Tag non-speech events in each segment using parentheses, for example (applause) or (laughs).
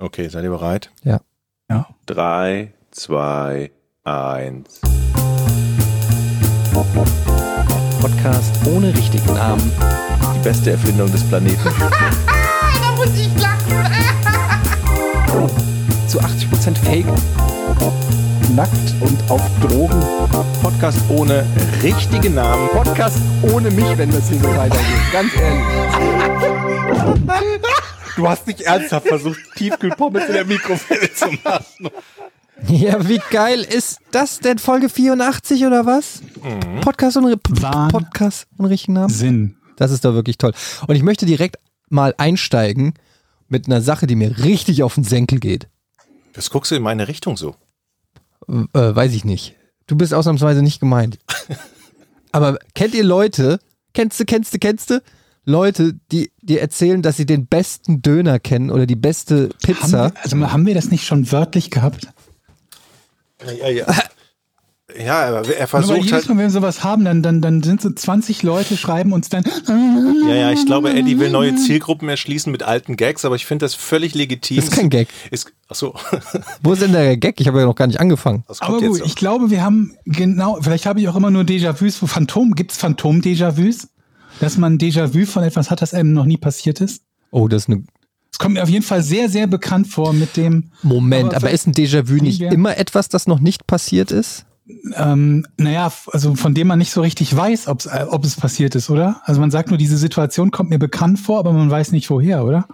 Okay, seid ihr bereit? Ja. Ja. Drei, zwei, eins. Podcast ohne richtigen Namen. Die beste Erfindung des Planeten. (laughs) da muss ich lachen. Zu 80% Fake. Nackt und auf Drogen. Podcast ohne richtigen Namen. Podcast ohne mich, wenn das hier so weitergeht. Ganz ehrlich. Du hast nicht ernsthaft (laughs) versucht, Tiefkühlpommes in der Mikrofile zu machen. Ja, wie geil ist das denn? Folge 84 oder was? Podcast ohne, Wahn. Podcast ohne richtigen Namen. Sinn. Das ist doch wirklich toll. Und ich möchte direkt mal einsteigen mit einer Sache, die mir richtig auf den Senkel geht. Das guckst du in meine Richtung so. W- Äh, weiß ich nicht. Du bist ausnahmsweise nicht (laughs) gemeint. Aber kennt ihr Leute, kennst du, kennst du, kennst du? Leute, die dir erzählen, dass sie den besten Döner kennen oder die beste Haben, Pizza. wir- also haben wir das nicht schon wörtlich gehabt? Ja, ja. Ja, aber er Nur weil versucht jedes halt. Mal, wenn wir sowas haben, dann, dann, dann sind so 20 Leute, schreiben uns dann, "Ah, Ja, ja, ich glaube, Eddie will neue Zielgruppen erschließen mit alten Gags, aber ich finde das völlig legitim. Das ist kein Gag. Ist, achso, Wo ist denn der Gag? Ich habe ja noch gar nicht angefangen. (laughs) das kommt aber gut, jetzt. ich glaube, wir haben genau, vielleicht habe ich auch immer nur Déjà-vus, wo Phantom, gibt's Phantom-Déjà-vus? Dass man ein Déjà-vu von etwas hat, das einem noch nie passiert ist? Oh, das ist eine. Es kommt mir auf jeden Fall sehr, sehr bekannt vor mit dem, Moment, Aber aber, ist ein Déjà-vu nicht Ja. immer etwas, das noch nicht passiert ist? ähm, naja, f- also von dem man nicht so richtig weiß, ob's, äh, ob es passiert ist, oder? Also man sagt nur, diese Situation kommt mir bekannt vor, aber man weiß nicht woher, oder?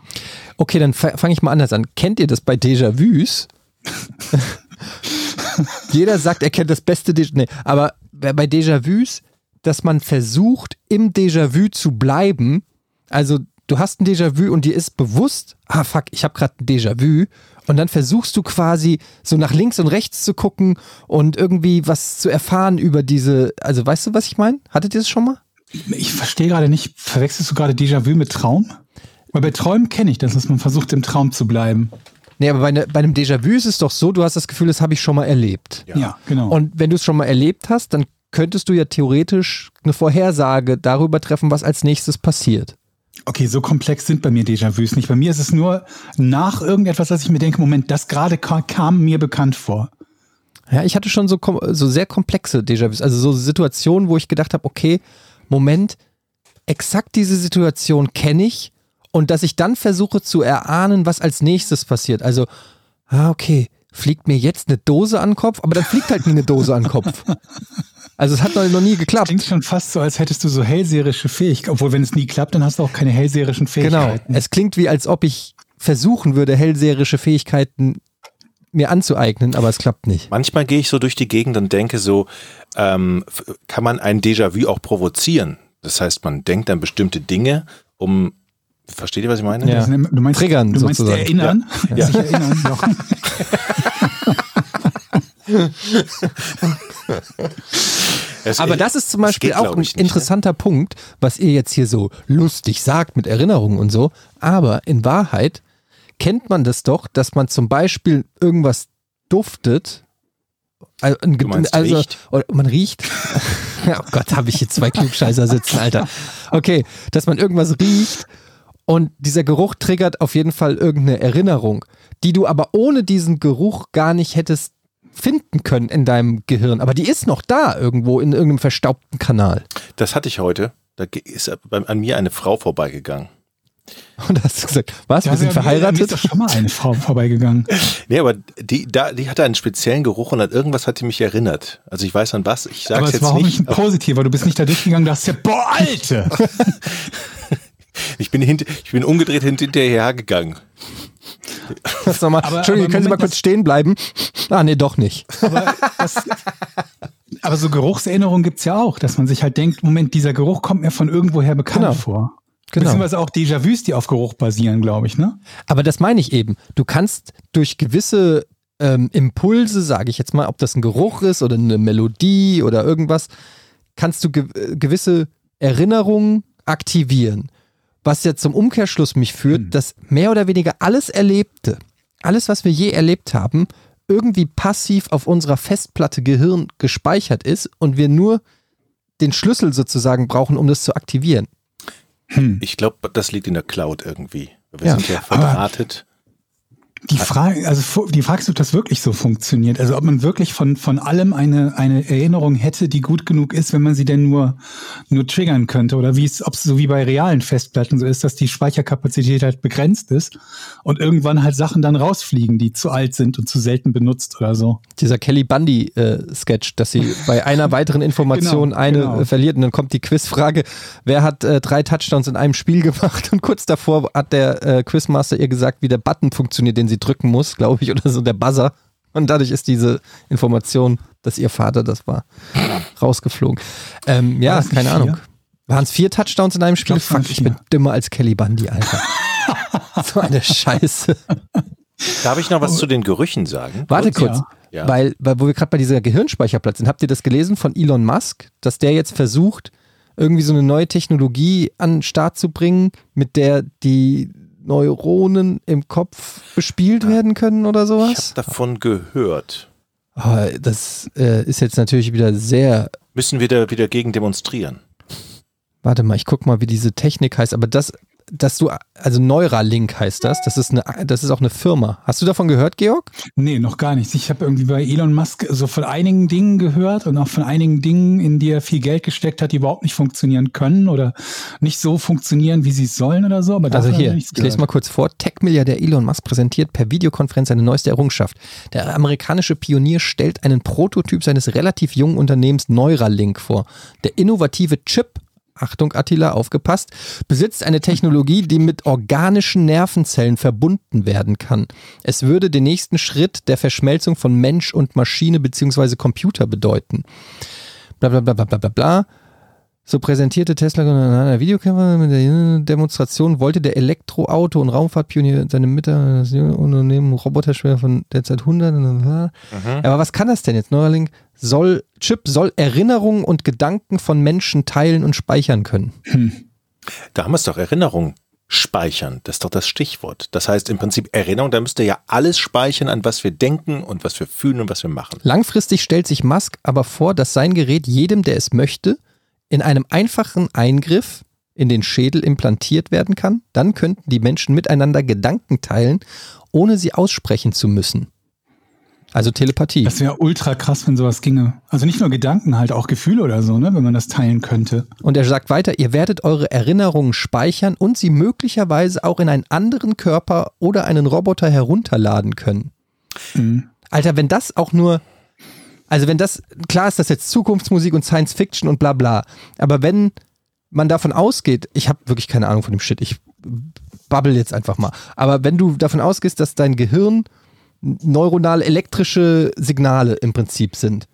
Okay, dann fange ich mal anders an. Kennt ihr das bei Déjà-vus? Jeder sagt, er kennt das beste Déjà-vu. Nee, aber bei bei Déjà-vus, dass man versucht, im Déjà-vu zu bleiben. Also, du hast ein Déjà-vu und dir ist bewusst, ah fuck, ich habe gerade ein Déjà-vu. Und dann versuchst du quasi so nach links und rechts zu gucken und irgendwie was zu erfahren über diese. Also, weißt du, was ich meine? Hattet ihr das schon mal? Ich verstehe gerade nicht, verwechselst du gerade Déjà-vu mit Traum? Weil bei Träumen kenne ich das, dass man versucht, im Traum zu bleiben. Nee, aber bei, ne, bei einem Déjà-vu ist es doch so, du hast das Gefühl, das habe ich schon mal erlebt. Ja, genau. Und wenn du es schon mal erlebt hast, dann könntest du ja theoretisch eine Vorhersage darüber treffen, was als nächstes passiert. okay, so komplex sind bei mir Déjà-vus nicht. Bei mir ist es nur nach irgendetwas, dass ich mir denke, Moment, das gerade ka- kam mir bekannt vor. Ja, ich hatte schon so, kom- so sehr komplexe Déjà-vus, also so Situationen, wo ich gedacht habe, okay, Moment, exakt diese Situation kenne ich und dass ich dann versuche zu erahnen, was als nächstes passiert. Also, ah, okay, fliegt mir jetzt eine Dose an den Kopf, aber dann fliegt halt nie eine Dose an den Kopf. Also es hat noch noch nie geklappt. Klingt schon fast so, als hättest du so hellseherische Fähigkeiten. Obwohl, wenn es nie klappt, dann hast du auch keine hellseherischen Genau. Fähigkeiten. Es klingt wie, als ob ich versuchen würde, hellseherische Fähigkeiten mir anzueignen, aber es klappt nicht. Manchmal gehe ich so durch die Gegend und denke so, ähm, f- kann man ein Déjà-vu auch provozieren? Das heißt, man denkt an bestimmte Dinge, um, versteht ihr, was ich meine? Ja. Das nennt- Du meinst, Triggern du meinst sozusagen. erinnern? Ja. Sich erinnern doch. Es- Aber das ist zum Also es Beispiel geht, auch glaub ein ich, nicht, ne? interessanter Punkt, was ihr jetzt hier so lustig sagt mit Erinnerungen und so. Aber in Wahrheit kennt man das doch, dass man zum Beispiel irgendwas duftet. Also, ein, Ge- meinst also riecht? Oder man riecht. (laughs) oh Gott, habe ich hier zwei Klugscheißer sitzen, Alter. Okay, dass man irgendwas riecht und dieser Geruch triggert auf jeden Fall irgendeine Erinnerung, die du aber ohne diesen Geruch gar nicht hättest finden können in deinem Gehirn. Aber die ist noch da irgendwo in irgendeinem verstaubten Kanal. (laughs) Das hatte ich heute. Da ge- ist bei- an mir eine Frau vorbeigegangen. Und da hast du gesagt, was, wir sind Mir ist doch verheiratet? (laughs) schon mal eine Frau vorbeigegangen. Nee, aber die, da, die hatte einen speziellen Geruch und an irgendwas hat die mich erinnert. Also ich weiß an was, ich Aber sag's es jetzt war auch nicht nicht. ein positiver. Du bist nicht da durchgegangen, da hast du ja, boah, Alte! Ich bin, hint, ich bin umgedreht hint- hinterhergegangen. Das nochmal. Aber- Entschuldigung, aber können Sie mal Moment, kurz das- stehen bleiben? Ah, nee, doch nicht. Aber, das, aber so Geruchserinnerungen gibt's ja auch, dass man sich halt denkt, Moment, dieser Geruch kommt mir von irgendwoher bekannt Genau. vor. Genau. Beziehungsweise auch Déjà-vus, die auf Geruch basieren, glaube ich, ne? Aber das meine ich eben. Du kannst durch gewisse ähm, Impulse, sage ich jetzt mal, ob das ein Geruch ist oder eine Melodie oder irgendwas, kannst du ge äh, gewisse Erinnerungen aktivieren. Was ja zum Umkehrschluss mich führt, dass mehr oder weniger alles Erlebte, alles, was wir je erlebt haben, irgendwie passiv auf unserer Festplatte Gehirn gespeichert ist und wir nur den Schlüssel sozusagen brauchen, um das zu aktivieren. Ich glaube, das liegt in der Cloud irgendwie. Wir Ja. sind ja verdrahtet. Die Frage, also fu- die fragst, ob das wirklich so funktioniert. Also ob man wirklich von, von allem eine, eine Erinnerung hätte, die gut genug ist, wenn man sie denn nur, nur triggern könnte. Oder wie es, ob es so wie bei realen Festplatten so ist, dass die Speicherkapazität halt begrenzt ist und irgendwann halt Sachen dann rausfliegen, die zu alt sind und zu selten benutzt oder so. Dieser Kelly Bundy-Sketch, dass sie (laughs) bei einer weiteren Information Genau, eine genau. äh, verliert und dann kommt die Quizfrage, wer hat äh, drei Touchdowns in einem Spiel (laughs) gemacht und kurz davor hat der äh, Quizmaster ihr gesagt, wie der Button funktioniert, den sie drücken muss, glaube ich, (laughs) oder so, der Buzzer. Und dadurch ist diese Information, dass ihr Vater das war, rausgeflogen. Ähm, War ja, das nicht keine vier? Ahnung. Waren es vier Touchdowns in einem Spiel? glaub, es waren Fuck, ich bin vier. dümmer als Kelly Bundy, (laughs) Alter. so eine Scheiße. Darf ich noch was zu den Gerüchen sagen? Oh. Warte Kurz, kurz, ja. Ja. Weil, weil wo wir gerade bei dieser Gehirnspeicherplatz sind, habt ihr das gelesen von Elon Musk, dass der jetzt versucht, irgendwie so eine neue Technologie an den Start zu bringen, mit der die Neuronen im Kopf bespielt werden können oder Ich habe sowas? davon gehört. Ah, das äh, ist jetzt natürlich wieder sehr. Müssen wir da wieder gegen demonstrieren? Warte mal, ich guck mal, wie diese Technik heißt. Aber das, dass du, also Neuralink heißt das. Das ist eine, das ist auch eine Firma. Hast du davon gehört, Georg? Nee, noch gar nichts. Ich habe irgendwie bei Elon Musk so von einigen Dingen gehört und auch von einigen Dingen, in die er viel Geld gesteckt hat, die überhaupt nicht funktionieren können oder nicht so funktionieren, wie sie sollen oder so. Aber Also davon hab hier, nichts ich lese gehört. mal kurz vor. Tech-Milliardär Elon Musk präsentiert per Videokonferenz seine neueste Errungenschaft. Der amerikanische Pionier stellt einen Prototyp seines relativ jungen Unternehmens Neuralink vor. Der innovative Chip, Achtung Attila, aufgepasst, besitzt eine Technologie, die mit organischen Nervenzellen verbunden werden kann. Es würde den nächsten Schritt der Verschmelzung von Mensch und Maschine bzw. Computer bedeuten. Bla bla bla bla bla bla bla. So präsentierte Tesla in einer Videokamera mit der Demonstration wollte der Elektroauto- und Raumfahrtpionier seine Mitarbeiter das junge Unternehmen Roboterschwer von derzeit 100. Aber was kann das denn jetzt? Neuralink soll Chip soll Erinnerungen und Gedanken von Menschen teilen und speichern können. Da haben wir es doch. Erinnerung speichern. Das ist doch das Stichwort. Das heißt im Prinzip Erinnerung, da müsste ja alles speichern, an was wir denken und was wir fühlen und was wir machen. Langfristig stellt sich Musk aber vor, dass sein Gerät jedem, der es möchte, in einem einfachen Eingriff in den Schädel implantiert werden kann. Dann könnten die Menschen miteinander Gedanken teilen, ohne sie aussprechen zu müssen. Also Telepathie. Das wäre ultra krass, wenn sowas ginge. Also nicht nur Gedanken, halt auch Gefühle oder so, ne, wenn man das teilen könnte. Und er sagt weiter, ihr werdet eure Erinnerungen speichern und sie möglicherweise auch in einen anderen Körper oder einen Roboter herunterladen können. Mhm. Alter, wenn das auch nur, also wenn das, klar ist das jetzt Zukunftsmusik und Science Fiction und bla bla, aber wenn man davon ausgeht, ich habe wirklich keine Ahnung von dem Shit, ich babbel jetzt einfach mal, aber wenn du davon ausgehst, dass dein Gehirn neuronal elektrische Signale im Prinzip sind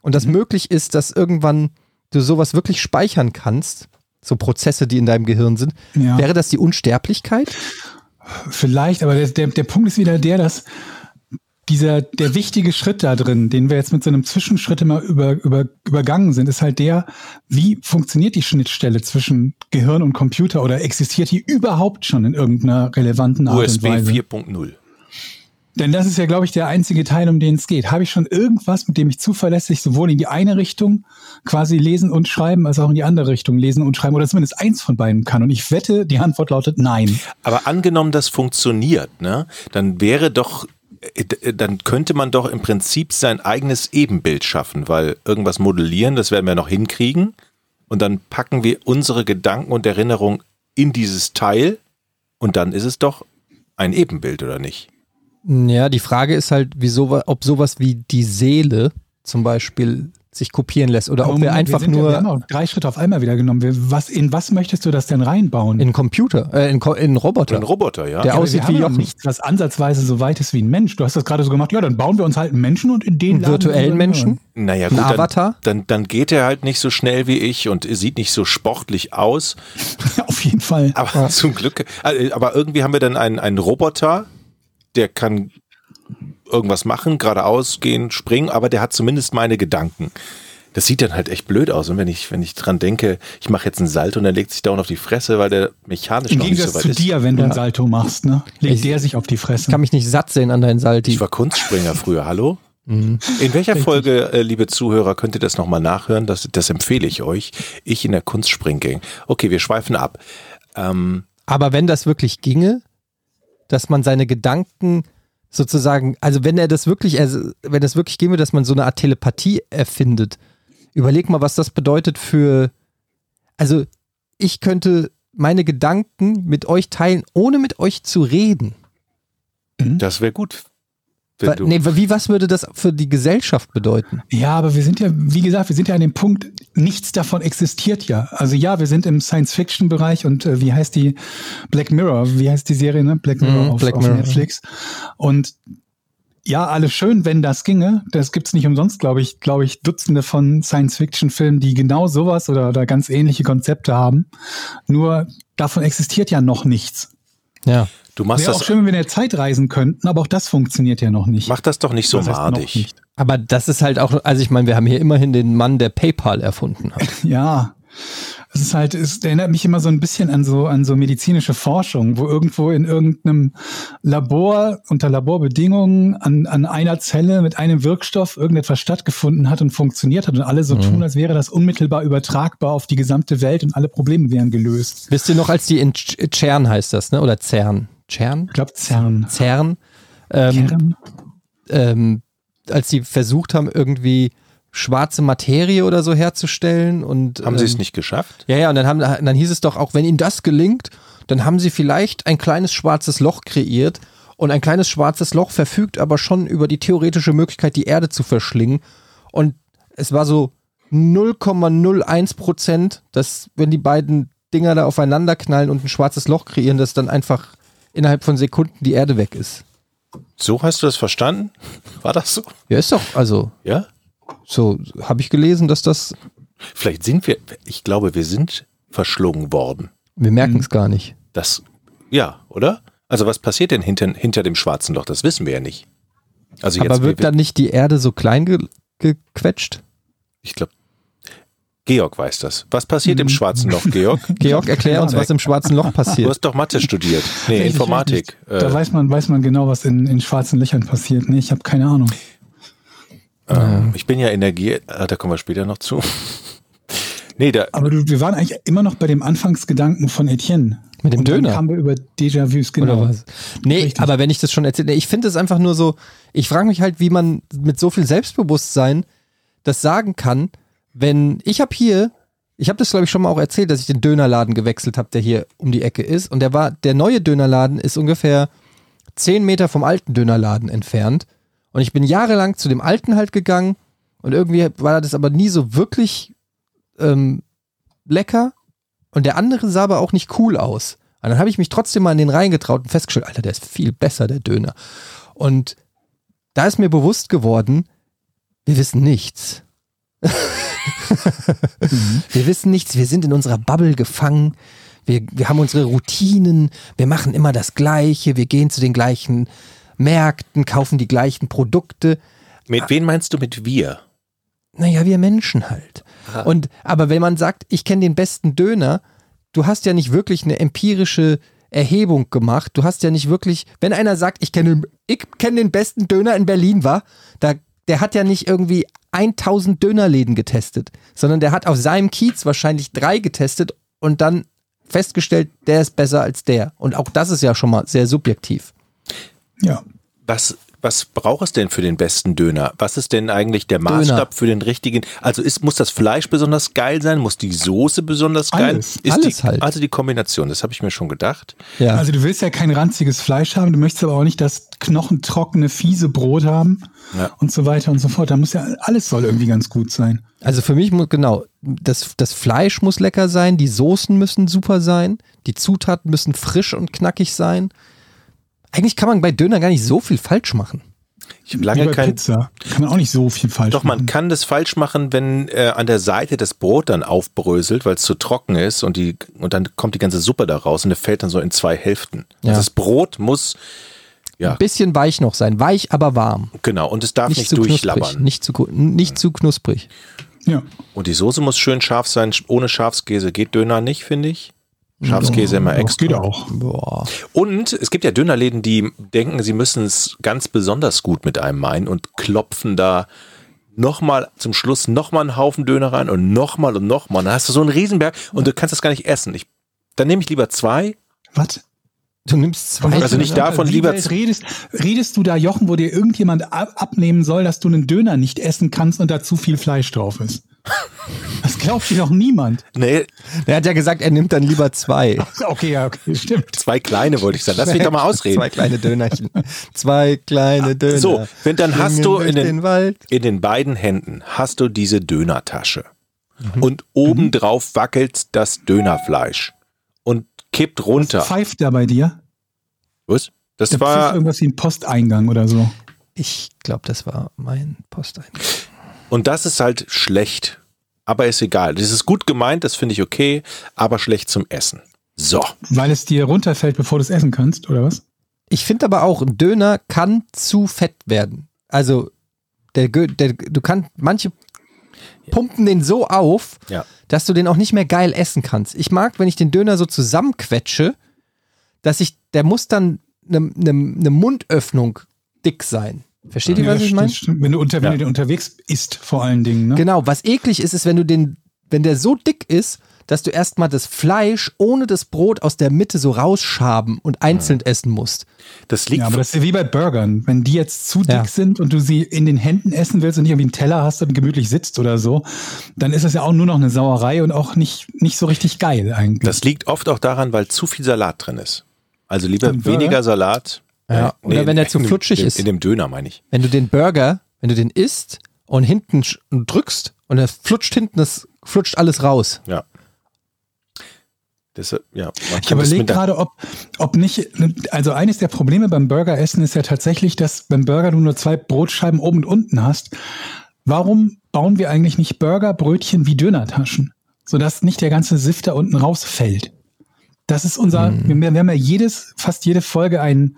und das möglich ist, dass irgendwann du sowas wirklich speichern kannst, so Prozesse, die in deinem Gehirn sind, Ja. wäre das die Unsterblichkeit? Vielleicht, aber der, der, der Punkt ist wieder der, dass dieser, der wichtige Schritt da drin, den wir jetzt mit so einem Zwischenschritt immer über, über, übergangen sind, ist halt der, wie funktioniert die Schnittstelle zwischen Gehirn und Computer oder existiert die überhaupt schon in irgendeiner relevanten Art USB und Weise? 4.0. Denn das ist ja, glaube ich, der einzige Teil, um den es geht. Habe ich schon irgendwas, mit dem ich zuverlässig sowohl in die eine Richtung quasi lesen und schreiben, als auch in die andere Richtung lesen und schreiben oder zumindest eins von beiden kann? Und ich wette, die Antwort lautet nein. Aber angenommen, das funktioniert, ne, dann wäre doch, äh, d- dann könnte man doch im Prinzip sein eigenes Ebenbild schaffen, weil irgendwas modellieren, das werden wir noch hinkriegen. Und dann packen wir unsere Gedanken und Erinnerungen in dieses Teil und dann ist es doch ein Ebenbild, oder nicht? Ja, die Frage ist halt, wieso, wa- ob sowas wie die Seele zum Beispiel sich kopieren lässt oder ob Aber wir Moment, einfach sind ja- wir haben nur auch drei Schritte auf einmal wieder genommen. Wir, was, in was möchtest du das denn reinbauen? in einen Computer, äh, in, einen Ko- in einen Roboter. Ein Roboter, ja? Der aber aussieht wir wie haben ja Jochen. nichts, was ansatzweise so weit ist wie ein Mensch. Du hast das gerade so gemacht. Ja, dann bauen wir uns halt einen Menschen und in den einen laden wir virtuellen unseren Menschen? Naja, Ein gut, Avatar? Dann, dann, dann geht er halt nicht so schnell wie ich und sieht nicht so sportlich aus. Hirn. (laughs) Auf jeden Fall. Aber (laughs) zum Glück, äh, aber irgendwie haben wir dann einen, einen Roboter, der kann irgendwas machen, geradeaus gehen, springen, aber der hat zumindest meine Gedanken. Das sieht dann halt echt blöd aus. Und wenn ich, wenn ich dran denke, ich mache jetzt einen Salto und dann legt sich da auch auf die Fresse, weil der mechanisch Im noch nicht Gegensatz so weit zu ist. dir, wenn du einen Salto machst, ne? legt Ich- der sich auf die Ich Fresse. kann mich nicht satt sehen an deinen Mhm. Salti. Ich war Kunstspringer früher, hallo? In welcher Folge, äh, liebe Zuhörer, könnt ihr das nochmal nachhören? Das, das empfehle ich euch. Ich in der Kunstspringgang. Okay, wir schweifen ab. Ähm, Aber wenn das wirklich ginge, dass man seine Gedanken sozusagen, also wenn er das wirklich, also wenn das wirklich gehen würde, dass man so eine Art Telepathie erfindet, überleg mal, was das bedeutet für, also ich könnte meine Gedanken mit euch teilen, ohne mit euch zu reden. Das wäre gut. Wenn Wa- du, Nee, wa- wie, was würde das für die Gesellschaft bedeuten? Ja, aber wir sind ja, wie gesagt, wir sind ja an dem Punkt, nichts davon existiert ja. Also ja, wir sind im Science-Fiction-Bereich und äh, wie heißt die Black Mirror? Wie heißt die Serie, ne? Black Mirror Mhm, auf, Black auf Mirror. Netflix. Und ja, alles schön, wenn das ginge. Das gibt's nicht umsonst, glaube ich, glaube ich, Dutzende von Science-Fiction-Filmen, die genau sowas oder, oder ganz ähnliche Konzepte haben. Nur davon existiert ja noch nichts. Ja. du machst Wäre auch das, schön, wenn wir in der Zeit reisen könnten, aber auch das funktioniert ja noch nicht. mach das doch nicht so Das heißt, noch madig. nicht. Aber das ist halt auch, also ich meine, wir haben hier immerhin den Mann, der PayPal erfunden hat. Ja. Es ist halt, es erinnert mich immer so ein bisschen an so, an so medizinische Forschung, wo irgendwo in irgendeinem Labor, unter Laborbedingungen, an, an einer Zelle mit einem Wirkstoff irgendetwas stattgefunden hat und funktioniert hat und alle so Mhm. tun, als wäre das unmittelbar übertragbar auf die gesamte Welt und alle Probleme wären gelöst. Wisst ihr noch, als die in Ch- Chern heißt das, ne? Oder Zern? Chern? Ich glaube, CERN. Zern? Ähm, CERN? ähm, als sie versucht haben, irgendwie schwarze Materie oder so herzustellen und Haben ähm, sie es nicht geschafft? Ja, ja, und dann, haben, dann hieß es doch auch, wenn ihnen das gelingt, dann haben sie vielleicht ein kleines schwarzes Loch kreiert und ein kleines schwarzes Loch verfügt aber schon über die theoretische Möglichkeit, die Erde zu verschlingen. Und es war so 0,01 Prozent, dass wenn die beiden Dinger da aufeinander knallen und ein schwarzes Loch kreieren, dass dann einfach innerhalb von Sekunden die Erde weg ist. So hast du das verstanden? (laughs) War das so? Ja, ist doch, also Ja? so habe ich gelesen, dass das, Vielleicht sind wir, ich glaube, wir sind verschlungen worden. wir merken es gar nicht. Das, ja, oder? Also was passiert denn hinter, hinter dem schwarzen Loch? Das wissen wir ja nicht. Also jetzt, Aber wird dann nicht die Erde so klein ge gequetscht? ich glaube, Georg weiß das. Was passiert Mhm. im schwarzen Loch, Georg? (laughs) Georg, erklär uns, was im schwarzen Loch Du passiert. hast doch Mathe studiert. Nee, Nee, ich Informatik. weiß nicht. Da Äh, weiß man, weiß man genau, was in, in schwarzen Löchern passiert. Nee, ich habe keine Ahnung. ähm, ich bin ja Energie, äh, da kommen wir später noch zu. (laughs) Nee, da, Aber du, wir waren eigentlich immer noch bei dem Anfangsgedanken von Etienne. Mit dem und Döner. Dann kamen wir über Déjà-vus, genau. Oder was? Nee, Richtig. aber wenn ich das schon erzähle, nee, ich finde es einfach nur so, ich frage mich halt, wie man mit so viel Selbstbewusstsein das sagen kann, wenn ich habe hier, ich habe das glaube ich schon mal auch erzählt, dass ich den Dönerladen gewechselt habe, der hier um die Ecke ist und der war, der neue Dönerladen ist ungefähr 10 Meter vom alten Dönerladen entfernt und ich bin jahrelang zu dem alten halt gegangen und irgendwie war das aber nie so wirklich ähm, lecker und der andere sah aber auch nicht cool aus. Und dann habe ich mich trotzdem mal in den reingetraut und festgestellt, Alter, der ist viel besser, der Döner. Und da ist mir bewusst geworden, wir wissen nichts. (laughs) wir wissen nichts, wir sind in unserer Bubble gefangen. Wir, wir haben unsere Routinen, wir machen immer das Gleiche, wir gehen zu den gleichen Märkten, kaufen die gleichen Produkte. mit wen meinst du mit wir? Naja, wir Menschen halt. Und aber wenn man sagt, ich kenne den besten Döner, du hast ja nicht wirklich eine empirische Erhebung gemacht. Du hast ja nicht wirklich, wenn einer sagt, ich kenne ich kenn den besten Döner in Berlin, war, da, der hat ja nicht irgendwie 1000 Dönerläden getestet, sondern der hat auf seinem Kiez wahrscheinlich drei getestet und dann festgestellt, der ist besser als der. Und auch das ist ja schon mal sehr subjektiv. Ja. was, was braucht es denn für den besten Döner? Was ist denn eigentlich der Maßstab Döner. für den richtigen? Also ist, muss das Fleisch besonders geil sein? Muss die Soße besonders geil? Alles, ist alles die, halt. Also die Kombination, das habe ich mir schon gedacht. Ja. Also du willst ja kein ranziges Fleisch haben, du möchtest aber auch nicht das knochentrockene, fiese Brot haben Ja. und so weiter und so fort. Da muss ja, alles soll irgendwie ganz gut sein. Also für mich muss, genau, das, das Fleisch muss lecker sein, die Soßen müssen super sein, die Zutaten müssen frisch und knackig sein. Eigentlich kann man bei Döner gar nicht so viel falsch machen. Ich habe lange Wie bei kein. Pizza kann man auch nicht so viel falsch Doch, man machen. kann das falsch machen, wenn äh, an der Seite das Brot dann aufbröselt, weil es zu trocken ist und, die, und dann kommt die ganze Suppe da raus und die fällt dann so in zwei Hälften. Ja. Also das Brot muss, Ja. Ein bisschen weich noch sein, weich aber warm. genau, und es darf Nicht, nicht, zu knusprig. durchlabbern. Nicht zu, ku- nicht zu knusprig. Ja. Und die Soße muss schön scharf sein. Ohne Schafskäse geht Döner nicht, finde ich. Schafskäse immer Doch, extra. Geht auch. Boah. Und es gibt ja Dönerläden, die denken, sie müssen es ganz besonders gut mit einem meinen und klopfen da nochmal zum Schluss nochmal einen Haufen Döner rein und nochmal und nochmal. Dann hast du so einen Riesenberg und du kannst das gar nicht essen. Ich, dann nehme ich lieber zwei Was? Du nimmst zwei. Also nicht Döner. davon Wie lieber weit z- redest, redest du da, Jochen, wo dir irgendjemand ab abnehmen soll, dass du einen Döner nicht essen kannst und da zu viel Fleisch drauf (laughs) ist? Das glaubt dir doch niemand. Nee, Er hat ja gesagt, er nimmt dann lieber zwei. Okay, ja, okay, (laughs) stimmt. zwei kleine wollte (laughs) ich sagen. Lass mich doch mal (laughs) Zwei ausreden. Ah, kleine Dönerchen. Zwei kleine Döner. So, wenn dann hast du Schwingen in durch den, Wald. in den beiden Händen hast du diese Dönertasche Mhm. und obendrauf wackelt das Dönerfleisch und kippt runter. Pfeift da bei dir? Was? Das Da pfeift war irgendwas wie ein Posteingang oder so. Ich glaube, das war mein Posteingang. und das ist halt schlecht, aber ist egal. Das ist gut gemeint, das finde ich okay, aber schlecht zum Essen. So, Weil es dir runterfällt, bevor du es essen kannst, oder was? Ich finde aber auch, ein Döner kann zu fett werden. Also, der, Gö- der, du kannst, manche pumpen den so auf, Ja. dass du den auch nicht mehr geil essen kannst. Ich mag, wenn ich den Döner so zusammenquetsche, dass ich, der muss dann eine ne, ne Mundöffnung dick sein. Versteht ihr, was ich stimmt, meine? stimmt. Wenn du, unter, wenn du dir unterwegs isst, vor allen Dingen. Ne? Genau, was eklig ist, ist, wenn du den, wenn der so dick ist, dass du erstmal das Fleisch ohne das Brot aus der Mitte so rausschaben und einzeln essen musst. das liegt Ja, aber das ist ja wie bei Burgern. Wenn die jetzt zu dick Ja. sind und du sie in den Händen essen willst und nicht irgendwie einen Teller hast und gemütlich sitzt oder so, dann ist das ja auch nur noch eine Sauerei und auch nicht, nicht so richtig geil eigentlich. Das liegt oft auch daran, weil zu viel Salat drin ist. Also lieber Im Burger? weniger Salat. äh, Ja, oder wenn der zu in dem- flutschig in, ist. In dem Döner meine ich. Wenn du den Burger, wenn du den isst und hinten sch- und drückst und er flutscht hinten, das flutscht alles raus. Ja. Das, ja, man Ich kann das überlege mit der- gerade, ob, ob nicht, also eines der Probleme beim Burgeressen ist ja tatsächlich, dass beim Burger du nur zwei Brotscheiben oben und unten hast. Warum bauen wir eigentlich nicht Burger, Brötchen wie Dönertaschen? Sodass nicht der ganze Sift da unten rausfällt. Das ist unser, Hm. wir, wir haben ja jedes, fast jede Folge ein,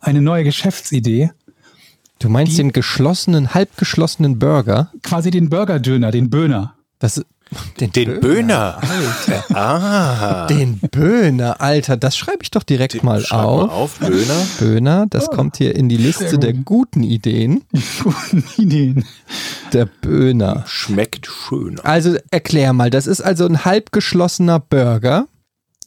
eine neue Geschäftsidee. Du meinst den geschlossenen, halbgeschlossenen Burger? Quasi den Burger-Döner, den Böhner. (laughs) Das, (laughs) den, Den Böhner. Ah. Den Böhner, Alter, das schreibe ich doch direkt mal Schreib auf. mal auf, Döner. Böhner, das kommt hier in die Liste der guten Ideen. Guten Ideen. Der Böhner. Schmeckt schön. Also erklär mal, das ist also ein halbgeschlossener Burger.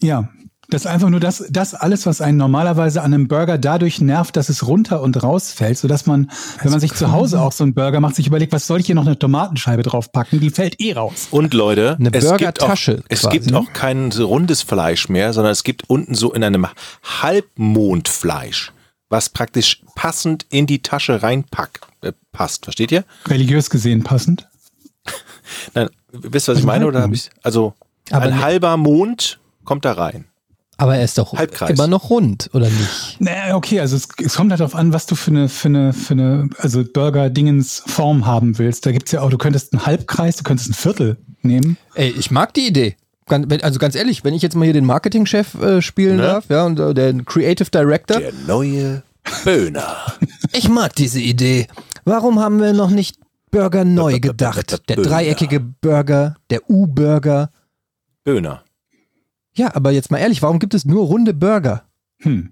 Ja, das ist einfach nur das, das alles, was einen normalerweise an einem Burger dadurch nervt, dass es runter und rausfällt, sodass man, wenn man sich zu Hause auch so einen Burger macht, sich überlegt, was soll ich hier noch eine Tomatenscheibe draufpacken? Die fällt eh raus. Und Leute, Eine es, gibt auch, Burgertasche es quasi. gibt auch kein so rundes Fleisch mehr, sondern es gibt unten so in einem Halbmondfleisch, was praktisch passend in die Tasche reinpackt. Äh, passt, versteht ihr? Religiös gesehen passend. Nein, wisst ihr, was ich meine? Oder habe ich Also Aber ein ne- halber Mond kommt da rein. Aber er ist doch Halbkreis. immer noch rund, oder nicht? Naja, okay, also es, es kommt halt darauf an, was du für eine, für eine, für eine also Burger-Dingens-Form haben willst. Da gibt's ja auch, du könntest einen Halbkreis, du könntest ein Viertel nehmen. Ey, ich mag die Idee. Gan- wenn- Also ganz ehrlich, wenn ich jetzt mal hier den Marketingchef äh, spielen Ne? darf, ja, und äh, den Creative Director, Der neue Böhner. ich mag diese Idee. Warum haben wir noch nicht Burger neu gedacht? Der Böhner. dreieckige Burger, der U-Burger. Böhner. Ja, aber jetzt mal ehrlich, warum gibt es nur runde Burger? Hm.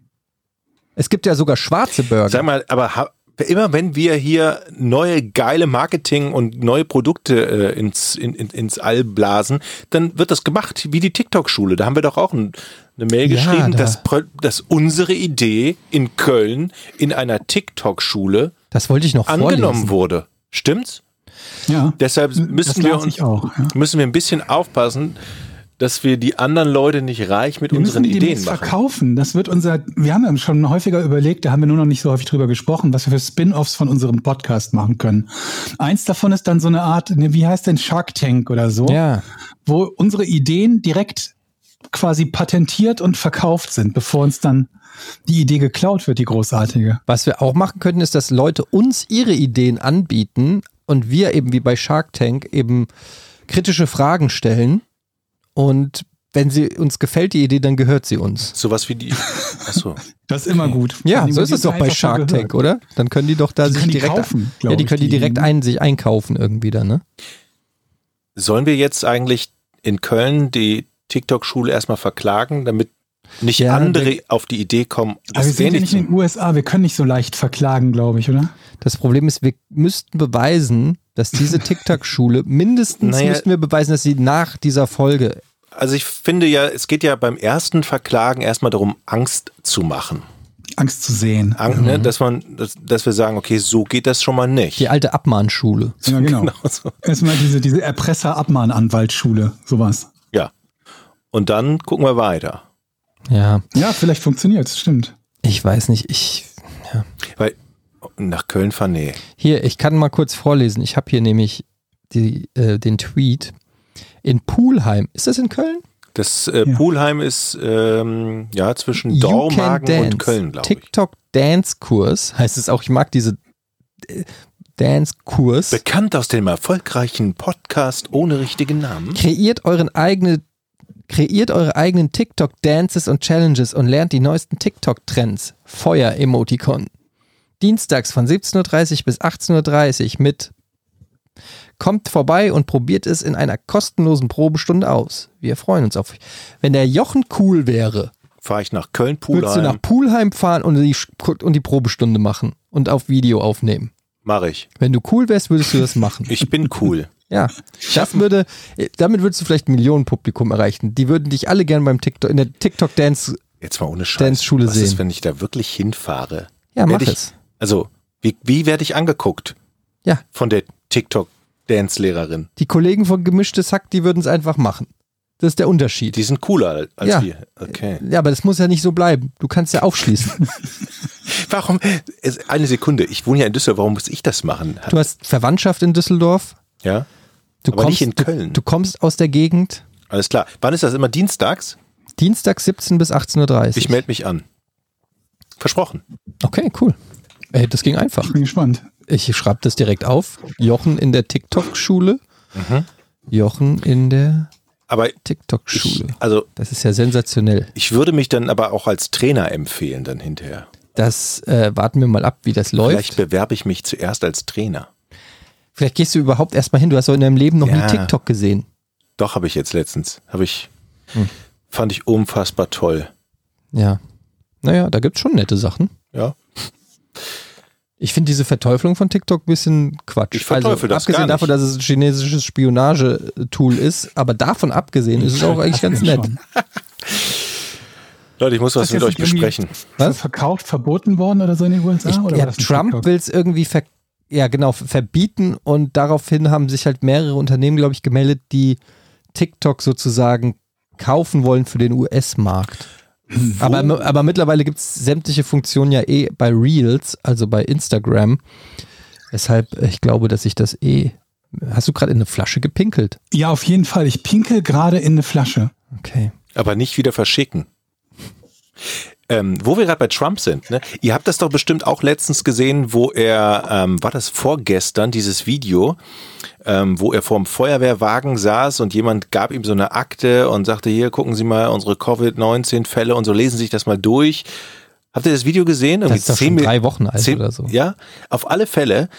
Es gibt ja sogar schwarze Burger. Sag mal, aber ha- immer wenn wir hier neue geile Marketing und neue Produkte äh, ins, in, in, ins All blasen, dann wird das gemacht wie die TikTok-Schule. Da haben wir doch auch ein, eine Mail Ja, geschrieben, da- dass, pro- dass unsere Idee in Köln in einer TikTok-Schule das wollte ich noch angenommen vorlesen. wurde. Stimmt's? Ja. Deshalb müssen das wir las uns ich auch. Ja. müssen wir ein bisschen aufpassen, dass wir die anderen Leute nicht reich mit Wir unseren müssen Ideen demnächst machen. verkaufen. Das wird unser, wir haben ja schon häufiger überlegt, da haben wir nur noch nicht so häufig drüber gesprochen, was wir für Spin-offs von unserem Podcast machen können. Eins davon ist dann so eine Art, ne, wie heißt denn Shark Tank oder so, Ja. wo unsere Ideen direkt quasi patentiert und verkauft sind, bevor uns dann die Idee geklaut wird, die großartige. Was wir auch machen könnten, ist, dass Leute uns ihre Ideen anbieten und wir eben wie bei Shark Tank eben kritische Fragen stellen. Und wenn sie uns gefällt, die Idee, dann gehört sie uns. Sowas wie die. Achso. Das ist immer gut. Ja, Die so ist Idee es doch bei einfach Shark gehört. Tank, oder? Dann können die doch da Die sich können die direkt. kaufen, glaub ja, die ich, können die die- direkt ein, sich einkaufen irgendwie da, ne? Sollen wir jetzt eigentlich in Köln die TikTok-Schule erstmal verklagen, damit nicht Ja, andere auf die Idee kommen, Aber wir das sind ja ähnlich nicht zu in den USA, wir können nicht so leicht verklagen, glaube ich, oder? Das Problem ist, wir müssten (laughs) beweisen, dass diese TikTok-Schule, mindestens Naja. müssten wir beweisen, dass sie nach dieser Folge also ich finde ja, es geht ja beim ersten Verklagen erstmal darum, Angst zu machen. Angst zu sehen. Angst, ne, dass man, dass, dass wir sagen, okay, so geht das schon mal nicht. (laughs) Die alte Abmahnschule. Ja, genau. so. Erstmal diese, diese Erpresser-Abmahnanwaltsschule, sowas. Ja. Und dann gucken wir weiter. Ja, Ja, vielleicht funktioniert es, stimmt. ich weiß nicht. Ich, Weil nach Köln fahren, nee. Hier, ich kann mal kurz vorlesen. Ich habe hier nämlich die, äh, den Tweet. In Pulheim, ist das in Köln? Das äh, Ja. Pulheim ist ähm, ja zwischen You can Dormagen dance. und Köln, glaube ich. TikTok Dance Kurs heißt es auch. Ich mag diese äh, Dance Kurs. Bekannt aus dem erfolgreichen Podcast ohne richtigen Namen. kreiert euren eigene kreiert eure eigenen TikTok Dances und Challenges und lernt die neuesten TikTok Trends. Feuer Emoticon. Dienstags von 17:30 bis 18:30 mit Kommt vorbei und probiert es in einer kostenlosen Probestunde aus. Wir freuen uns auf euch. Wenn der Jochen cool wäre, Fahre ich nach Köln, würdest du Pulheim, nach Poolheim fahren und die, und die Probestunde machen und auf Video aufnehmen. mache ich. Wenn du cool wärst, würdest du das machen. Ich bin cool. Ja, (laughs) das würde, damit würdest du vielleicht ein Millionenpublikum erreichen. Die würden dich alle gern beim TikTok, in der TikTok-Dance, Jetzt mal ohne Scheiß. Dance-Schule Was sehen. ist, wenn ich da wirklich hinfahre? ja, mach Werd ich, es. Also, wie, wie werde ich angeguckt? Ja. Von der TikTok-Dance-Lehrerin. Die Kollegen von Gemischtes Hack, die würden es einfach machen. Das ist der Unterschied. Die sind cooler als Ja. wir. Okay. ja, aber das muss ja nicht so bleiben. Du kannst (laughs) ja aufschließen. Warum? es- Eine Sekunde. Ich wohne ja in Düsseldorf. Warum muss ich das machen? Du hast Verwandtschaft in Düsseldorf. Ja. Du Aber nicht kommst, in Du, Köln. du kommst aus der Gegend. Alles klar. Wann ist das immer? Dienstags? Dienstag 17 bis 18.30 Uhr. Ich melde mich an. Versprochen. Okay, cool. Ey, das ging einfach. Ich bin gespannt. Ich schreibe das direkt auf. Jochen in der TikTok-Schule. Mhm. Jochen in der Aber ich, TikTok-Schule. also Das ist ja sensationell. ich würde mich dann aber auch als Trainer empfehlen dann hinterher. Das äh, warten wir mal ab, wie das läuft. Vielleicht Vielleicht, bewerbe ich mich zuerst als Trainer. gehst du überhaupt erstmal hin. Du hast doch in deinem Leben noch Ja. nie TikTok gesehen. Doch, habe ich jetzt letztens. Habe ich. Hm. Fand ich unfassbar toll. Ja. Naja, da gibt es schon nette Sachen. Ja. Ich finde diese Verteufelung von TikTok ein bisschen Quatsch. Also, Ich verteufel das abgesehen gar nicht. davon, dass es ein chinesisches Spionagetool ist, aber davon abgesehen ist es auch eigentlich ganz nett. Schon. Leute, ich muss was Das mit jetzt euch nicht irgendwie- besprechen. Was? Verkauft, verboten worden oder so in den USA? Ich, oder ja, war das ein Trump TikTok? will es irgendwie ver ja, genau, verbieten und daraufhin haben sich halt mehrere Unternehmen, glaube ich, gemeldet, die TikTok sozusagen kaufen wollen für den US-Markt. Aber, aber mittlerweile gibt es sämtliche Funktionen ja eh bei Reels, also bei Instagram. Weshalb äh, ich glaube, dass ich das eh. Hast du gerade in eine Flasche gepinkelt? Ja, auf jeden Fall. Ich pinkel gerade in eine Flasche. Okay. Aber nicht wieder verschicken. Ähm, wo wir gerade bei Trump sind, ne? ihr habt das doch bestimmt auch letztens gesehen, wo er, ähm, war das vorgestern, dieses Video, ähm, wo er vorm Feuerwehrwagen saß und jemand gab ihm so eine Akte und sagte, hier gucken Sie mal unsere Covid-19-Fälle und so, lesen Sie sich das mal durch. Habt ihr das Video gesehen? Das ist doch schon Mil- drei Wochen alt zehn- oder so. Ja, auf alle Fälle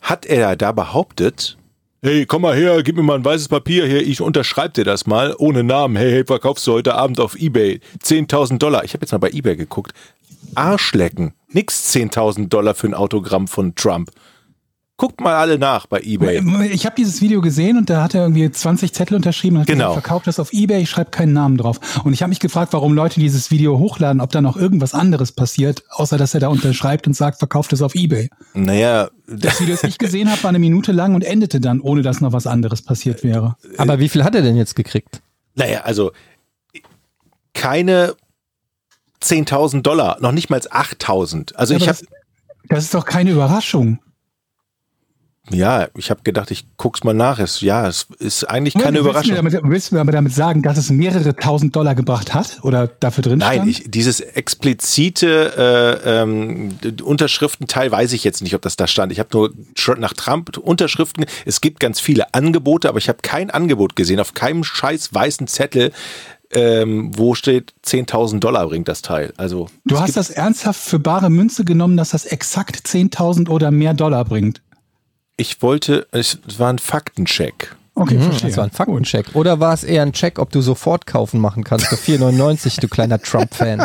hat er da behauptet, hey, komm mal her, gib mir mal ein weißes Papier hier, ich unterschreibe dir das mal, ohne Namen, hey, hey, verkaufst du heute Abend auf Ebay, 10.000 Dollar, ich habe jetzt mal bei Ebay geguckt, Arschlecken, nix 10.000 Dollar für ein Autogramm von Trump. Guckt mal alle nach bei Ebay. Ich habe dieses Video gesehen und da hat er irgendwie 20 Zettel unterschrieben und hat Genau. gesagt, verkauft das auf Ebay, ich schreibe keinen Namen drauf. Und ich habe mich gefragt, warum Leute dieses Video hochladen, ob da noch irgendwas anderes passiert, außer dass er da unterschreibt und sagt, verkauft es auf Ebay. Naja, Das Video, das ich gesehen habe, war eine Minute lang und endete dann, ohne dass noch was anderes passiert wäre. äh, Aber wie viel hat er denn jetzt gekriegt? Naja, also keine 10.000 Dollar, noch nicht mal 8.000. Also Ja, ich aber habe das, das ist doch keine Überraschung. ja, ich habe gedacht, ich guck's mal nach. Es, ja, es ist eigentlich keine Willst du mir Überraschung. Damit, willst du mir aber damit sagen, dass es mehrere tausend Dollar gebracht hat oder dafür drin Nein, stand? ich, dieses explizite äh, ähm, d- Unterschriftenteil weiß ich jetzt nicht, ob das da stand. Ich habe nur tr- nach Trump Unterschriften. Es gibt ganz viele Angebote, aber ich habe kein Angebot gesehen auf keinem scheiß weißen Zettel, ähm, wo steht 10.000 Dollar bringt das Teil. Also Du es hast gibt- das ernsthaft für bare Münze genommen, dass das exakt 10.000 oder mehr Dollar bringt. ich wollte, es war ein Faktencheck. Okay, verstehe. Das war ein Gut. Faktencheck. (laughs) Oder war es eher ein Check, ob du sofort kaufen machen kannst für 4,99, du kleiner Trump-Fan?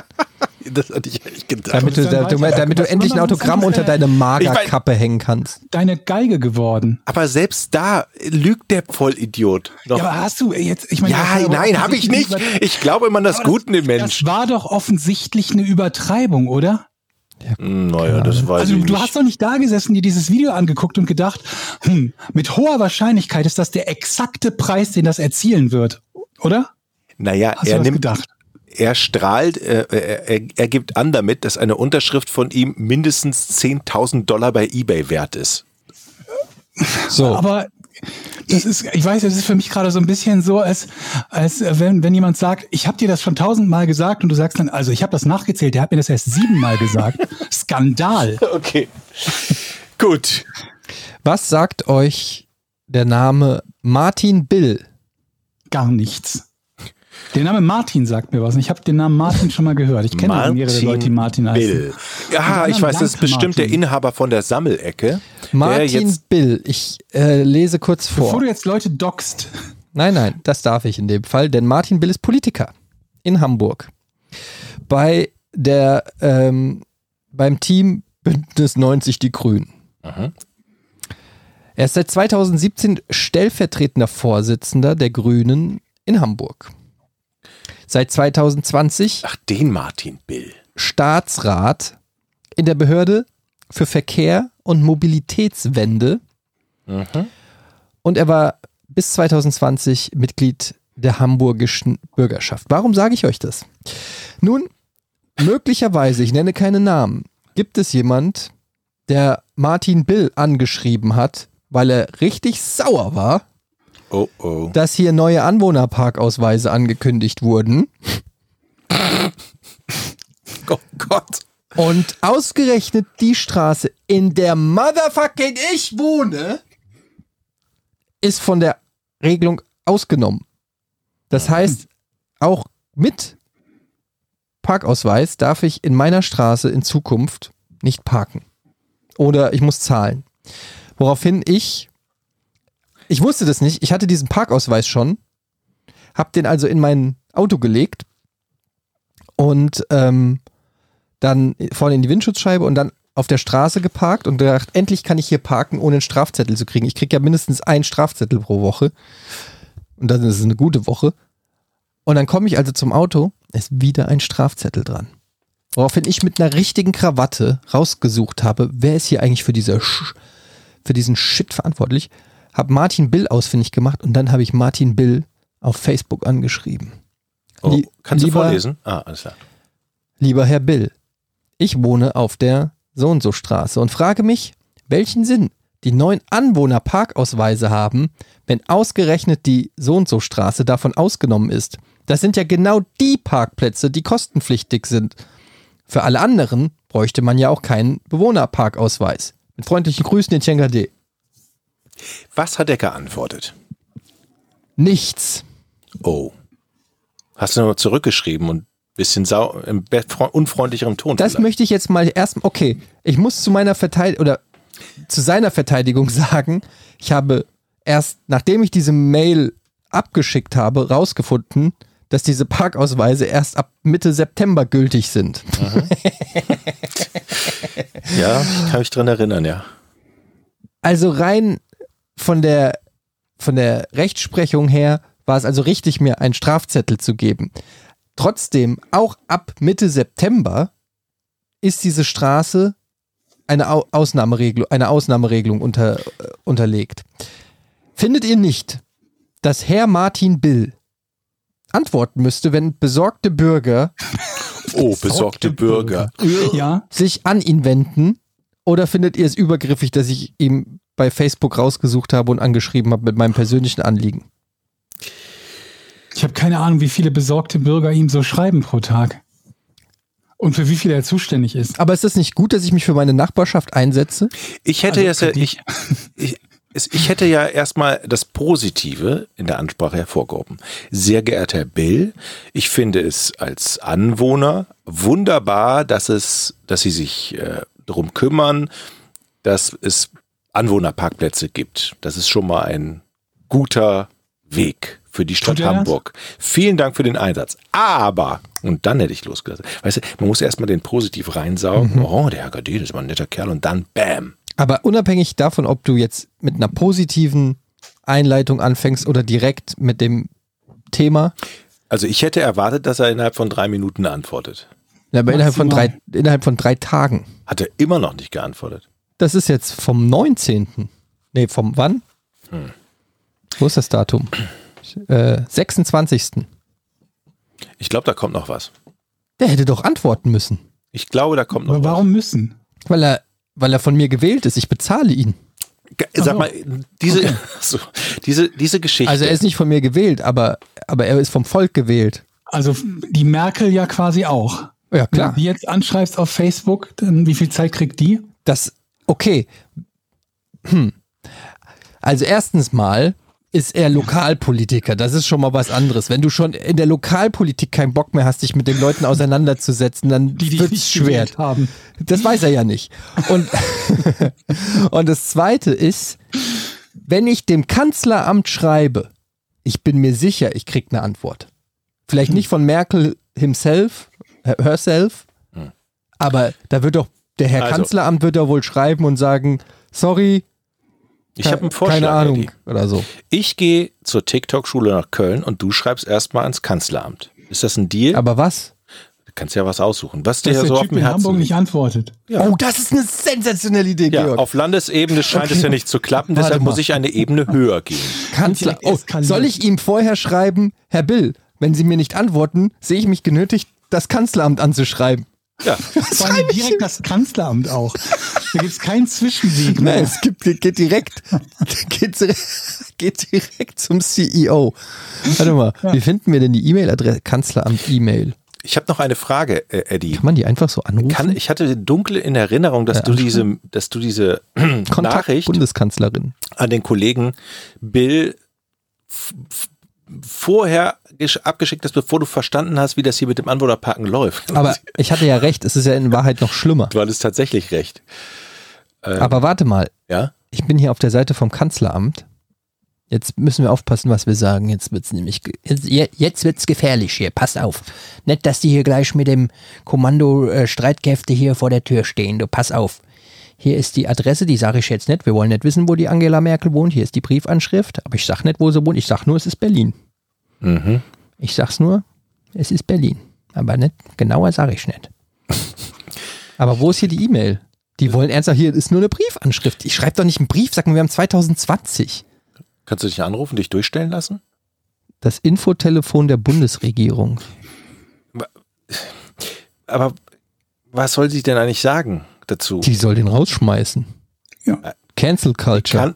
Das hatte ich echt gedacht. Damit du, ist ein damit, du- Weiter- damit du was endlich ein anderes Autogramm ist- unter deine Ich Magerkappe hängen kannst. Deine Geige geworden. aber selbst da lügt der Vollidiot noch. Ja, aber hast du jetzt, ich meine. Ja, das war aber nein, habe ich nicht. offensichtlich eine Über- Ich glaube immer das Aber das- Gute im Das Menschen. war doch offensichtlich eine Übertreibung, oder? Naja, das weiß Also ich du, du nicht. hast doch nicht da gesessen, dir dieses Video angeguckt und gedacht, hm, mit hoher Wahrscheinlichkeit ist das der exakte Preis, den das erzielen wird, oder? naja, Hast er du das nimmt, gedacht? er strahlt, äh, er, er, er gibt an damit, dass eine Unterschrift von ihm mindestens 10.000 Dollar bei eBay wert ist. So. Aber das ist, ich weiß, das ist für mich gerade so ein bisschen so, als, als äh, wenn, wenn jemand sagt, ich habe dir das schon tausendmal gesagt und du sagst dann, also ich habe das nachgezählt, der hat mir das erst siebenmal gesagt. Skandal. Okay. (laughs) Gut. Was sagt euch der Name Martin Bill? Gar nichts. Der Name Martin sagt mir was. Ich habe den Namen Martin schon mal gehört. Ich kenne auch mehrere Leute, die Martin heißen. Bill. Ja, anderen ich weiß, das ist Dank, bestimmt der Martin. Inhaber von der Sammelecke. der Martin jetzt, Bill. Ich äh, lese kurz Bevor vor. du jetzt Leute dockst, Nein, nein, das darf ich in dem Fall, denn Martin Bill ist Politiker in Hamburg. Bei der, ähm, beim Team Bündnis 90 Die Grünen. Er ist seit 2017 stellvertretender Vorsitzender der Grünen in Hamburg. Seit 2020 ach, den Martin Bill. Staatsrat in der Behörde für Verkehr und Mobilitätswende. Und er war bis 2020 Mitglied der hamburgischen Bürgerschaft. Warum sage ich euch das? Nun, möglicherweise, ich nenne keine Namen, gibt es jemand, der Martin Bill angeschrieben hat, weil er richtig sauer war, Oh, oh. dass hier neue Anwohnerparkausweise angekündigt wurden. Oh Gott. Und ausgerechnet die Straße, in der motherfucking ich wohne, ist von der Regelung ausgenommen. Das heißt, auch mit Parkausweis darf ich in meiner Straße in Zukunft nicht parken. Oder ich muss zahlen. Woraufhin ich, ich wusste das nicht, ich hatte diesen Parkausweis schon, hab den also in mein Auto gelegt und ähm, dann vorne in die Windschutzscheibe und dann auf der Straße geparkt und gedacht, endlich kann ich hier parken, ohne einen Strafzettel zu kriegen. Ich kriege ja mindestens einen Strafzettel pro Woche. Und dann ist es eine gute Woche. Und dann komme ich also zum Auto, ist wieder ein Strafzettel dran. Woraufhin ich mit einer richtigen Krawatte rausgesucht habe, wer ist hier eigentlich für, diese Sch für diesen Shit verantwortlich, habe Martin Bill ausfindig gemacht und dann habe ich Martin Bill auf Facebook angeschrieben. Oh, Lie- kannst du lieber- vorlesen? Ah, alles klar. Lieber Herr Bill, ich wohne auf der so und so Straße und frage mich, welchen Sinn die neuen Anwohner Parkausweise haben, wenn ausgerechnet die so und so Straße davon ausgenommen ist. Das sind ja genau die Parkplätze, die kostenpflichtig sind. Für alle anderen bräuchte man ja auch keinen Bewohnerparkausweis. Mit freundlichen Grüßen, den Chenga D. Was hat er geantwortet? Nichts. Oh. Hast du nochmal zurückgeschrieben und ein bisschen sau im be- fre- unfreundlicherem Ton. Das vielleicht. möchte ich jetzt mal erst. Okay, ich muss zu meiner Verteidigung oder zu seiner Verteidigung (laughs) sagen, ich habe erst nachdem ich diese Mail abgeschickt habe, rausgefunden, dass diese Parkausweise erst ab Mitte September gültig sind. ja, ich kann mich dran erinnern, ja. Also rein von der, von der Rechtsprechung her war es also richtig, mir einen Strafzettel zu geben. Trotzdem, auch ab Mitte September ist diese Straße eine Au Ausnahmeregelung, einer Ausnahmeregelung unter, äh, unterlegt. Findet ihr nicht, dass Herr Martin Bill antworten müsste, wenn besorgte Bürger Oh, besorgte Bürger. ja, sich an ihn wenden? Oder findet ihr es übergriffig, dass ich ihm bei Facebook rausgesucht habe und angeschrieben habe mit meinem persönlichen Anliegen? ich habe keine Ahnung, wie viele besorgte Bürger ihm so schreiben pro Tag. Und für wie viele er zuständig ist. Aber ist das nicht gut, dass ich mich für meine Nachbarschaft einsetze? Ich hätte Also, jetzt, ich, ich, es- ich hätte ja erstmal das Positive in der Ansprache hervorgehoben. Sehr geehrter Herr Bill, ich finde es als Anwohner wunderbar, dass es, dass Sie sich äh, darum kümmern, dass es Anwohnerparkplätze gibt. Das ist schon mal ein guter Weg für die Stadt Tut er das? Hamburg. Vielen Dank für den Einsatz. Aber Und dann hätte ich losgelassen. Weißt du, man muss erstmal den positiv reinsaugen. Mhm. Oh, der HKD, das war ein netter Kerl. Und dann bam. Aber unabhängig davon, ob du jetzt mit einer positiven Einleitung anfängst oder direkt mit dem Thema, Also ich hätte erwartet, dass er innerhalb von drei Minuten antwortet. na, aber innerhalb von, Maximal. drei, innerhalb von drei Tagen. Hat er immer noch nicht geantwortet. Das ist jetzt vom 19. Nee, vom wann? Wo ist das Datum? Äh, 26. Ich glaube, da kommt noch was. Der hätte doch antworten müssen, Ich glaube, da kommt noch Aber warum müssen? weil er, weil er von mir gewählt ist. Ich bezahle ihn. was. Ge- Sag mal, diese, (laughs) so, diese, diese Geschichte. Also er ist nicht von mir gewählt, aber, aber er ist vom Volk gewählt. Also die Merkel ja quasi auch. Ja, Wenn klar. du die jetzt anschreibst auf Facebook, dann wie viel Zeit kriegt die? Das, okay. Hm. Also erstens mal ist er Lokalpolitiker. Das ist schon mal was anderes. Wenn du schon in der Lokalpolitik keinen Bock mehr hast, dich mit den Leuten auseinanderzusetzen, dann Die, die wird's nicht schwer. gewählt haben. Das weiß er ja nicht. Und, (laughs) und das Zweite ist, wenn ich dem Kanzleramt schreibe, ich bin mir sicher, ich krieg eine Antwort. Vielleicht nicht von Merkel himself, herself, aber da wird doch, der Herr Hm. Also. Kanzleramt wird doch wohl schreiben und sagen, sorry, äh, ich habe einen Vorschlag. keine Ahnung Eddie. oder so. Ich gehe zur TikTok-Schule nach Köln und du schreibst erstmal ans Kanzleramt. Ist das ein Deal? Aber was? du kannst ja was aussuchen. Was dir Dass der so auf Typ dem in Hamburg Herzen liegt. nicht antwortet. Ja. Oh, das ist eine sensationelle Idee, Ja, Georg. auf Landesebene scheint es ja nicht zu klappen, Warte deshalb mal. muss ich eine Ebene höher gehen. Kanzler. Direkt Oh, eskaliert. soll ich ihm vorher schreiben, Herr Bill, wenn Sie mir nicht antworten, sehe ich mich genötigt, das Kanzleramt anzuschreiben? Ja, Vor allem direkt das Kanzleramt auch. Da gibt es keinen ne? Zwischenweg. Nein, Mehr. es gibt, geht direkt, (laughs) geht, dir- geht direkt zum CEO. Warte mal, wie finden wir denn die E-Mail-Adresse? Kanzleramt-E-Mail. ich habe noch eine Frage, äh, Eddie. Kann man die einfach so anrufen? Kann, ich hatte dunkel in Erinnerung, dass du diese, dass du diese (clears throat) Kontakt Nachricht Bundeskanzlerin. an den Kollegen Bill f- f- vorher gesch- abgeschickt hast, bevor du verstanden hast, wie das hier mit dem Antworterpacken läuft. Aber ich hatte ja recht, es ist ja in Wahrheit noch schlimmer. du hattest tatsächlich recht. Aber warte mal, Ja? ich bin hier auf der Seite vom Kanzleramt. Jetzt müssen wir aufpassen, was wir sagen. Jetzt wird's nämlich, ge- jetzt, je- jetzt wird's gefährlich hier. Passt auf. Nicht, dass die hier gleich mit dem Kommando äh, Streitkräfte hier vor der Tür stehen. Du pass auf. Hier ist die Adresse, die sage ich jetzt nicht. Wir wollen nicht wissen, wo die Angela Merkel wohnt. Hier ist die Briefanschrift. Aber ich sag nicht, wo sie wohnt. Ich sag nur, es ist Berlin. Ich sag's nur, es ist Berlin. Aber nicht, genauer sage ich nicht. Aber wo ist hier die E-Mail? Die wollen ernsthaft, hier ist nur eine Briefanschrift. Ich schreibe doch nicht einen Brief, sag mal, wir haben 2020. Kannst du dich anrufen, dich durchstellen lassen? Das Infotelefon der Bundesregierung. Aber was soll sie denn eigentlich sagen dazu? Die soll den rausschmeißen. Ja. Cancel Culture.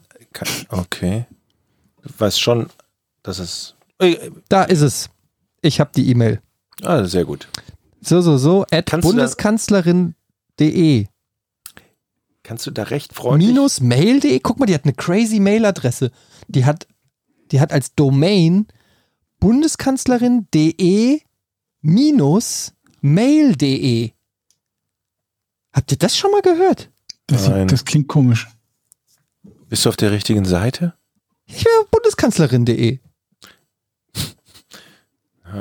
Kann, kann, okay. Du weißt schon, dass es. Äh, Da ist es. Ich habe die E-Mail. Ah, sehr gut. So, so, so. At Kannst du da- bundeskanzlerin.de. Kannst du da recht freundlich. Minus mail.de. Guck mal, die hat eine crazy Mailadresse. Die hat, die hat als Domain bundeskanzlerin.de minus mail.de. Habt ihr das schon mal gehört? Das, Nein. das klingt komisch. Bist du auf der richtigen Seite? Ich wäre bundeskanzlerin.de.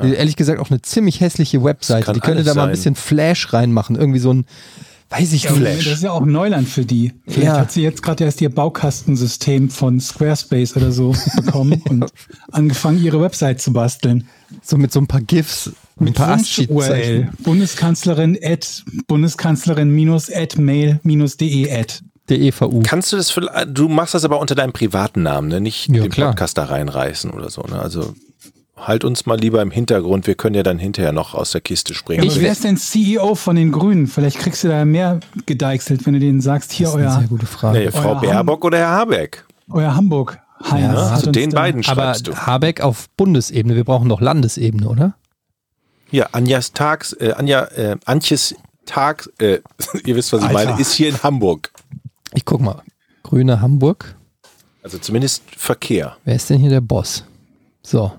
Ehrlich gesagt auch eine ziemlich hässliche Webseite. kann Die könnte alles da mal ein sein. bisschen Flash reinmachen. Irgendwie so ein, weiß ich nicht. Das ist ja auch Neuland für die. Vielleicht Ja. hat sie jetzt gerade erst ihr Baukastensystem von Squarespace oder so bekommen und angefangen, ihre Website zu basteln. So mit so ein paar GIFs. Mit ein paar Wunsch-URL. Astsheet-Zeichen. Bundeskanzlerin at bundeskanzlerin-at-mail-de at. DEVU. Kannst du das vielleicht, du machst das aber unter deinem privaten Namen, ne? nicht Ja, den klar. Podcast da reinreißen oder so. Ne? Also halt uns mal lieber im Hintergrund, wir können ja dann hinterher noch aus der Kiste springen. Ich wär's denn CEO von den Grünen. Vielleicht kriegst du da mehr gedeichselt, wenn du denen sagst, hier Das ist eine euer, sehr gute Frage. nee, Frau Euer Baerbock oder Herr Habeck. euer Hamburg. Heinz Ja, hat Ne? Zu uns den da- beiden Aber schreibst du. Habeck auf Bundesebene, wir brauchen doch Landesebene, oder? Ja, Anjas Tags, äh, Anja, äh, Antjes Tags, äh, (laughs) ihr wisst, was ich Alter. meine, ist hier in Hamburg. Ich guck mal. Grüne Hamburg. Also zumindest Verkehr. Wer ist denn hier der Boss? So.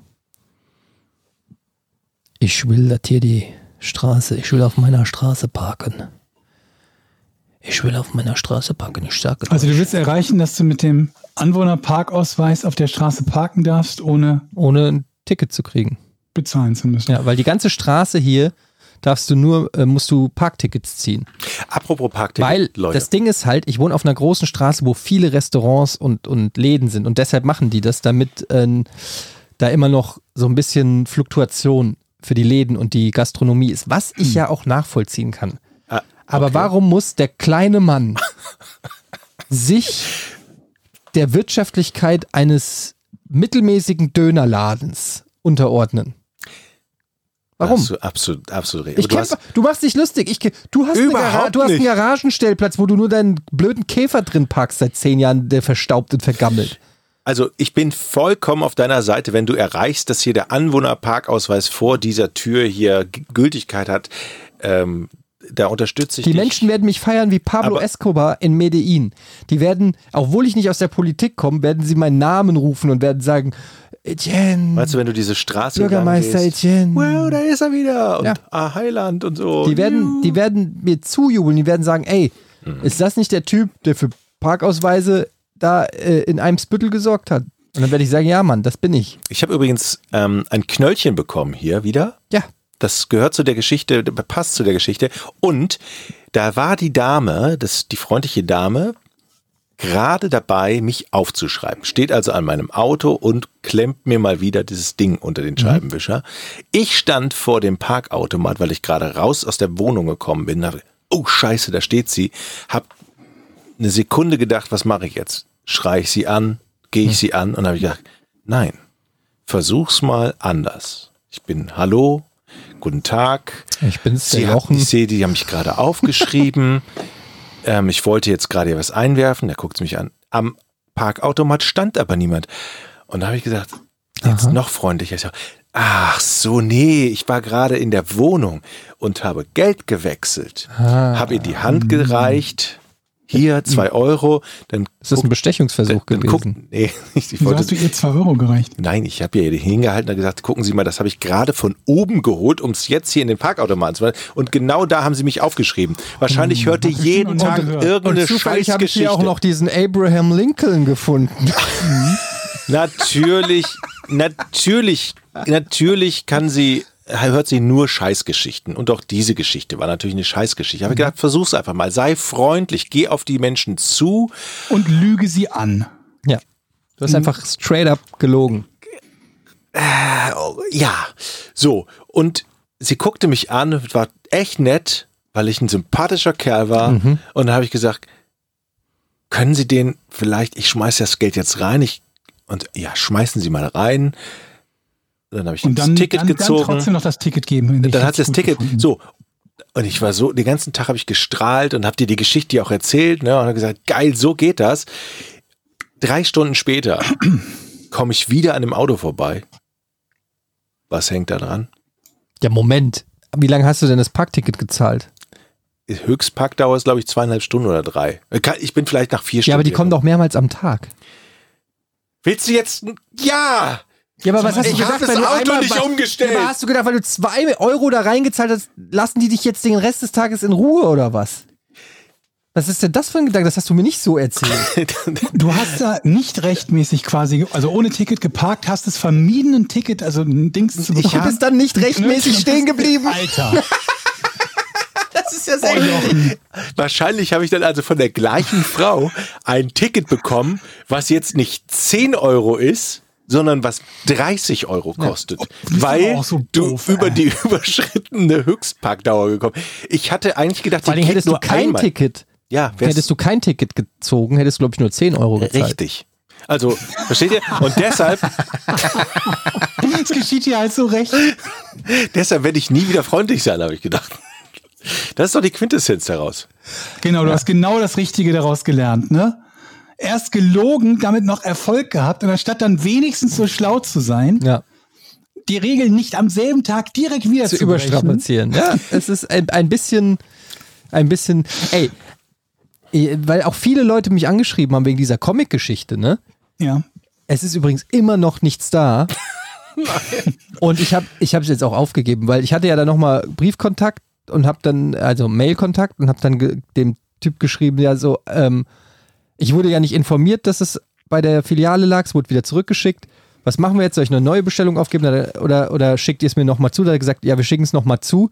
Ich will, dass hier die Straße, ich will auf meiner Straße parken. Ich will auf meiner Straße parken, ich sage Also du willst erreichen, dass du mit dem Anwohnerparkausweis auf der Straße parken darfst, ohne ohne ein Ticket zu kriegen. bezahlen zu müssen. Ja, weil die ganze Straße hier darfst du nur, äh, musst du Parktickets ziehen. Apropos Parkticket, Weil Leute. das Ding ist halt, ich wohne auf einer großen Straße, wo viele Restaurants und, und Läden sind. Und deshalb machen die das, damit ähm, da immer noch so ein bisschen Fluktuation für die Läden und die Gastronomie ist, was ich ja auch nachvollziehen kann. Ah, Aber warum muss der kleine Mann (laughs) sich der Wirtschaftlichkeit eines mittelmäßigen Dönerladens unterordnen? Warum? Hast du absolut, absolut recht. Ich Aber du du, hast, du machst dich lustig. Ich, ke- du, hast eine Überhaupt Gara- du hast einen nicht. Garagenstellplatz, wo du nur deinen blöden Käfer drin parkst seit zehn Jahren, der verstaubt und vergammelt. also ich bin vollkommen auf deiner Seite, wenn du erreichst, dass hier der Anwohnerparkausweis vor dieser Tür hier G- Gültigkeit hat. Ähm, da unterstütze ich Die dich. Menschen werden mich feiern wie Pablo Aber- Escobar in Medellin. Die werden, obwohl ich nicht aus der Politik komme, werden sie meinen Namen rufen und werden sagen, Etienne, Weißt du, wenn du diese Straße entlang Bürgermeister gehst, Etienne. Wow, da ist er wieder. Und Ja. ah, Heiland und so. Die werden, die werden mir zujubeln, die werden sagen, ey, Mhm. ist das nicht der Typ, der für Parkausweise da äh, in einem Spüttel gesorgt hat? Und dann werde ich sagen, ja, Mann, das bin ich. Ich habe übrigens ähm, ein Knöllchen bekommen hier wieder. Ja. Das gehört zu der Geschichte, passt zu der Geschichte. Und da war die Dame, das, die freundliche Dame, gerade dabei, mich aufzuschreiben. Steht also an meinem Auto und klemmt mir mal wieder dieses Ding unter den Scheibenwischer. Ich stand vor dem Parkautomat, weil ich gerade raus aus der Wohnung gekommen bin. Dachte, oh Scheiße, da steht sie. Hab eine Sekunde gedacht, was mache ich jetzt? Schrei ich sie an? Gehe ich sie an? Und habe ich gedacht, nein, versuch's mal anders. Ich bin, hallo, guten Tag. Ich bin's, Sie der hat, Jochen. ich sehe, die haben mich gerade (laughs) aufgeschrieben. ähm, ich wollte jetzt gerade hier was einwerfen, da guckt sie mich an. Am Parkautomat stand aber niemand. Und da habe ich gesagt, jetzt noch freundlicher. Ich sag, Ach so, nee, ich war gerade in der Wohnung und habe Geld gewechselt. Ah. Habe ihr die Hand gereicht. Hier, zwei Euro. Dann Es Hm. ist ein Bestechungsversuch dann guck, gewesen. nee, (laughs) ich Wieso wollte hast du ihr zwei Euro gereicht? Nein, ich habe ja die hingehalten und gesagt, gucken Sie mal, das habe ich gerade von oben geholt, um es jetzt hier in den Parkautomaten zu machen. Und genau da haben sie mich aufgeschrieben. Hm, Wahrscheinlich hörte jeden und Tag gehört. irgendeine zufällig habe ich hier Scheißgeschichte. auch noch diesen Abraham Lincoln gefunden. (laughs) Natürlich, natürlich, natürlich kann sie, hört sie nur Scheißgeschichten. Und auch diese Geschichte war natürlich eine Scheißgeschichte. Mhm. Aber ich habe gedacht, versuch's einfach mal. Sei freundlich, geh auf die Menschen zu. Und lüge sie an. ja. (laughs) Du hast einfach straight up gelogen. ja, so. Und sie guckte mich an und war echt nett, weil ich ein sympathischer Kerl war. Mhm. Und dann habe ich gesagt, können Sie den vielleicht, ich schmeiße das Geld jetzt rein. Ich, und ja, schmeißen Sie mal rein. Dann habe ich Und das dann, Ticket dann, gezogen. dann trotzdem noch das Ticket geben. wenn ich Dann das hat sie das gut Ticket. gefunden. So. Und ich war so, den ganzen Tag habe ich gestrahlt und habe dir die Geschichte ja auch erzählt, ne? Und habe gesagt, geil, so geht das. Drei Stunden später (clears throat) komme ich wieder an dem Auto vorbei. Was hängt da dran? Ja, Moment. Wie lange hast du denn das Parkticket gezahlt? Höchstparkdauer ist, glaube ich, zweieinhalb Stunden oder drei. Äh, Ich bin vielleicht nach vier Stunden. Ja, aber die kommen hier. doch mehrmals am Tag. Willst du jetzt? ein- Ja! Ja, aber was Ich hab das Auto nicht bei- umgestellt. Ja, aber hast du gedacht, weil du zwei Euro da reingezahlt hast, lassen die dich jetzt den Rest des Tages in Ruhe oder was? Was ist denn das für ein Gedanke? Das hast du mir nicht so erzählt. Du hast da nicht rechtmäßig quasi, also ohne Ticket geparkt, hast es vermieden, ein Ticket, also ein Dings zu bekommen. Du bist dann nicht rechtmäßig stehen geblieben. Alter. (laughs) Das ist Oh, ja sehr Wahrscheinlich habe ich dann also von der gleichen Frau ein Ticket bekommen, was jetzt nicht 10 Euro ist, sondern was 30 Euro oh, kostet. bist aber weil auch so du doof, über ey. die (laughs) überschrittene Höchstparkdauer gekommen. Ich hatte eigentlich gedacht, Vor die allem geht hättest du nur kein einmal. Ticket. Ja, wär's- Hättest du kein Ticket gezogen, hättest du, glaube ich, nur 10 Euro gezahlt. richtig. Also, versteht ihr? Und deshalb, (laughs) Es geschieht dir halt so recht. deshalb werde ich nie wieder freundlich sein, habe ich gedacht. Das ist doch die Quintessenz daraus. Genau, du hast genau das Richtige daraus gelernt, ne? Erst gelogen, damit noch Erfolg gehabt und anstatt dann wenigstens so schlau zu sein, Ja. die Regeln nicht am selben Tag direkt wieder zu, Zu brechen. überstrapazieren. Ja, es ist ein, ein bisschen, ein bisschen, ey, eh, weil auch viele Leute mich angeschrieben haben wegen dieser Comic-Geschichte, ne? Ja. Es ist übrigens immer noch nichts da. und ich habe ich es jetzt auch aufgegeben, weil ich hatte ja dann nochmal Briefkontakt und habe dann, also Mailkontakt und habe dann ge- dem Typ geschrieben, ja so, ähm, ich wurde ja nicht informiert, dass es bei der Filiale lag, es wurde wieder zurückgeschickt. was machen wir jetzt? Soll ich eine neue Bestellung aufgeben oder, oder, oder schickt ihr es mir nochmal zu? Da hat er gesagt, ja, wir schicken es nochmal zu.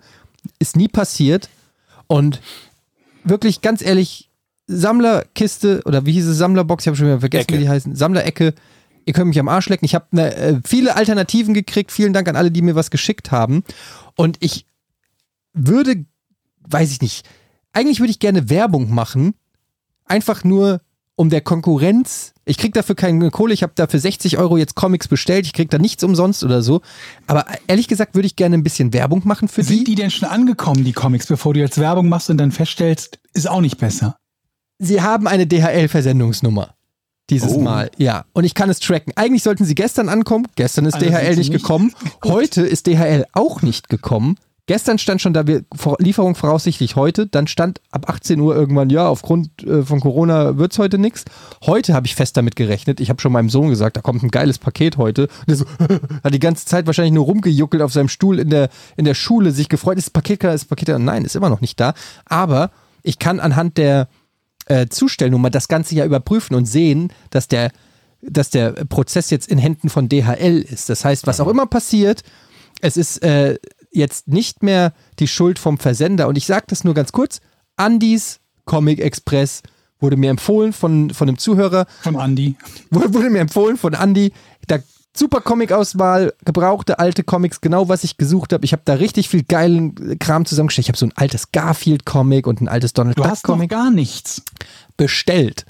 Ist nie passiert. Und wirklich ganz ehrlich, Sammlerkiste oder wie hieß es, Sammlerbox, ich habe schon wieder vergessen, Ecke. wie die heißen, Sammlerecke, ihr könnt mich am Arsch lecken. Ich habe ne, äh, viele Alternativen gekriegt, vielen Dank an alle, die mir was geschickt haben und ich würde, weiß ich nicht, eigentlich würde ich gerne Werbung machen, einfach nur um der Konkurrenz, ich krieg dafür keine Kohle, ich habe dafür 60 Euro jetzt Comics bestellt, ich krieg da nichts umsonst oder so, aber ehrlich gesagt würde ich gerne ein bisschen Werbung machen für die. Sind die denn schon angekommen, die Comics, bevor du jetzt Werbung machst und dann feststellst, ist auch nicht besser? Sie haben eine DHL-Versendungsnummer. Dieses Mal, ja. Und ich kann es tracken. Eigentlich sollten sie gestern ankommen. Gestern ist Also sind DHL sie nicht nicht. gekommen. Heute ist DHL auch nicht gekommen. Gestern stand schon da, wir, vor- Lieferung voraussichtlich heute. Dann stand ab 18 Uhr irgendwann, ja, aufgrund äh, von Corona wird's heute nichts. Heute habe ich fest damit gerechnet. Ich habe schon meinem Sohn gesagt, da kommt ein geiles Paket heute. Und er so, (laughs) hat die ganze Zeit wahrscheinlich nur rumgejuckelt auf seinem Stuhl in der, in der Schule, sich gefreut, ist das Paket da, ist das Paket da. Nein, ist immer noch nicht da. Aber ich kann anhand der, äh, Zustellnummer das Ganze ja überprüfen und sehen, dass der, dass der Prozess jetzt in Händen von DHL ist. Das heißt, was auch Genau. immer passiert, es ist äh, jetzt nicht mehr die Schuld vom Versender. Und ich sage das nur ganz kurz: Andys Comic Express wurde mir empfohlen von, von einem Zuhörer, (laughs) Von Andy. wurde, wurde mir empfohlen von Andy. Da super Comic-Auswahl, gebrauchte alte Comics, genau was ich gesucht habe. Ich habe da richtig viel geilen Kram zusammengestellt. Ich habe so ein altes Garfield-Comic und ein altes Donald Du hast noch Duck-Comic gar nichts. bestellt.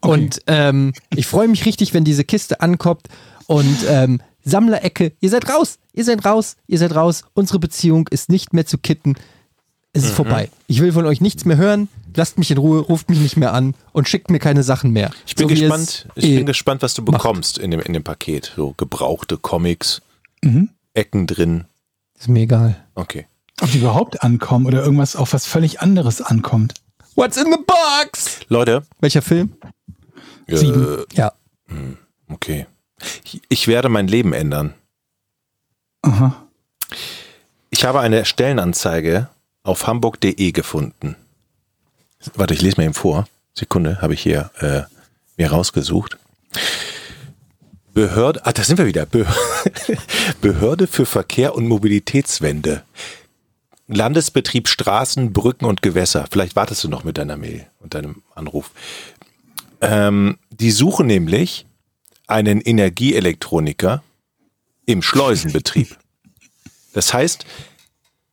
Und ähm, ich freue mich richtig, wenn diese Kiste ankommt. Und ähm, Sammlerecke, ihr seid raus, ihr seid raus, ihr seid raus. Unsere Beziehung ist nicht mehr zu kitten. Es ist Mhm. vorbei. Ich will von euch nichts mehr hören. Lasst mich in Ruhe, ruft mich nicht mehr an und schickt mir keine Sachen mehr. Ich bin So wie ihr gespannt, es ich eh bin gespannt, was du bekommst in dem, in dem Paket. So gebrauchte Comics, Mhm. Ecken drin. Ist mir egal. Okay. Ob die überhaupt ankommen oder irgendwas auf was völlig anderes ankommt. What's in the box? Leute, Welcher Film? Sieben. äh, Ja. okay. Ich, ich werde mein Leben ändern. Aha. Ich habe eine Stellenanzeige auf hamburg.de gefunden. Warte, ich lese mir eben vor. Sekunde, habe ich hier äh, mir rausgesucht. Behörde, ah, da sind wir wieder. Be (laughs) Behörde für Verkehr und Mobilitätswende. Landesbetrieb Straßen, Brücken und Gewässer. Vielleicht wartest du noch mit deiner Mail und deinem Anruf. Ähm, die suchen nämlich einen Energieelektroniker im Schleusenbetrieb. Das heißt,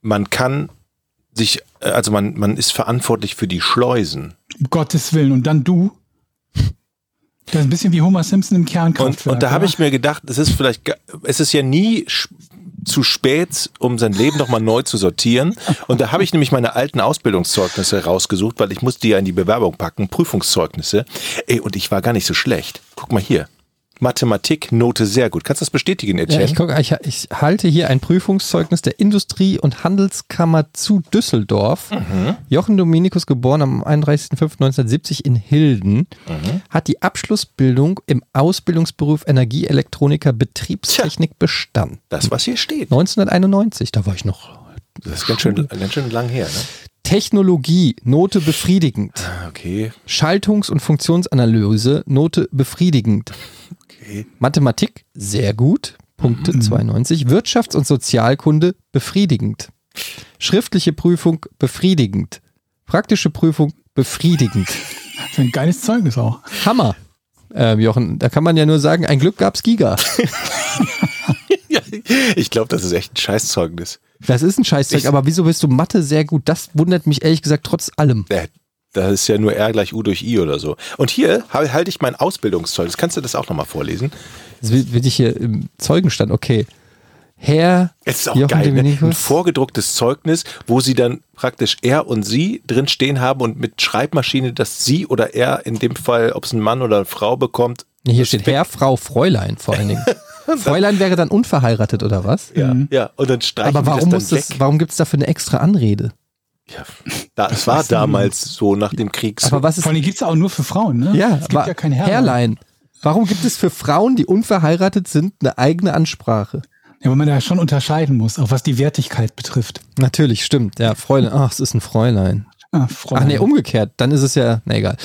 man kann sich, äh, also man, man ist verantwortlich für die Schleusen. Um Gottes Willen. Und dann du. Das ist ein bisschen wie Homer Simpson im Und, Kernkraftwerk. und da habe oder? ich mir gedacht, es ist vielleicht, ga- es ist ja nie sch- zu spät, um sein Leben nochmal neu zu sortieren. Und da habe ich nämlich meine alten Ausbildungszeugnisse rausgesucht, weil ich musste die ja in die Bewerbung packen, Prüfungszeugnisse. Ey, und ich war gar nicht so schlecht. Guck mal hier. Mathematik, Note sehr gut. Kannst du das bestätigen, Ja, Etienne? ich, guck, ich, ich halte hier ein Prüfungszeugnis der Industrie- und Handelskammer zu Düsseldorf. Jochen Dominikus, geboren am 31.05.1970 in Hilden, hat die Abschlussbildung im Ausbildungsberuf Energieelektroniker Betriebstechnik bestanden. das, was hier steht. 1991, da war ich noch. Das ist ganz schön, ganz schön lang her. Ne? Technologie, Note befriedigend. Okay. Schaltungs- und Funktionsanalyse, Note befriedigend. Mathematik, sehr gut, Punkte Mhm. 92. Wirtschafts- und Sozialkunde, befriedigend. Schriftliche Prüfung, befriedigend. Praktische Prüfung, (laughs) befriedigend. Das ist ein geiles Zeugnis auch. Hammer. Ähm, Jochen, da kann man ja nur sagen, ein Glück gab's Giga. Ich glaube, das ist echt ein Scheißzeugnis. Das ist ein Scheißzeug, Ich- aber wieso bist du Mathe sehr gut? Das wundert mich ehrlich gesagt trotz allem. Äh, Das ist ja nur R gleich U durch I oder so. Und hier ha- halte ich mein Ausbildungszeugnis. Kannst du das auch nochmal vorlesen? Jetzt will, will ich hier im Zeugenstand, okay. Herr Es ist auch Jochen geil. Ne? Ein Dominikus. vorgedrucktes Zeugnis, wo sie dann praktisch er und sie drin stehen haben und mit Schreibmaschine, dass sie oder er in dem Fall, ob es ein Mann oder eine Frau bekommt. Nee, hier steht Herr, Frau, Fräulein vor allen (laughs) Dingen. Fräulein wäre dann unverheiratet oder was? Ja, ja. Und dann streichen Aber warum, die muss das dann das, weg. warum gibt es dafür eine extra Anrede? ja, da, das war damals so nach dem Krieg. So. Aber was ist. Vor allem gibt es auch nur für Frauen, ne? ja, es wa- gibt ja kein Herrlein. Herrlein. Warum gibt es für Frauen, die unverheiratet sind, eine eigene Ansprache? Ja, weil man da schon unterscheiden muss, auch was die Wertigkeit betrifft. Natürlich, stimmt. Ja, Fräulein. Ach, es ist ein Fräulein. Ah, Freunde. Ach nee, um- umgekehrt. Dann ist es ja, na egal.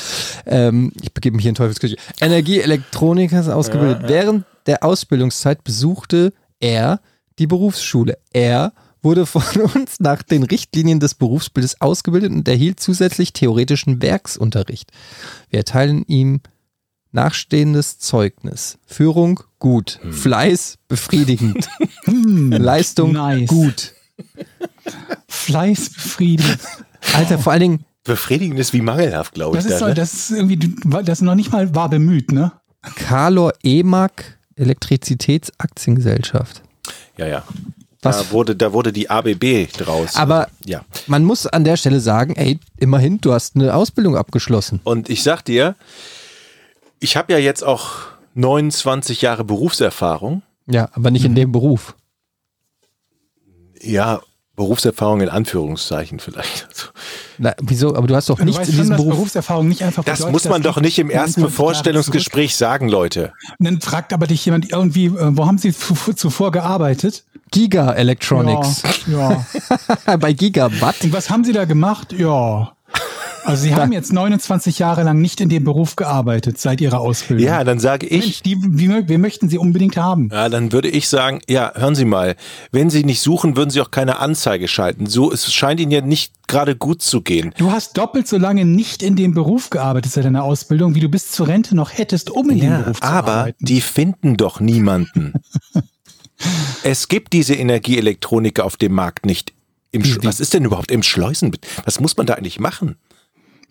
Ähm, ich begebe mich hier in Teufelsküche. Energieelektroniker ist ausgebildet. Während der Ausbildungszeit besuchte er die Berufsschule. Er wurde von (laughs) uns nach den Richtlinien des Berufsbildes ausgebildet und erhielt zusätzlich theoretischen Werksunterricht. Wir erteilen ihm nachstehendes Zeugnis. Führung gut, Fleiß befriedigend, Leistung Nice. gut. Fleiß (laughs) befriedigen. Alter, vor allen Dingen, Befriedigend ist wie mangelhaft, glaube ich. Das ist, da, so, ne? das ist irgendwie, das noch nicht mal war bemüht, ne? Carlor Emag, Elektrizitätsaktiengesellschaft. ja, ja. Was- Da wurde, da wurde die ABB draus. Aber ja. man muss an der Stelle sagen, ey, immerhin, du hast eine Ausbildung abgeschlossen. Und ich sag dir, ich habe ja jetzt auch 29 Jahre Berufserfahrung. Ja, aber nicht Mhm. in dem Beruf. Ja, Berufserfahrung in Anführungszeichen vielleicht. Also, Na, wieso? Aber du hast doch Du nichts weißt in schon, diesem dass Beruf. Berufserfahrung nicht einfach Das bedeutet, muss man dass doch du- nicht im ersten 29 Jahre Vorstellungsgespräch sagen, Leute. zurück- Dann fragt aber dich jemand irgendwie, äh, wo haben sie zu- zuvor gearbeitet? Giga Electronics. Ja, (laughs) ja. Bei Gigawatt. Und was haben sie da gemacht? Ja. Also sie haben jetzt 29 Jahre lang nicht in dem Beruf gearbeitet seit ihrer Ausbildung. Ja, dann sage ich, Mhm. Mensch, die, die, wir möchten sie unbedingt haben. Ja, dann würde ich sagen, ja, hören Sie mal, wenn Sie nicht suchen, würden Sie auch keine Anzeige schalten. So, es scheint Ihnen ja nicht gerade gut zu gehen. Du hast doppelt so lange nicht in dem Beruf gearbeitet seit deiner Ausbildung, wie du bis zur Rente noch hättest, um in dem Beruf zu aber arbeiten. die finden doch (laughs) niemanden. es gibt diese Energieelektroniker auf dem Markt nicht. Im Sch- was ist denn überhaupt im Schleusen? Was muss man da eigentlich machen?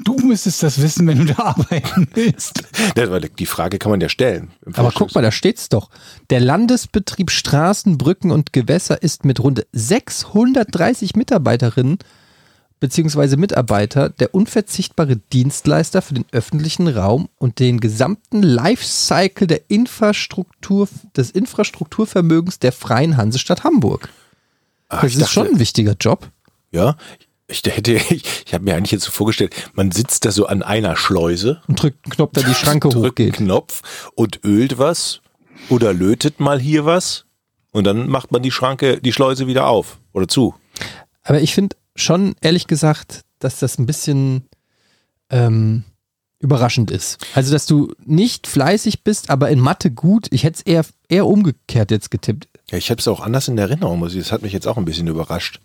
Du müsstest das wissen, wenn du da (laughs) arbeiten willst. Das war- Die Frage kann man ja stellen. Im Aber guck mal, da steht's doch. Der Landesbetrieb Straßen, Brücken und Gewässer ist mit rund 630 Mitarbeiterinnen bzw. Mitarbeiter der unverzichtbare Dienstleister für den öffentlichen Raum und den gesamten Lifecycle der Infrastruktur, des Infrastrukturvermögens der Freien Hansestadt Hamburg. Ach, Das ich ist dachte- schon ein wichtiger Job. Ja, ich hätte, (laughs) ich, ich habe mir eigentlich jetzt so vorgestellt, man sitzt da so an einer Schleuse Und drückt einen Knopf, da (laughs) die Schranke drückt einen hochgeht. Knopf und ölt was oder lötet mal hier was und dann macht man die Schranke, die Schleuse wieder auf oder zu. Aber ich finde schon, ehrlich gesagt, dass das ein bisschen ähm, überraschend ist. Also, dass du nicht fleißig bist, aber in Mathe gut. Ich hätte es eher, eher umgekehrt jetzt getippt. Ja, ich habe es auch anders in Erinnerung, muss ich. Das hat mich jetzt auch ein bisschen überrascht.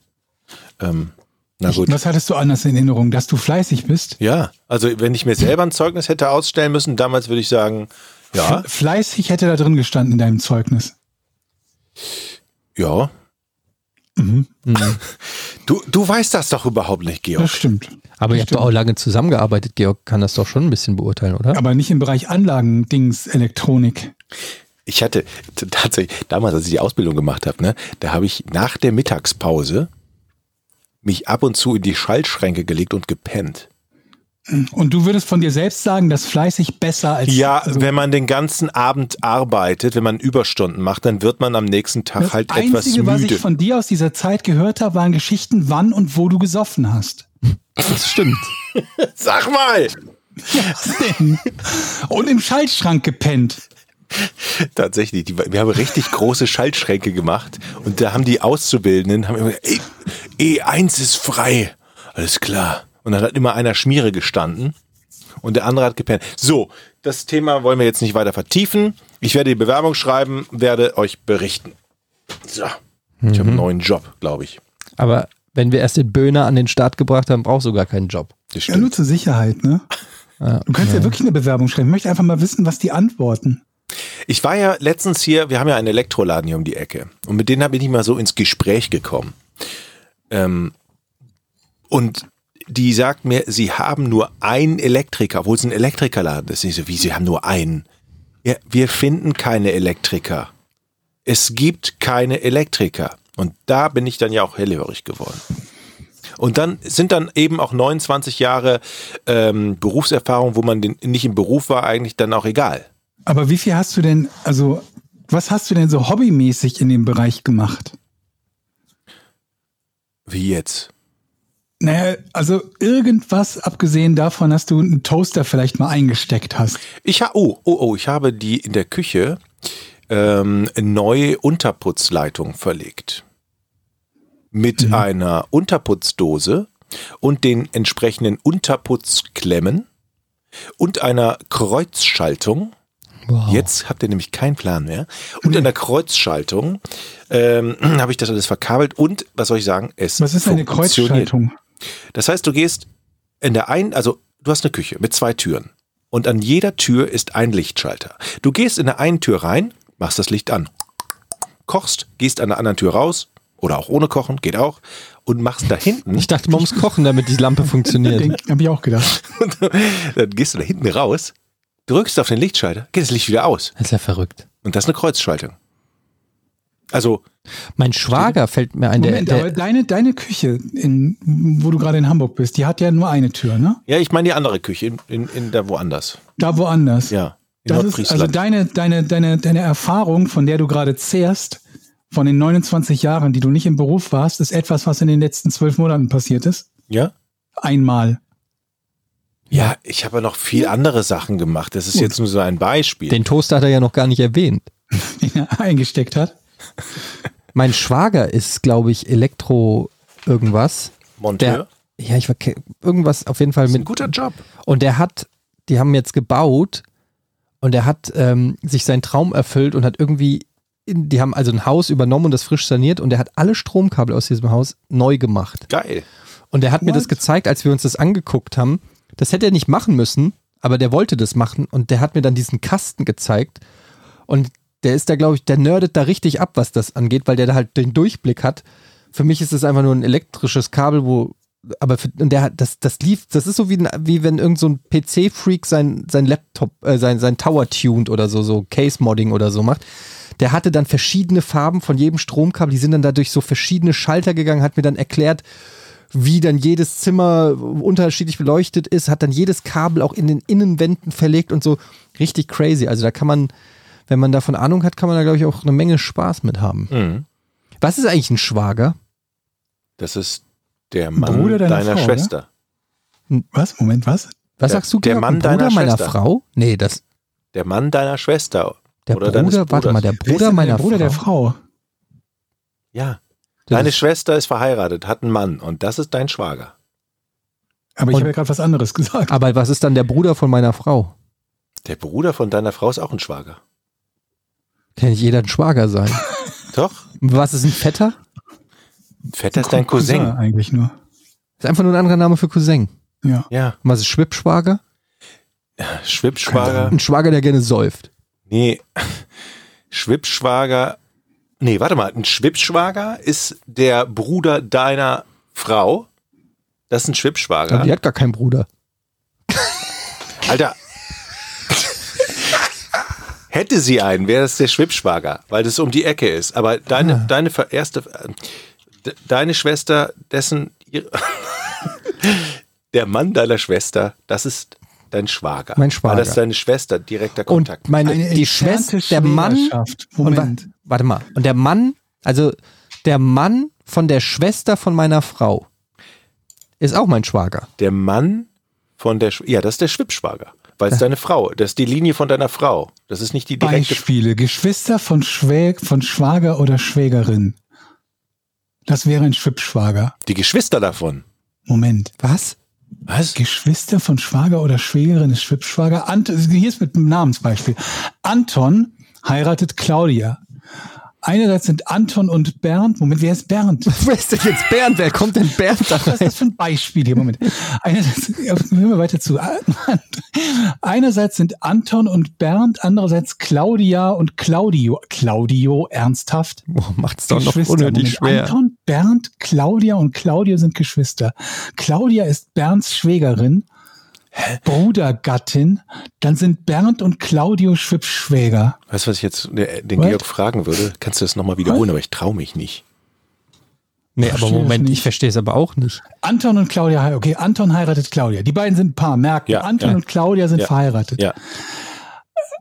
Ähm, na gut. Was hattest du anders in Erinnerung? Dass du fleißig bist? Ja, also wenn ich mir selber ein Zeugnis hätte ausstellen müssen, damals würde ich sagen, ja, F- Fleißig hätte da drin gestanden in deinem Zeugnis. ja. (laughs) Du, du weißt das doch überhaupt nicht, Das Georg. stimmt. Aber ihr habt doch auch lange zusammengearbeitet. Georg kann das doch schon ein bisschen beurteilen, oder? Aber nicht im Bereich Anlagen, Dings, Elektronik. Ich hatte t- tatsächlich, damals, als ich die Ausbildung gemacht habe, ne, da habe ich nach der Mittagspause mich ab und zu in die Schaltschränke gelegt und gepennt. Und du würdest von dir selbst sagen, dass fleißig besser als Ja, also wenn man den ganzen Abend arbeitet, wenn man Überstunden macht, dann wird man am nächsten Tag das halt Einzige, etwas müde. was ich von dir aus dieser Zeit gehört habe, waren Geschichten, wann und wo du gesoffen hast. Das stimmt. Sag mal! Was denn? und im Schaltschrank gepennt. Tatsächlich, die, wir haben richtig große Schaltschränke gemacht und da haben die Auszubildenden haben immer gesagt, "E- E1 ist frei. Alles klar. Und dann hat immer einer Schmiere gestanden und der andere hat gepennt. So, das Thema wollen wir jetzt nicht weiter vertiefen. Ich werde die Bewerbung schreiben, werde euch berichten. So, ich Mhm. habe einen neuen Job, glaube ich. Aber wenn wir erst den Böhner an den Start gebracht haben, brauchst du gar keinen Job. Das Ja, nur zur Sicherheit, ne? Du kannst ja. wirklich eine Bewerbung schreiben. Ich möchte einfach mal wissen, was die antworten. Ich war ja letztens hier, wir haben ja einen Elektroladen hier um die Ecke. Und mit denen habe ich nicht mal so ins Gespräch gekommen. Ähm, und die sagt mir, sie haben nur einen Elektriker, obwohl es ein Elektrikerladen ist. Ich so, wie, sie haben nur einen? Ja, wir finden keine Elektriker. Es gibt keine Elektriker. Und da bin ich dann ja auch hellhörig geworden. Und dann sind dann eben auch 29 Jahre ähm, Berufserfahrung, wo man den, nicht im Beruf war, eigentlich dann auch egal. Aber wie viel hast du denn, also, was hast du denn so hobbymäßig in dem Bereich gemacht? Wie jetzt? Naja, also irgendwas abgesehen davon, dass du einen Toaster vielleicht mal eingesteckt hast. Ich ha oh, oh, oh, ich habe die in der Küche ähm, neue Unterputzleitung verlegt. Mit Mhm. einer Unterputzdose und den entsprechenden Unterputzklemmen und einer Kreuzschaltung Oh. Wow. Jetzt habt ihr nämlich keinen Plan mehr. Und an der Kreuzschaltung ähm, (clears throat) habe ich das alles verkabelt und was soll ich sagen? Es Was ist eine funktioniert. Kreuzschaltung? Das heißt, du gehst in der einen, also du hast eine Küche mit zwei Türen und an jeder Tür ist ein Lichtschalter. Du gehst in der einen Tür rein, machst das Licht an, kochst, gehst an der anderen Tür raus oder auch ohne Kochen, geht auch und machst da hinten, Ich dachte, man muss kochen, damit die Lampe (laughs) funktioniert. Habe ich auch gedacht. (laughs) dann gehst du da hinten raus, drückst auf den Lichtschalter, geht das Licht wieder aus Das ist ja verrückt. und das ist eine Kreuzschaltung. Also Mein Schwager fällt mir ein, der, Moment, der aber deine, deine Küche, in, wo du gerade in Hamburg bist, die hat ja nur eine Tür, ne? ja, ich meine die andere Küche in, in, in da woanders. Da woanders. Ja, in Das ist also Nordfriesland. deine, deine, deine, deine Erfahrung, von der du gerade zehrst, von den 29 Jahren, die du nicht im Beruf warst, ist etwas, was in den letzten zwölf Monaten passiert ist. ja. Einmal. (laughs) Ja, ich habe ja noch viel andere Sachen gemacht. Das ist jetzt nur so ein Beispiel. den Toaster hat er ja noch gar nicht erwähnt. den er eingesteckt hat. Mein Schwager ist, glaube ich, Elektro irgendwas. Der, Monteur. ja, ich war ke- irgendwas auf jeden Fall ist mit ein guter Job. Und der hat, die haben jetzt gebaut und er hat ähm, sich seinen Traum erfüllt und hat irgendwie, in, die haben also ein Haus übernommen und das frisch saniert und er hat alle Stromkabel aus diesem Haus neu gemacht. Geil. Und er hat mir What? das gezeigt, als wir uns das angeguckt haben. Das hätte er nicht machen müssen, aber der wollte das machen und der hat mir dann diesen Kasten gezeigt und der ist da, glaube ich, der nerdet da richtig ab, was das angeht, weil der da halt den Durchblick hat. Für mich ist es einfach nur ein elektrisches Kabel, wo aber für, und der hat, das, das lief, das ist so wie, ein- wie wenn irgend so ein PC-Freak sein, sein Laptop, äh, sein, sein Tower tuned oder so, so Case-Modding oder so macht. Der hatte dann verschiedene Farben von jedem Stromkabel, die sind dann dadurch so verschiedene Schalter gegangen, hat mir dann erklärt, wie dann jedes Zimmer unterschiedlich beleuchtet ist, hat dann jedes Kabel auch in den Innenwänden verlegt und so. Richtig crazy. Also da kann man, wenn man davon Ahnung hat, kann man da, glaube ich, auch eine Menge Spaß mit haben. Mhm. Was ist eigentlich ein Schwager? Das ist der Mann Bruder deiner deiner, ne? Frau, Schwester. Was? Moment, was? Der- Was sagst du der gerade? Mann Ein Bruder deiner meiner Schwester. Frau? Nee, das, Der Mann deiner Schwester. der Oder deines Bruder, warte Bruders. mal, der Wer ist Bruder denn meiner der Bruder Frau. der Frau. Ja. Das Deine ist- Schwester ist verheiratet, hat einen Mann und das ist dein Schwager. Aber ich Und- habe ja gerade was anderes gesagt. Aber was ist dann der Bruder von meiner Frau? Der Bruder von deiner Frau ist auch ein Schwager. Kann nicht jeder ein Schwager (laughs) sein. Doch. was ist ein Vetter? Vetter ist dein Cousin Cousin. eigentlich nur. Ist einfach nur ein anderer Name für Cousin. Ja. Ja. Und Was ist Schwippschwager? Schwippschwager. Ein Schwager, der gerne säuft. Nee. (laughs) Schwippschwager. Nee, warte mal. Ein Schwippschwager ist der Bruder deiner Frau. Das ist ein Aber Schwippschwager. die hat gar keinen Bruder. Alter. Hätte sie einen, wäre das der Schwippschwager, weil das um die Ecke ist. Aber deine, deine ver- erste, äh, de- deine Schwester, dessen, ihre, der Mann deiner Schwester, das ist dein Schwager. Mein Schwager. Weil das ist deine Schwester, direkter Und Kontakt. meine, Eine die entfernte Schwester, der Mann. Schwägerschaft. Und wa Moment. warte mal. Und der Mann, also der Mann von der Schwester von meiner Frau ist auch mein Schwager. der Mann von der, Sch- ja, das ist der Schwippschwager, weil es deine Frau, das ist die Linie von deiner Frau. Das ist nicht die direkte. Beispiele. Geschwister von, Schwä von Schwager oder Schwägerin. Das wäre ein Schwippschwager. Die Geschwister davon. Moment. Was? (laughs) Was? Geschwister von Schwager oder Schwägerin ist Schwippschwager. Ant hier ist mit einem Namensbeispiel. Anton heiratet Claudia. Einerseits sind Anton und Bernd. Moment, wer ist Bernd? Was Wer ist denn jetzt Bernd? Wer kommt denn Bernd da ist das rein? für ein Beispiel hier? Moment. Einerseits, ja, hören wir weiter zu. Einerseits sind Anton und Bernd, andererseits Claudia und Claudio. Claudio, ernsthaft? Boah, macht's doch noch Geschwister. unnötig Moment, schwer. Anton, Bernd, Claudia und Claudio sind Geschwister. Claudia ist Bernds Schwägerin, Brudergattin. Dann sind Bernd und Claudio Schwippschwäger. Weißt du, was ich jetzt äh, den What? Georg fragen würde? Kannst du das nochmal wiederholen, aber ich traue mich nicht. Nee, aber Verstehe das Moment, ich nicht. verstehe es aber auch nicht. Anton und Claudia, hei- okay, Anton heiratet Claudia. Die beiden sind ein Paar, merkt ihr. Ja, Anton ja. und Claudia sind Ja, verheiratet. Ja.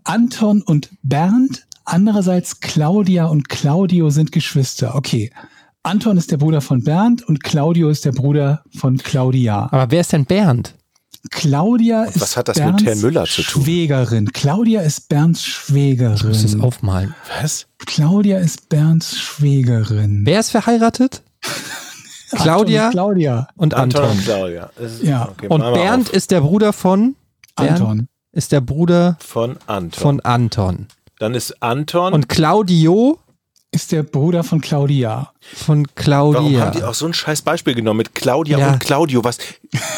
Anton und Bernd, andererseits Claudia und Claudio sind Geschwister. Okay. Anton ist der Bruder von Bernd und Claudio ist der Bruder von Claudia. Aber wer ist denn Bernd? Claudia Und ist was hat das mit Herr Müller zu tun? Schwägerin. Claudia ist Bernds Ich muss das Schwägerin. aufmalen. Was? Claudia ist Bernds Schwägerin. Wer ist verheiratet? Claudia Anton und Claudia. und Anton. Claudia. Das ist- Ja. okay, Und machen wir Bernd auf. ist der Bruder von Bernd? Anton. ist der Bruder Von Anton. von Anton. Dann ist Anton. Und Claudio Ist der Bruder von Claudia. von Warum Claudia. haben die auch so ein scheiß Beispiel genommen mit Claudia Ja. und Claudio? Was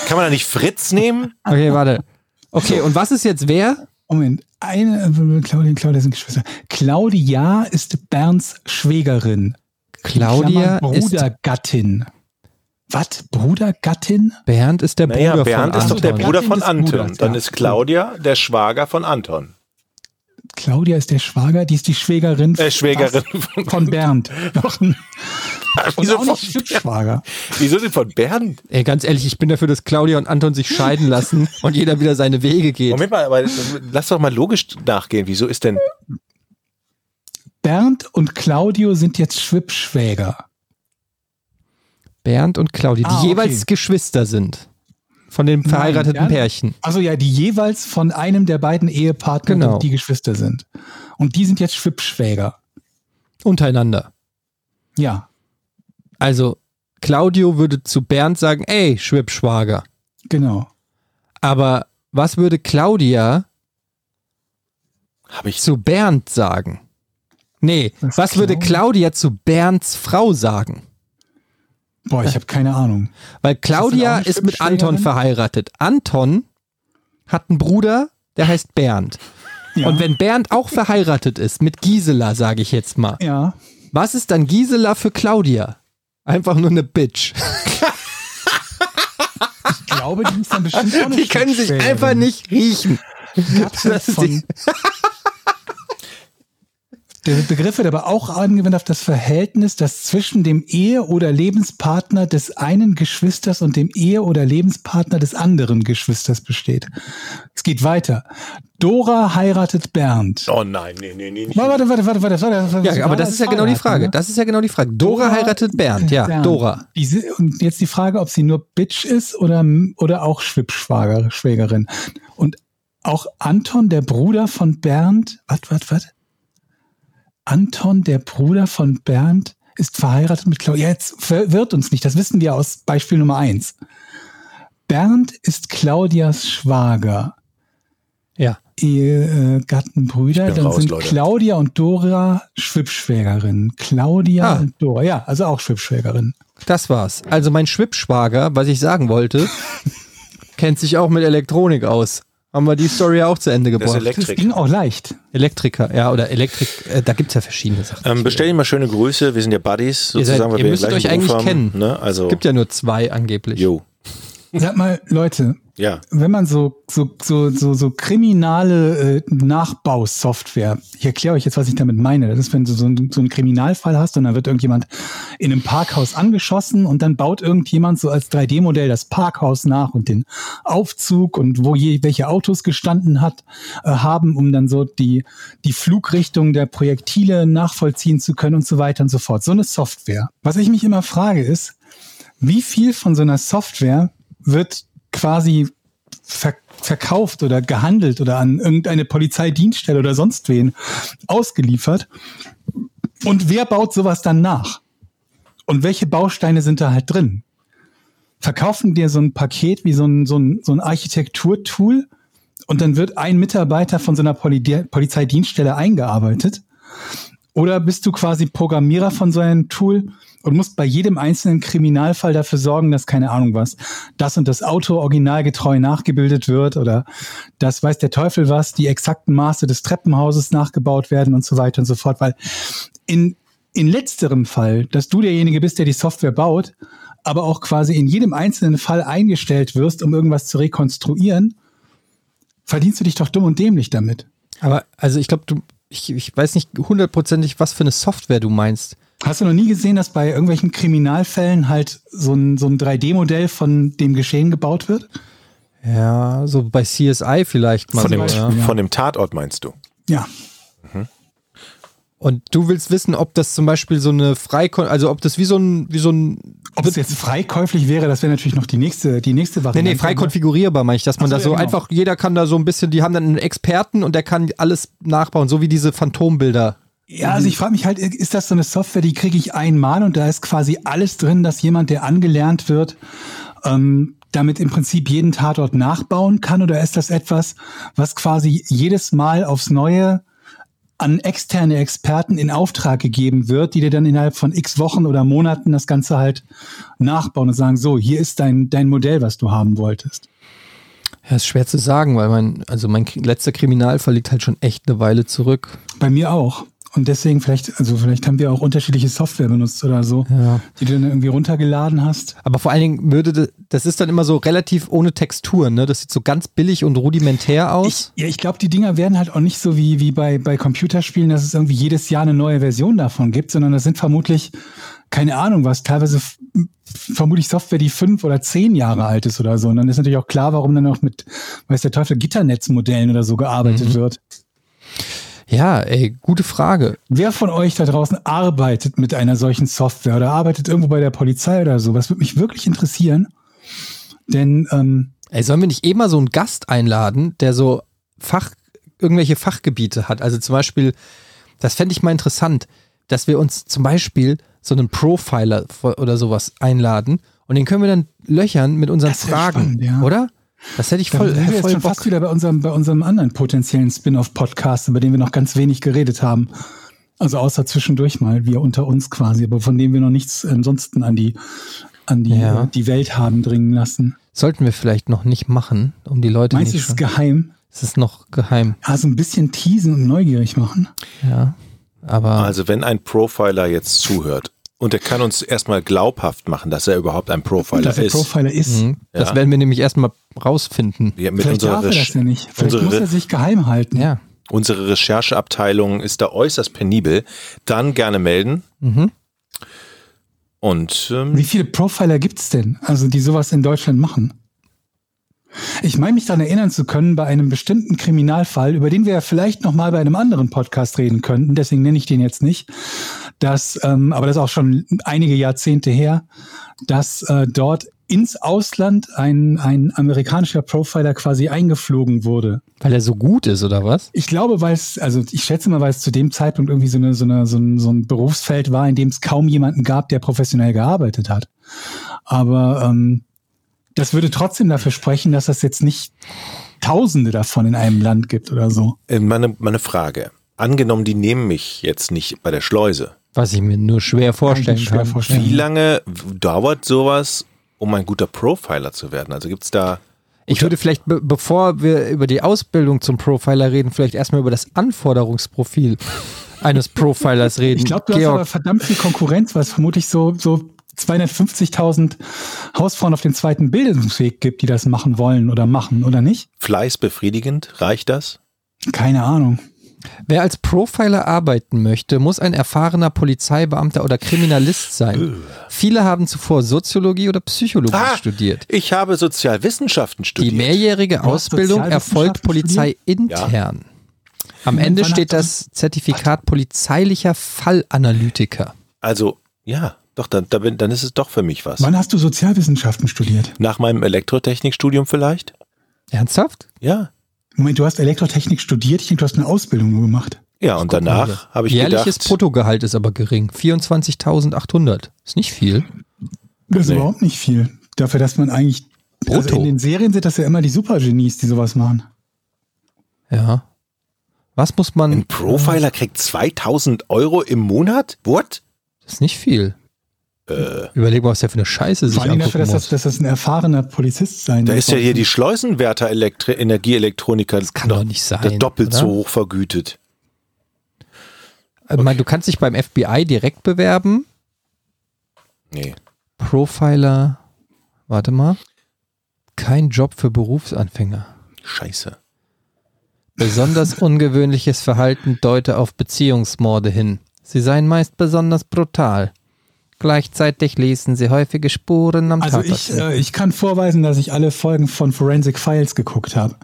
kann man da nicht Fritz (laughs) nehmen? okay, warte. Okay, und was ist jetzt wer? Moment, eine, äh, Claudia und Claudia sind Geschwister. Claudia ist Bernds Schwägerin. Claudia Klammer ist Brudergattin. Was? Brudergattin? Bernd ist der Naja, Bruder Bernd von ist doch der Anton. Bruder von Gattin des Anton. Bruders, Dann ja. ist Claudia der Schwager von (laughs) Anton. Claudia ist der Schwager, die ist die Schwägerin, Äh, Schwägerin von- von, von (laughs) Bernd. Jochen. Und Wieso von auch nicht Bernd? Stippschwager. Wieso denn von Bernd? Ey, ganz ehrlich, ich bin dafür, dass Claudia und Anton sich (laughs) scheiden lassen und jeder wieder seine Wege geht. Moment mal, aber lass doch mal logisch nachgehen. Wieso ist denn Bernd und Claudio sind jetzt Schwippschwäger. Bernd und Claudia, die Ah, okay. jeweils Geschwister sind. Von den verheirateten Bernd- Pärchen. Also ja, die jeweils von einem der beiden Ehepartner, Genau. die Geschwister sind. Und die sind jetzt Schwippschwäger. Untereinander. Ja, Also, Claudio würde zu Bernd sagen, ey, Schwippschwager. genau. Aber was würde Claudia Hab ich zu Bernd sagen? Nee, Was was würde Claudia- Claudia zu Bernds Frau sagen? Boah, (laughs) ich habe keine Ahnung. Weil auch Claudia eine ist mit Schwippschwägerin? Anton verheiratet. Anton hat einen Bruder, der heißt Bernd. Ja. Und wenn Bernd auch verheiratet ist mit Gisela, sage ich jetzt mal, ja, was ist dann Gisela für Claudia? Einfach nur eine Bitch. ich glaube, die ist dann (laughs) bestimmt auch eine Die können sich Schwippschwägerin. einfach nicht riechen. Katze Das ist (laughs) von. die- Der Begriff wird aber auch angewendet auf das Verhältnis, das zwischen dem Ehe- oder Lebenspartner des einen Geschwisters und dem Ehe- oder Lebenspartner des anderen Geschwisters besteht. Es geht weiter. Dora heiratet Bernd. Oh nein, nee, nee, nee. Nicht. Warte, warte, warte, warte, warte. warte. Ja, aber das ist ja genau die Frage. Das ist ja genau die Frage. Dora heiratet Bernd. Ja, ne? Bernd. Dora. Diese, und jetzt die Frage, ob sie nur Bitch ist oder, oder auch Schwippschwager, Schwägerin. Und auch Anton, der Bruder von Bernd, was, was, was? Anton, der Bruder von Bernd, ist verheiratet mit Claudia. Ja, Jetzt verwirrt uns nicht, das wissen wir aus Beispiel Nummer eins. Bernd ist Claudias Schwager. Ja. Ehegattenbrüder, Ich bin dann raus, sind Leute. Claudia und Dora Schwippschwägerin. Claudia Ah. und Dora, ja, also auch Schwippschwägerin. Das war's. Also mein Schwippschwager, was ich sagen wollte, (laughs) kennt sich auch mit Elektronik aus. Haben wir die Story ja auch zu Ende Das gebracht. ist Das Elektrik. ging auch leicht. Elektriker, ja, oder Elektrik, äh, da gibt's ja verschiedene Sachen. Ähm, bestell ihm mal schöne Grüße. Wir sind ja Buddies Ihr seid- sozusagen, weil ihr wir den müsstet gleichen euch Beruf eigentlich haben. kennen. Ne? Also, Es gibt ja nur zwei angeblich. jo. Sag mal, Leute, Ja. wenn man so, so, so, so, so kriminale äh, Nachbausoftware, ich erkläre euch jetzt, was ich damit meine. Das ist, wenn du so, einen- so einen Kriminalfall hast und dann wird irgendjemand in einem Parkhaus angeschossen und dann baut irgendjemand so als 3D-Modell das Parkhaus nach und den Aufzug und wo je, welche Autos gestanden hat, äh, haben, um dann so die, die Flugrichtung der Projektile nachvollziehen zu können und so weiter und so fort. So eine Software. Was ich mich immer frage ist, wie viel von so einer Software wird quasi ver verkauft oder gehandelt oder an irgendeine Polizeidienststelle oder sonst wen ausgeliefert? Und wer baut sowas dann nach? Und welche Bausteine sind da halt drin? Verkaufen dir so ein Paket wie so ein, so ein, so ein Architekturtool und dann wird ein Mitarbeiter von so einer Poli Polizeidienststelle eingearbeitet? Oder bist du quasi Programmierer von so einem Tool und musst bei jedem einzelnen Kriminalfall dafür sorgen, dass keine Ahnung was, das und das Auto originalgetreu nachgebildet wird oder das weiß der Teufel was, die exakten Maße des Treppenhauses nachgebaut werden und so weiter und so fort, weil in, in letzterem Fall, dass du derjenige bist, der die Software baut, aber auch quasi in jedem einzelnen Fall eingestellt wirst, um irgendwas zu rekonstruieren, verdienst du dich doch dumm und dämlich damit. Aber also ich glaube, du, ich, ich weiß nicht hundertprozentig, was für eine Software du meinst. Hast du noch nie gesehen, dass bei irgendwelchen Kriminalfällen halt so ein, so ein 3D-Modell von dem Geschehen gebaut wird? Ja, so bei CSI vielleicht mal Also Von dem, so. Ja. von dem Tatort meinst du? Ja. Und du willst wissen, ob das zum Beispiel so eine Freikon, also ob das wie so ein, wie so ein Ob es jetzt freikäuflich wäre, das wäre natürlich noch die nächste, die nächste Nee, Variante. ne? nee, frei konfigurierbar meine ich, dass man da Ach so, ne? so ja, genau. einfach, jeder kann da so ein bisschen, die haben dann einen Experten und der kann alles nachbauen, so wie diese Phantombilder. Ja, also ich frage mich halt, ist das so eine Software, die kriege ich einmal und da ist quasi alles drin, dass jemand, der angelernt wird, ähm, damit im Prinzip jeden Tatort nachbauen kann? Oder ist das etwas, was quasi jedes Mal aufs Neue an externe Experten in Auftrag gegeben wird, die dir dann innerhalb von x Wochen oder Monaten das Ganze halt nachbauen und sagen, so, hier ist dein, dein Modell, was du haben wolltest? Ja, ist schwer zu sagen, weil mein, also mein K- letzter Kriminalfall liegt halt schon echt eine Weile zurück. Bei mir auch. Und deswegen vielleicht, also vielleicht haben wir auch unterschiedliche Software benutzt oder so, Ja. die du dann irgendwie runtergeladen hast. Aber vor allen Dingen würde, de- das ist dann immer so relativ ohne Texturen, ne? Das sieht so ganz billig und rudimentär Ich, aus. ja, ich glaube, die Dinger werden halt auch nicht so wie, wie bei, bei Computerspielen, dass es irgendwie jedes Jahr eine neue Version davon gibt, sondern das sind vermutlich, keine Ahnung was, teilweise f- vermutlich Software, die fünf oder zehn Jahre alt ist oder so. Und dann ist natürlich auch klar, warum dann auch mit, weiß der Teufel, Gitternetzmodellen oder so gearbeitet wird. ja, ey, gute Frage. Wer von euch da draußen arbeitet mit einer solchen Software oder arbeitet irgendwo bei der Polizei oder so? Was würde mich wirklich interessieren? Denn ähm, Ey, sollen wir nicht eh mal so einen Gast einladen, der so Fach, irgendwelche Fachgebiete hat? Also zum Beispiel, das fände ich mal interessant, dass wir uns zum Beispiel so einen Profiler vo- oder sowas einladen und den können wir dann löchern mit unseren Das wär Fragen, spannend, ja. oder? Das hätte ich da voll, sind wir jetzt voll schon Bock. fast wieder bei unserem, bei unserem anderen potenziellen Spin-off-Podcast, über den wir noch ganz wenig geredet haben. Also außer zwischendurch mal, wir unter uns quasi, aber von dem wir noch nichts ansonsten an die, an die, Ja. äh, die Welt haben dringen lassen. Sollten wir vielleicht noch nicht machen, um die Leute Meinst du, nicht es ist schon- geheim? Es ist noch geheim, Also ein bisschen teasen und neugierig machen. ja. Ah. Aber Also wenn ein Profiler jetzt zuhört und er kann uns erstmal glaubhaft machen, dass er überhaupt ein Profiler dass er ist. Profiler ist. hm, das ja. werden wir nämlich erstmal rausfinden. Ja, mit Vielleicht unserer, darf er das Recher- ja nicht. Vielleicht unsere muss Re- er sich geheim halten. Ja. unsere Rechercheabteilung ist da äußerst penibel. Dann gerne melden. Mhm. Und ähm, Wie viele Profiler gibt's denn, also die sowas in Deutschland machen? Ich meine mich daran erinnern zu können, bei einem bestimmten Kriminalfall, über den wir ja vielleicht nochmal bei einem anderen Podcast reden könnten, deswegen nenne ich den jetzt nicht, dass, ähm, aber das ist auch schon einige Jahrzehnte her, dass äh, dort ins Ausland ein, ein amerikanischer Profiler quasi eingeflogen wurde. Weil er so gut ist, oder was? Ich glaube, weil es, also ich schätze mal, weil es zu dem Zeitpunkt irgendwie so, eine, so, eine, so, ein, so ein Berufsfeld war, in dem es kaum jemanden gab, der professionell gearbeitet hat. Aber ähm, das würde trotzdem dafür sprechen, dass das jetzt nicht Tausende davon in einem Land gibt oder so. äh, meine, meine Frage. Angenommen, die nehmen mich jetzt nicht bei der Schleuse. Was ich mir nur schwer vorstellen Kann ich mir schwer kann. vorstellen. Wie lange w- dauert sowas, um ein guter Profiler zu werden? Also gibt's da. Ich würde vielleicht, be bevor wir über die Ausbildung zum Profiler reden, vielleicht erstmal über das Anforderungsprofil eines (laughs) Profilers reden. Ich glaube, du hast aber Georg, verdammt viel Konkurrenz, weil es vermutlich so, so 250.000 Hausfrauen auf dem zweiten Bildungsweg gibt, die das machen wollen oder machen, oder nicht? Fleiß befriedigend? Reicht das? Keine Ahnung. wer als Profiler arbeiten möchte, muss ein erfahrener Polizeibeamter oder Kriminalist Äh. sein. Viele haben zuvor Soziologie oder Psychologie Ah, studiert. Ich habe Sozialwissenschaften Die studiert. mehrjährige Du hast Ausbildung erfolgt Sozialwissenschaften polizeiintern. Am Und Ende wann steht hat er- das Zertifikat polizeilicher Fallanalytiker. also, ja, doch, dann, da bin, dann ist es doch für mich was. Wann hast du Sozialwissenschaften studiert? Nach meinem Elektrotechnikstudium vielleicht? Ernsthaft? Ja. Moment, du hast Elektrotechnik studiert, ich denke, du hast eine Ausbildung nur gemacht. Ja, und danach habe ich Jährliches gedacht, Bruttogehalt ist aber gering. 24.800. Ist nicht viel. Das ist Nee. überhaupt nicht viel. Dafür, dass man eigentlich. Also Brutto. in den Serien sind das ja immer die Supergenies, die sowas machen. Ja. Was muss man. ein Profiler kriegt 2000 Euro im Monat? What? Das ist nicht viel. Äh, Überleg mal, was der für eine Scheiße sich Vor allem angucken dafür, dass das, muss. dass das ein erfahrener Polizist sein da wird. ist ja hier die Schleusenwärter Elektri Energieelektroniker das kann doch nicht sein, doppelt oder? so hoch vergütet. Ich meine, du kannst dich beim FBI direkt bewerben. Nee. Profiler. Warte mal. Kein Job für Berufsanfänger. Scheiße. (laughs) Besonders ungewöhnliches Verhalten deute auf Beziehungsmorde hin. Sie seien meist besonders brutal. Gleichzeitig ließen sie häufige Spuren am Also Tatort. ich, äh, ich kann vorweisen, dass ich alle Folgen von Forensic Files geguckt habe.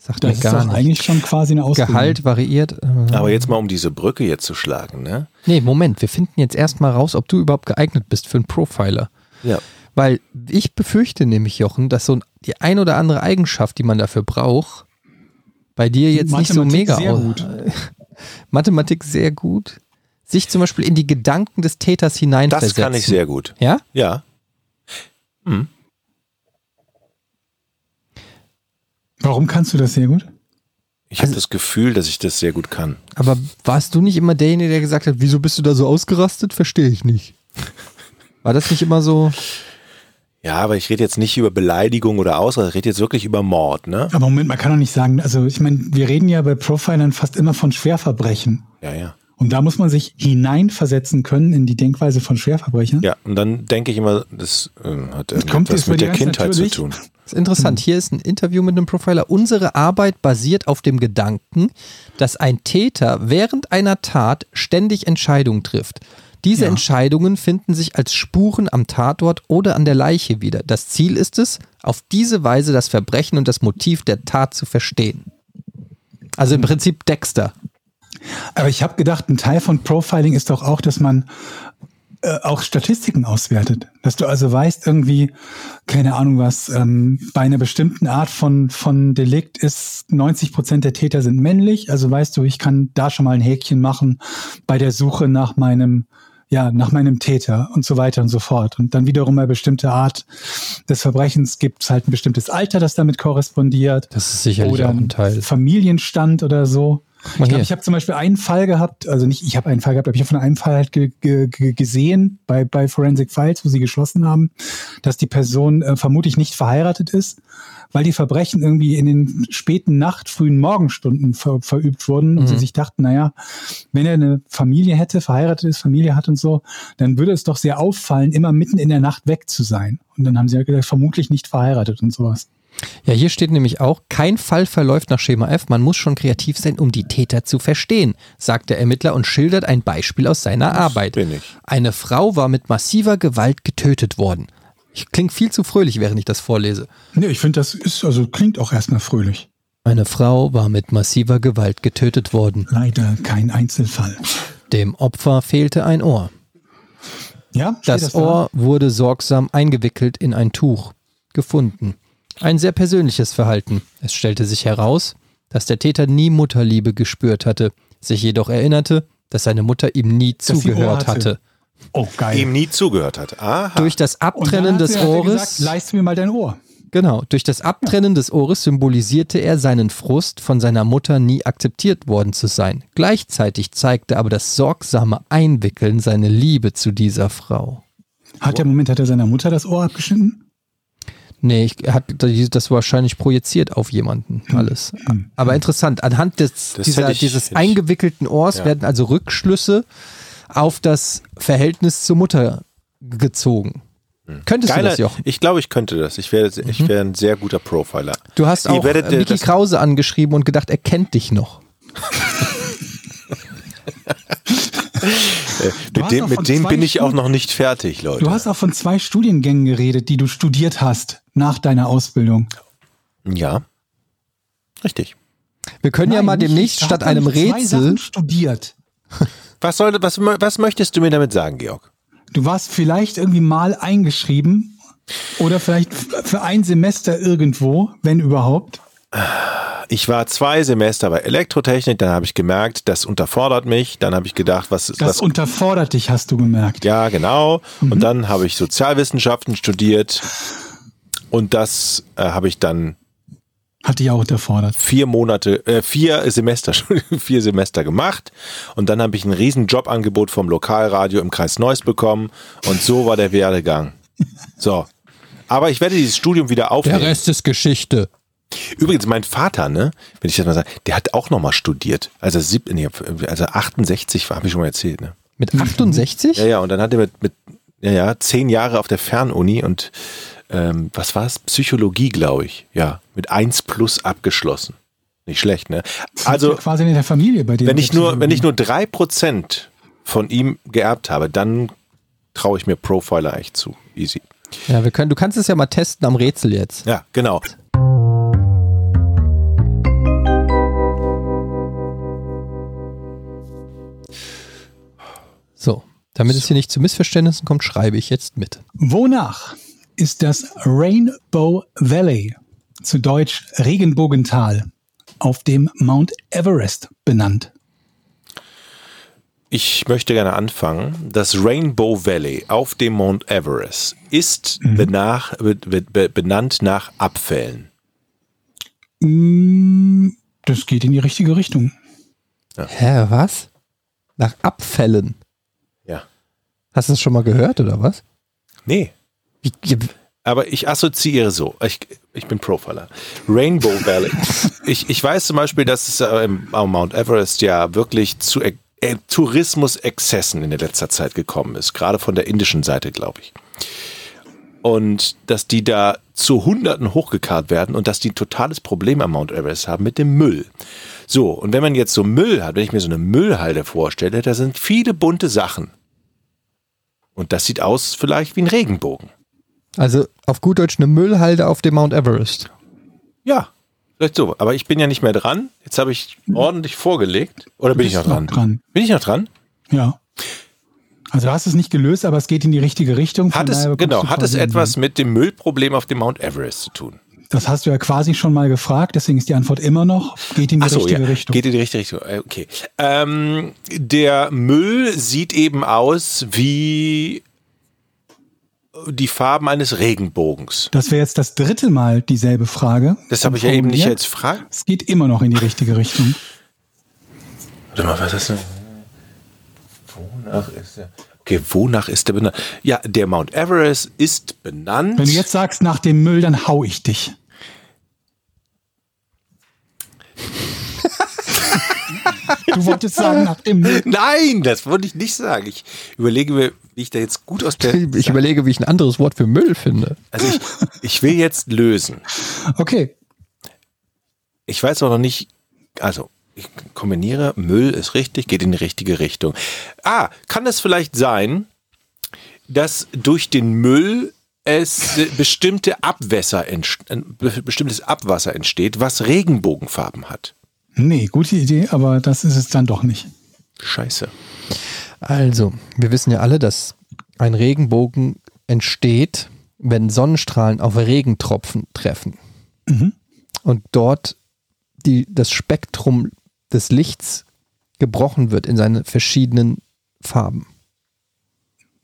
Sagt mir Das ist doch gar nicht. eigentlich schon quasi eine Ausbildung. Gehalt variiert. äh, Aber jetzt mal, um diese Brücke jetzt zu schlagen, ne? Nee, Moment, wir finden jetzt erstmal raus, ob du überhaupt geeignet bist für einen Profiler. Ja. Weil ich befürchte nämlich, Jochen, dass so ein- die ein oder andere Eigenschaft, die man dafür braucht, bei dir jetzt nicht so Mathematik mega sehr aus- gut. Mathematik sehr gut. Sich zum Beispiel in die Gedanken des Täters Das hineinversetzen. kann ich sehr gut. Ja? Ja. Warum kannst du das sehr gut? Ich habe das Gefühl, dass ich das sehr gut kann. Aber warst du nicht immer derjenige, der gesagt hat, wieso bist du da so ausgerastet? Verstehe ich nicht. War das nicht immer so? Ja, aber ich rede jetzt nicht über Beleidigung oder Ausrede, ich rede jetzt wirklich über Mord, ne? Aber Moment, man kann doch nicht sagen, also ich meine, wir reden ja bei Profilern fast immer von Schwerverbrechen. Ja, ja. Und da muss man sich hineinversetzen können in die Denkweise von Schwerverbrechern. Ja, und dann denke ich immer, das äh, hat kommt irgendwas jetzt bei mit dir der ganz Kindheit natürlich. zu tun. Das ist interessant. Hier ist ein Interview mit einem Profiler. Unsere Arbeit basiert auf dem Gedanken, dass ein Täter während einer Tat ständig Entscheidungen trifft. Diese Ja. Entscheidungen finden sich als Spuren am Tatort oder an der Leiche wieder. Das Ziel ist es, auf diese Weise das Verbrechen und das Motiv der Tat zu verstehen. Also im Prinzip Dexter. Aber ich habe gedacht, ein Teil von Profiling ist doch auch, dass man äh, auch Statistiken auswertet. Dass du also weißt, irgendwie, keine Ahnung was, ähm, bei einer bestimmten Art von, von Delikt ist 90 Prozent der Täter sind männlich. Also weißt du, ich kann da schon mal ein Häkchen machen bei der Suche nach meinem ja, nach meinem Täter und so weiter und so fort. Und dann wiederum bei bestimmter Art des Verbrechens gibt es halt ein bestimmtes Alter, das damit korrespondiert Das ist sicherlich oder Familienstand oder so. mal Ich hier. glaube, ich habe zum Beispiel einen Fall gehabt, also nicht, ich habe einen Fall gehabt, aber ich habe von einem Fall halt ge ge ge gesehen bei, bei Forensic Files, wo sie geschlossen haben, dass die Person äh, vermutlich nicht verheiratet ist, weil die Verbrechen irgendwie in den späten Nacht, frühen Morgenstunden ver verübt wurden und sie sich dachten, naja, wenn er eine Familie hätte, verheiratet ist, Familie hat und so, dann würde es doch sehr auffallen, immer mitten in der Nacht weg zu sein. Und dann haben sie ja gesagt, vermutlich nicht verheiratet und sowas. Ja, hier steht nämlich auch, kein Fall verläuft nach Schema F. Man muss schon kreativ sein, um die Täter zu verstehen, sagt der Ermittler und schildert ein Beispiel aus seiner Arbeit. bin ich. Eine Frau war mit massiver Gewalt getötet worden. Ich klinge viel zu fröhlich, während ich das vorlese. Nee, ich finde, das ist, also klingt auch erstmal fröhlich. Eine Frau war mit massiver Gewalt getötet worden. Leider kein Einzelfall. Dem Opfer fehlte ein Ohr. Ja, steht Das da? Ohr wurde sorgsam eingewickelt in ein Tuch. Gefunden. Ein sehr persönliches Verhalten. Es stellte sich heraus, dass der Täter nie Mutterliebe gespürt hatte, sich jedoch erinnerte, dass seine Mutter ihm nie Dass sie Ohr zugehört hatte. hatte. Oh, geil. Ihm nie zugehört hat. Aha. Durch das Und dann Abtrennen hat des sie- hat er Ohres. Gesagt, Leist mir mal dein Ohr. Genau, durch das Abtrennen des Ohres symbolisierte er seinen Frust, von seiner Mutter nie akzeptiert worden zu sein. Gleichzeitig zeigte aber das sorgsame Einwickeln seine Liebe zu dieser Frau. Hat der Moment, hat er seiner Mutter das Ohr abgeschnitten? Nee, ich, er hat die- das wahrscheinlich projiziert auf jemanden Hm. alles. Aber interessant, anhand des, Das dieser, hätte ich- dieses hätte ich- eingewickelten Ohrs Ja. werden also Rückschlüsse auf das Verhältnis zur Mutter gezogen. Hm. Könntest du Geiler, das, Jochen? ich glaube, ich könnte das. Ich wäre ich Mhm. wäre ein sehr guter Profiler. Du hast Ihr auch werdet, äh, äh, Mickey das- Krause angeschrieben und gedacht, er kennt dich noch. Du Mit hast dem, doch von mit dem zwei bin ich auch Stunden- noch nicht fertig, Leute. Du hast auch von zwei Studiengängen geredet, die du studiert hast nach deiner Ausbildung. ja. Richtig. Wir können ja Nein, mal nicht, demnächst da statt hat er einem zwei Rätsel. Sachen studiert. Was, soll, was, was möchtest du mir damit sagen, Georg? Du warst vielleicht irgendwie mal eingeschrieben oder vielleicht f- für ein Semester irgendwo, wenn überhaupt. Ich war zwei Semester bei Elektrotechnik, dann habe ich gemerkt, das unterfordert mich. Dann habe ich gedacht, was ist Das was? unterfordert dich, hast du gemerkt. Ja, genau. Und dann habe ich Sozialwissenschaften studiert. Und das äh, habe ich dann Hat dich auch unterfordert. vier Monate, äh, vier Semester, (laughs) Entschuldigung, vier Semester gemacht. Und dann habe ich ein riesen Jobangebot vom Lokalradio im Kreis Neuss bekommen. Und so war der Werdegang. So. Aber ich werde dieses Studium wieder aufnehmen. ist Geschichte. Übrigens, mein Vater, ne, wenn ich das mal sage, der hat auch nochmal studiert. Also, sieb, nee, also 68 war, habe ich schon mal erzählt, ne? Mit Mhm. 68? Ja, ja, und dann hat er mit, mit ja, ja, zehn Jahre auf der Fernuni und ähm, was war es? Psychologie, glaube ich. Ja, mit 1 plus abgeschlossen. Nicht schlecht, ne? Also Also, quasi in der Familie bei dir. wenn ich nur, wenn ich nur 3% von ihm geerbt habe, dann traue ich mir Profiler echt zu. Easy. Ja, wir können, du kannst es ja mal testen am Rätsel jetzt. Ja, genau. So. Damit es hier nicht zu Missverständnissen kommt, schreibe ich jetzt mit. Wonach ist das Rainbow Valley, zu Deutsch Regenbogental, auf dem Mount Everest benannt? Ich möchte gerne anfangen. Das Rainbow Valley auf dem Mount Everest ist benach, be, be, be, benannt nach Abfällen. Mm, Das geht in die richtige Richtung. Hä, was? Nach Abfällen. Ja. Hast du das schon mal gehört oder was? Nee. Wie, ja, Aber ich assoziiere so. Ich, ich bin Profiler. Rainbow Valley. ich, ich weiß zum Beispiel, dass es äh, im, am Mount Everest ja wirklich zu äh, äh, Tourismusexzessen in der letzter Zeit gekommen ist. Gerade von der indischen Seite, glaube ich. Und dass die da zu Hunderten hochgekarrt werden und dass die ein totales Problem am Mount Everest haben mit dem Müll. So, und wenn man jetzt so Müll hat, wenn ich mir so eine Müllhalde vorstelle, da sind viele bunte Sachen. Und das sieht aus vielleicht wie ein Regenbogen. also auf gut Deutsch eine Müllhalde auf dem Mount Everest. Ja, vielleicht so. Aber ich bin ja nicht mehr dran. Jetzt habe ich ordentlich vorgelegt. Oder bin ich noch Bist dran? Bin ich noch dran? Ja. Also du hast es nicht gelöst, aber es geht in die richtige Richtung. Von Hat es, daher kommst genau, du hat es quasi in- etwas mit dem Müllproblem auf dem Mount Everest zu tun? Das hast du ja quasi schon mal gefragt, deswegen ist die Antwort immer noch, geht in die Ach so, richtige ja. Richtung. Geht in die richtige Richtung. Äh, Okay. Ähm, der Müll sieht eben aus wie die Farben eines Regenbogens. das wäre jetzt das dritte Mal dieselbe Frage. Das habe ich ja eben nicht Formuliert. als Frage. Es geht immer noch in die richtige Richtung. Warte mal, was ist denn? Wonach ist der? Okay, wonach ist der benannt? Ja, der Mount Everest ist benannt. Wenn du jetzt sagst nach dem Müll, dann hau ich dich. du wolltest sagen nach dem Müll. (laughs) Nein, das wollte ich nicht sagen. Ich überlege mir, wie ich da jetzt gut aus der. Ich überlege, wie ich ein anderes Wort für Müll finde. Also ich, ich will jetzt lösen. Okay, Ich weiß auch noch nicht. Also, ich kombiniere, Müll ist richtig, geht in die richtige Richtung. Ah, kann es vielleicht sein, dass durch den Müll es äh, bestimmte Abwässer entst- äh, be- bestimmtes Abwasser entsteht, was Regenbogenfarben hat. nee, gute Idee, aber das ist es dann doch nicht. Scheiße. Also, wir wissen ja alle, dass ein Regenbogen entsteht, wenn Sonnenstrahlen auf Regentropfen treffen. Mhm. Und dort die, das Spektrum des Lichts gebrochen wird in seine verschiedenen Farben.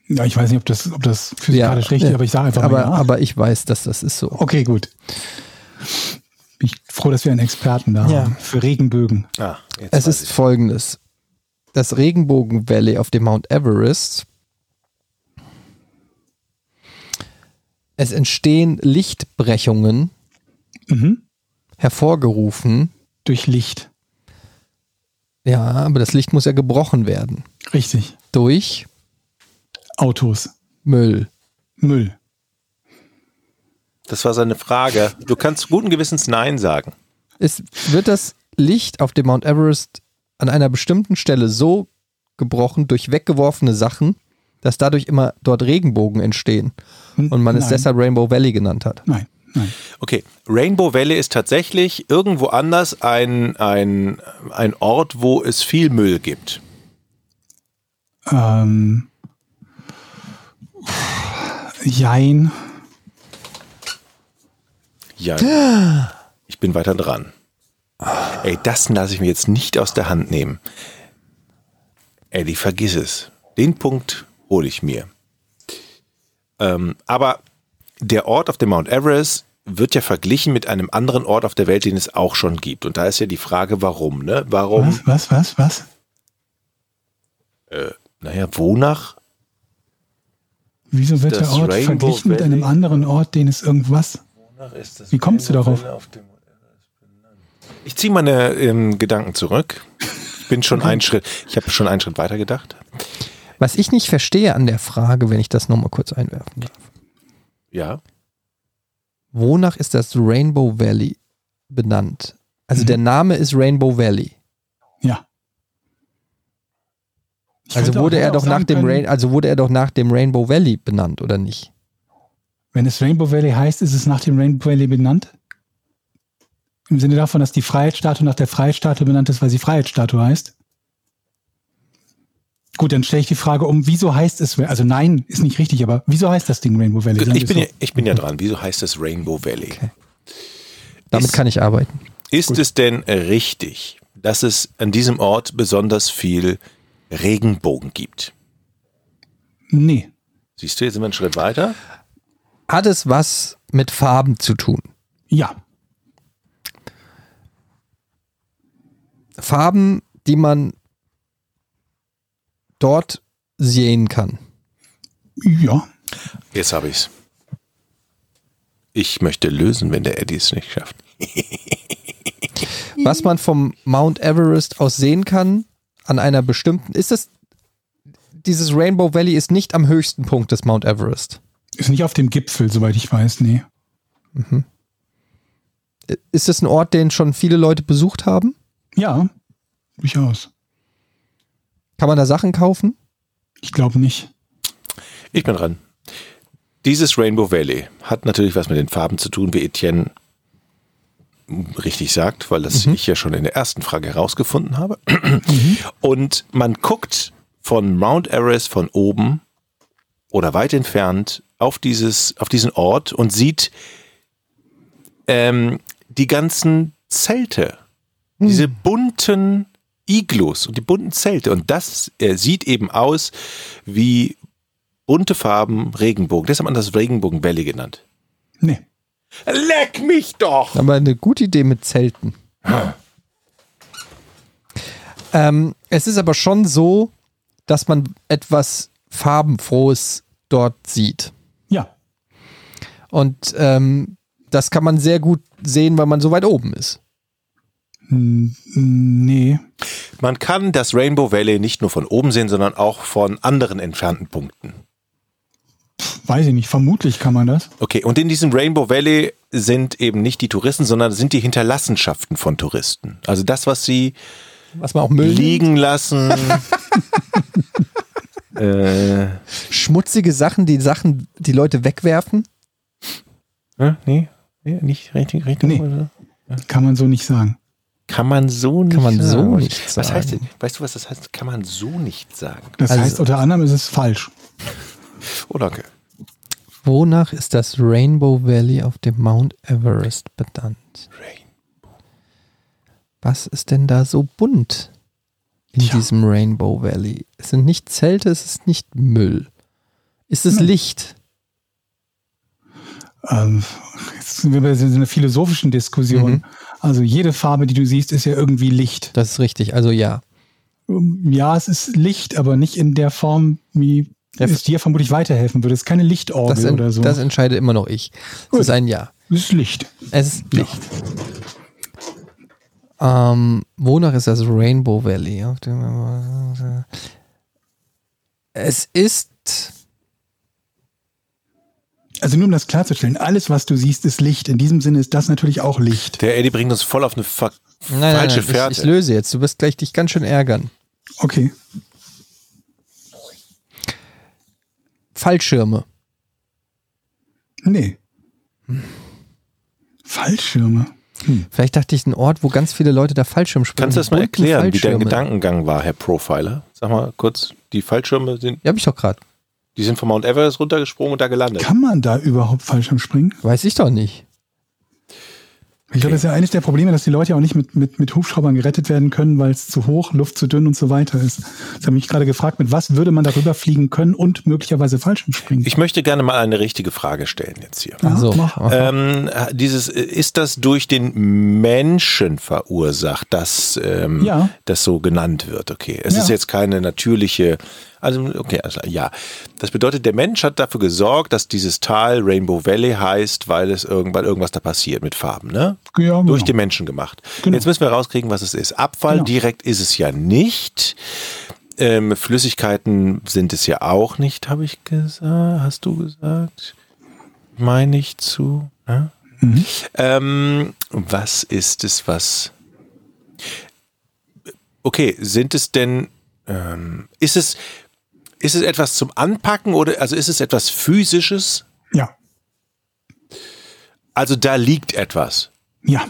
Ja, ich weiß nicht, ob das, ob das physikalisch richtig ist, aber ich sage einfach aber, mal ja. aber ich weiß, dass das ist so. Okay, gut. Bin ich froh, dass wir einen Experten da Ja. haben für Regenbögen. Ah, jetzt weiß Es ist ich. folgendes. Das Regenbogen Valley auf dem Mount Everest. Es entstehen Lichtbrechungen, Mhm. hervorgerufen. Durch Licht. Ja, aber das Licht muss ja gebrochen werden. Richtig. Durch Autos. Müll. Müll. Das war seine Frage. Du kannst guten Gewissens Nein sagen. Es wird das Licht auf dem Mount Everest an einer bestimmten Stelle so gebrochen durch weggeworfene Sachen, dass dadurch immer dort Regenbogen entstehen. Hm, Und man es nein. deshalb Rainbow Valley genannt hat. Nein, nein. Okay, Rainbow Valley ist tatsächlich irgendwo anders ein, ein, ein Ort, wo es viel Müll gibt. Ähm, jein. Ja. Ich bin weiter dran. Ey, das lasse ich mir jetzt nicht aus der Hand nehmen. Eddie, vergiss es. Den Punkt hole ich mir. Ähm, aber der Ort auf dem Mount Everest wird ja verglichen mit einem anderen Ort auf der Welt, den es auch schon gibt. Und da ist ja die Frage, warum, ne? Warum? Was, was, was, was? Naja, wonach? Wieso wird Das der Ort Rainbow verglichen mit Valley. einem anderen Ort, den es irgendwas? Wie kommst du darauf? Ich ziehe meine ähm, Gedanken zurück. Ich bin schon einen Schritt, ich habe schon einen Schritt weiter gedacht. Was ich nicht verstehe an der Frage, wenn ich das nochmal kurz einwerfen darf. Ja. Wonach ist das Rainbow Valley benannt? Also Mhm. der Name ist Rainbow Valley. Ja. Ich Also könnte auch- wurde er hätte auch doch nach sagen dem können, Rain, also wurde er doch nach dem Rainbow Valley benannt oder nicht? Wenn es Rainbow Valley heißt, ist es nach dem Rainbow Valley benannt? Im Sinne davon, dass die Freiheitsstatue nach der Freiheitsstatue benannt ist, weil sie Freiheitsstatue heißt? Gut, dann stelle ich die Frage um, wieso heißt es, also nein, ist nicht richtig, aber wieso heißt das Ding Rainbow Valley? Sagen Ich wir bin, so. ja, ich bin ja dran. Wieso heißt es Rainbow Valley? Damit Ist- kann ich arbeiten. Ist es denn richtig, dass es an diesem Ort besonders viel Regenbogen gibt? Nee, Siehst du, jetzt sind wir einen Schritt weiter. Hat es was mit Farben zu tun? ja, Farben, die man dort sehen kann. Ja. Jetzt habe ich's. Ich möchte lösen, wenn der Eddie es nicht schafft. Was man vom Mount Everest aus sehen kann, an einer bestimmten, ist das, dieses Rainbow Valley ist nicht am höchsten Punkt des Mount Everest. Ist nicht auf dem Gipfel, soweit ich weiß, nee. Ist das ein Ort, den schon viele Leute besucht haben? Ja, durchaus. Kann man da Sachen kaufen? Ich glaube nicht. Ich bin dran. Dieses Rainbow Valley hat natürlich was mit den Farben zu tun, wie Etienne richtig sagt, weil das ich ja schon in der ersten Frage herausgefunden habe. Und man guckt von Mount Everest von oben oder weit entfernt auf, dieses, auf diesen Ort und sieht ähm, die ganzen Zelte, diese bunten Iglus und die bunten Zelte. Und das äh, sieht eben aus wie bunte Farben, Regenbogen. Deshalb hat man das Regenbogen Valley genannt. Nee. Leck mich doch! Aber eine gute Idee mit Zelten. ähm, es ist aber schon so, dass man etwas Farbenfrohes dort sieht. Ja. Und ähm, das kann man sehr gut sehen, weil man so weit oben ist. Hm, Nee. Man kann das Rainbow Valley nicht nur von oben sehen, sondern auch von anderen entfernten Punkten. Weiß ich nicht. Vermutlich kann man das. Okay, und in diesem Rainbow Valley sind eben nicht die Touristen, sondern sind die Hinterlassenschaften von Touristen. Also das, was sie Was man auch Müll liegen (laughs) lassen. äh, Schmutzige Sachen, die Sachen, die Leute wegwerfen. ne? nee, nee, nicht richtig, richtig. Nee. oder? Kann man so nicht sagen. Kann man so nicht man so sagen. nicht Was heißt sagen. denn, weißt du, was das heißt? Kann man so nicht sagen. Das Also- heißt, unter anderem ist es falsch. Oh, danke. Wonach ist das Rainbow Valley auf dem Mount Everest benannt? Rain. Was ist denn da so bunt in Tja. diesem Rainbow Valley? Es sind nicht Zelte, es ist nicht Müll. Ist es Nein. Licht? Ähm, jetzt sind wir bei so einer philosophischen Diskussion. Mhm. Also jede Farbe, die du siehst, ist ja irgendwie Licht. Das ist richtig, also ja. Ähm, Ja, es ist Licht, aber nicht in der Form, wie Ja, es dir vermutlich weiterhelfen würde. Es ist keine Lichtorgel Das, en oder so. das entscheide immer noch ich. Es Gut. ist ein Ja. es ist Licht. Es ist Licht. Ähm, wonach ist das Rainbow Valley? Auf dem es ist. Also nur um das klarzustellen, alles, was du siehst, ist Licht. In diesem Sinne ist das natürlich auch Licht. Der Eddie bringt uns voll auf eine fa Nein, nein, falsche nein, Fährte. Ich, ich löse jetzt. Du wirst gleich dich ganz schön ärgern. Okay. Fallschirme. Nee. Fallschirme. Vielleicht dachte ich, ein Ort, wo ganz viele Leute da Fallschirm springen. Kannst du das mal Bunten erklären, wie dein Fallschirme. Gedankengang war, Herr Profiler? Sag mal kurz, die Fallschirme sind, Ja, hab ich doch gerade. die sind vom Mount Everest runtergesprungen und da gelandet. Kann man da überhaupt Fallschirm springen? Weiß ich doch nicht. Ich glaube, das ist ja eines der Probleme, dass die Leute ja auch nicht mit, mit, mit Hubschraubern gerettet werden können, weil es zu hoch, Luft zu dünn und so weiter ist. Jetzt habe ich mich gerade gefragt, mit was würde man darüber fliegen können und möglicherweise Fallschirm springen? Ich möchte gerne mal eine richtige Frage stellen jetzt hier. Ja, Also, mach. Ähm, dieses, äh, ist das durch den Menschen verursacht, dass ähm, Ja. das so genannt wird? Okay, es Ja. ist jetzt keine natürliche, also okay, also, ja. Das bedeutet, der Mensch hat dafür gesorgt, dass dieses Tal Rainbow Valley heißt, weil es irgendwann irgendwas da passiert mit Farben, ne? Ja, Durch genau. den Menschen gemacht. Genau. Jetzt müssen wir rauskriegen, was es ist. Abfall Genau. direkt ist es ja nicht. Ähm, Flüssigkeiten sind es ja auch nicht, habe ich gesagt. Hast du gesagt? Meine ich zu. Ne? Mhm. Ähm, was ist es, was. Okay, sind es denn. Ähm, ist, es, ist es etwas zum Anpacken oder also ist es etwas Physisches? Ja, Also da liegt etwas. ja.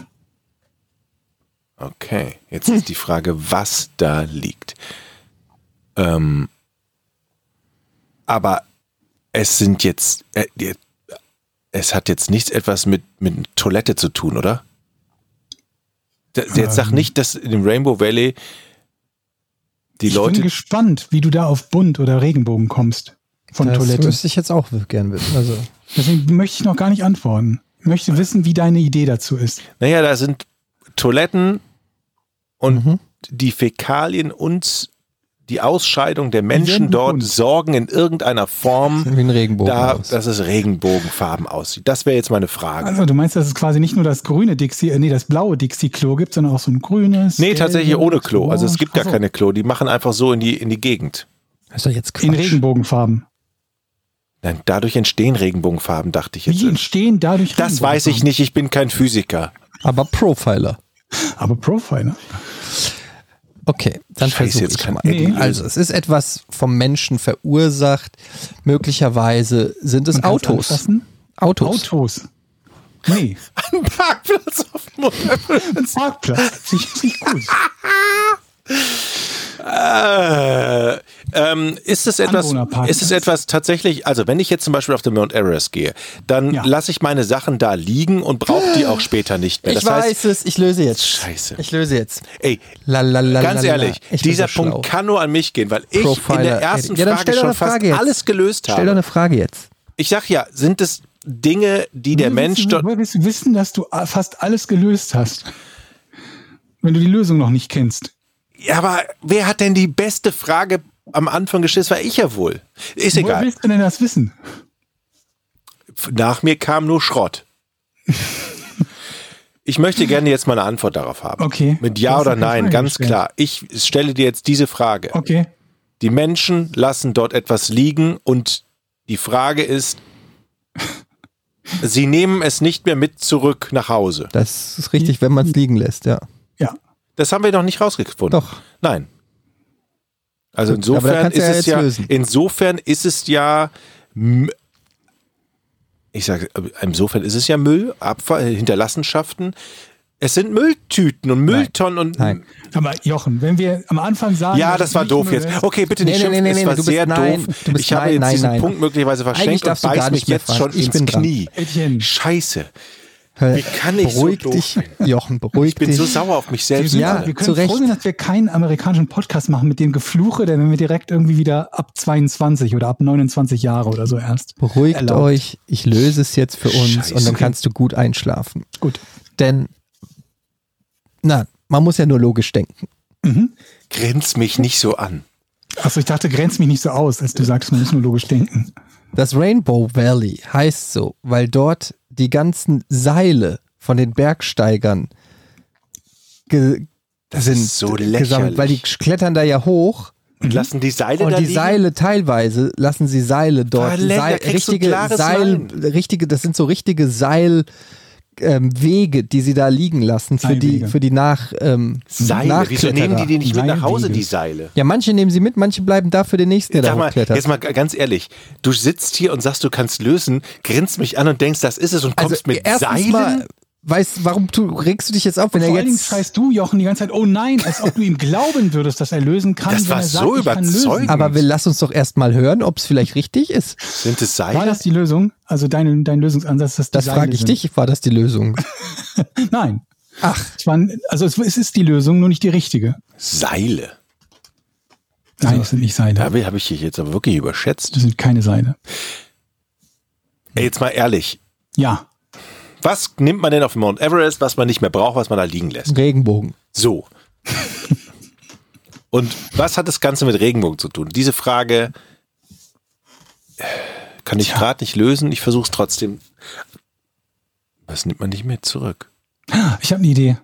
Okay, jetzt ist die Frage, was da liegt. Ähm, aber es sind jetzt, äh, die- es hat jetzt nichts etwas mit, mit Toilette zu tun, oder? Da, jetzt Ähm. sag nicht, dass in dem Rainbow Valley die ich Leute. bin gespannt, wie du da auf Bunt oder Regenbogen kommst von das Toilette. müsste ich jetzt auch gern wissen. Also, Deswegen möchte ich noch gar nicht antworten. Ich möchte wissen, wie deine Idee dazu ist. Mhm. Naja, da sind Toiletten und die Fäkalien und die Ausscheidung der Menschen werden dort bunt. sorgen in irgendeiner (laughs) Form, Wie ein Regenbogen. da, aus. dass es Regenbogenfarben aussieht. Das wäre jetzt meine Frage. Also du meinst, dass es quasi nicht nur das grüne Dixie, äh, nee, das blaue Dixie-Klo gibt, sondern auch so ein grünes. nee, tatsächlich gelbes, ohne Klo. Also es orange. gibt gar Ach so, keine Klo. Die machen einfach so in die, in die Gegend. Das ist doch jetzt Quatsch. In Regenbogenfarben. Nein, dadurch entstehen Regenbogenfarben, dachte ich jetzt. Wie entstehen dadurch Das weiß ich nicht, ich bin kein Physiker. (laughs) Aber Profiler. Aber ne? Profiler. Okay, dann Scheiße, versuche jetzt ich kann mal. Eddie lösen. Also es ist etwas vom Menschen verursacht. Möglicherweise sind es Man kann's Autos. anfassen. Autos. Autos. (laughs) Nee, Ein Parkplatz auf dem ein Parkplatz. Sich nicht gut. Äh, ähm, ist es etwas, Anwohnerpark. ist es etwas tatsächlich, also wenn ich jetzt zum Beispiel auf den Mount Everest gehe, dann Ja. lasse ich meine Sachen da liegen und brauche die auch später nicht mehr. Ich Das heißt, weiß es, ich löse jetzt. Scheiße. Ich löse jetzt. ey, La, la, la, ganz la, la, la. ehrlich, Ich bin dieser so Punkt schlau. kann nur an mich gehen, weil ich in Profiler, der ersten Eddie. Ja, dann Frage stell doch schon eine fast Frage jetzt. alles gelöst Stell doch habe. eine Frage jetzt. Ich sag ja, sind es Dinge, die der Hm, Woher Mensch willst dort. du, woher willst du wissen, dass du a- fast alles gelöst hast, wenn du die Lösung noch nicht kennst. Ja, aber wer hat denn die beste Frage am Anfang gestellt? Das war ich ja wohl. Ist Woher egal. willst du denn das wissen? Nach mir kam nur (laughs) Schrott. Ich möchte gerne jetzt mal eine Antwort darauf haben. Okay. Mit Du Ja hast oder eine Nein, Frage ganz gestellt. klar. Ich stelle dir jetzt diese Frage. Okay. Die Menschen lassen dort etwas liegen und die Frage ist, sie nehmen es nicht mehr mit zurück nach Hause. Das ist richtig, wenn man es liegen lässt, ja. Ja. Das haben wir noch nicht rausgefunden. Doch. Nein. Also Gut, aber dann insofern kannst du ist ja es jetzt ja, lösen. insofern ist es ja, m- ich sage, insofern ist es ja Müll, Abfall, Hinterlassenschaften. Es sind Mülltüten und Mülltonnen und Nein. Aber Jochen, wenn wir am Anfang sagen. ja, dass das es war nicht doof nur jetzt. ist- Okay, bitte nicht Nee, nee, schimpfen, nee, es nee, war du bist- sehr nein, doof. du bist- Ich habe nein, jetzt nein, diesen nein. Punkt möglicherweise Eigentlich verschenkt und darfst du beiß gar mich nicht mehr jetzt schon fragen. Ich ins bin dran. Knie. Etienne. Scheiße, Hör, Wie kann ich so beruhig doof dich, sein? Jochen, beruhig ich bin dich. so sauer auf mich selbst. Wir, Ja, ja, wir zu können Recht. froh sein, dass wir keinen amerikanischen Podcast machen mit dem Gefluche, denn wenn wir direkt irgendwie wieder ab 22 oder ab 29 Jahre oder so erst. Beruhigt Erlaubt. euch, ich löse es jetzt für uns Scheiße. und dann kannst du gut einschlafen. Gut. Denn, na, man muss ja nur logisch denken. Grinz mich nicht so an. Achso, Also ich dachte, grenz mich nicht so aus, als du sagst, man muss nur logisch denken. Das Rainbow Valley heißt so, weil dort die ganzen Seile von den Bergsteigern ge Das sind ist so gesammelt, weil die lächerlich. klettern da ja hoch Und lassen die Seile da Mhm. und die liegen? Seile teilweise lassen sie Seile dort, Verleger, Seil, kriegst du richtige klares Seil, Nein. richtige, das sind so richtige Seilwege, ähm, Wege, die sie da liegen lassen für die Seilwege. für die nach ähm, Seile, wieso nehmen die die nicht mit nach Hause, Seilwege. die Seile? Ja, manche nehmen sie mit, manche bleiben da für den nächsten, der da Sag mal, hochklettert. jetzt mal g- ganz ehrlich, du sitzt hier und sagst, du kannst lösen, grinst mich an und denkst, das ist es und kommst mit Also, erstens Seilen. Mal, weißt, warum tu, regst du dich jetzt auf, wenn Vor er allen Dingen jetzt. schreist du, Jochen, die ganze Zeit, oh nein, als ob du ihm glauben würdest, dass er lösen kann. Das wenn war er so ich kann lösen. überzeugend. aber wir lass uns doch erstmal hören, ob es vielleicht richtig ist. Sind es War Seile? das die Lösung? Also dein, dein Lösungsansatz, dass die Das Seile frage ich sind? dich, war das die Lösung? (laughs) Nein. Ach, Es waren, also es, es ist die Lösung, nur nicht die richtige. Seile. Nein, es sind nicht Seile. Da habe ich dich jetzt aber wirklich überschätzt. Das sind keine Seile. Ey, jetzt mal ehrlich, Ja. was nimmt man denn auf dem Mount Everest, was man nicht mehr braucht, was man da liegen lässt? (laughs) Regenbogen. So. Und was hat das Ganze mit Regenbogen zu tun? Diese Frage äh, kann ich gerade nicht lösen. Ich versuche es trotzdem. Was nimmt man nicht mehr zurück? Ah, Ich habe eine Idee.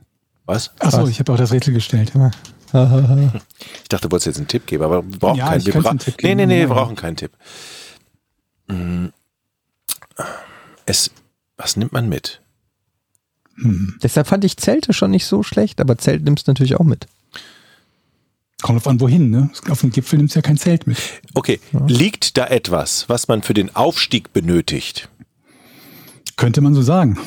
Was? Achso, ich habe auch das Rätsel gestellt. Ich dachte, du wolltest jetzt einen Tipp geben, aber wir brauchen Ja, keinen ich wir könnte bra- einen Tipp Nee, geben, nee, nee, wir ja. brauchen keinen Tipp. Mm. Es, was nimmt man mit? Deshalb fand ich Zelte schon nicht so schlecht, aber Zelt nimmst du natürlich auch mit. Kommt drauf an, wohin, ne? Auf dem Gipfel nimmst du ja kein Zelt mit. Okay, liegt da etwas, was man für den Aufstieg benötigt? Könnte man so sagen.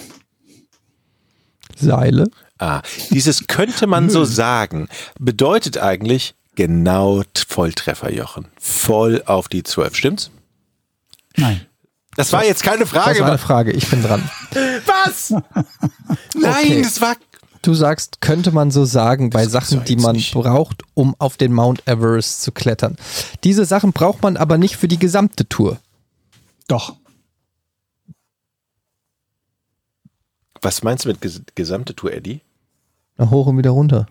Seile. Ah, dieses könnte man Hm. so sagen, bedeutet eigentlich genau t- Volltreffer, Jochen. Voll auf die Zwölf, stimmt's? Nein. Das war jetzt keine Das Frage. war eine Frage, ich bin dran. Was? Nein, (laughs) Okay. das war. Du sagst, könnte man so sagen, bei doch Sachen, jetzt die man nicht. braucht, um auf den Mount Everest zu klettern. Diese Sachen braucht man aber nicht für die gesamte Tour. Doch. Was meinst du mit ges gesamte Tour, Eddie? Na, hoch und wieder runter.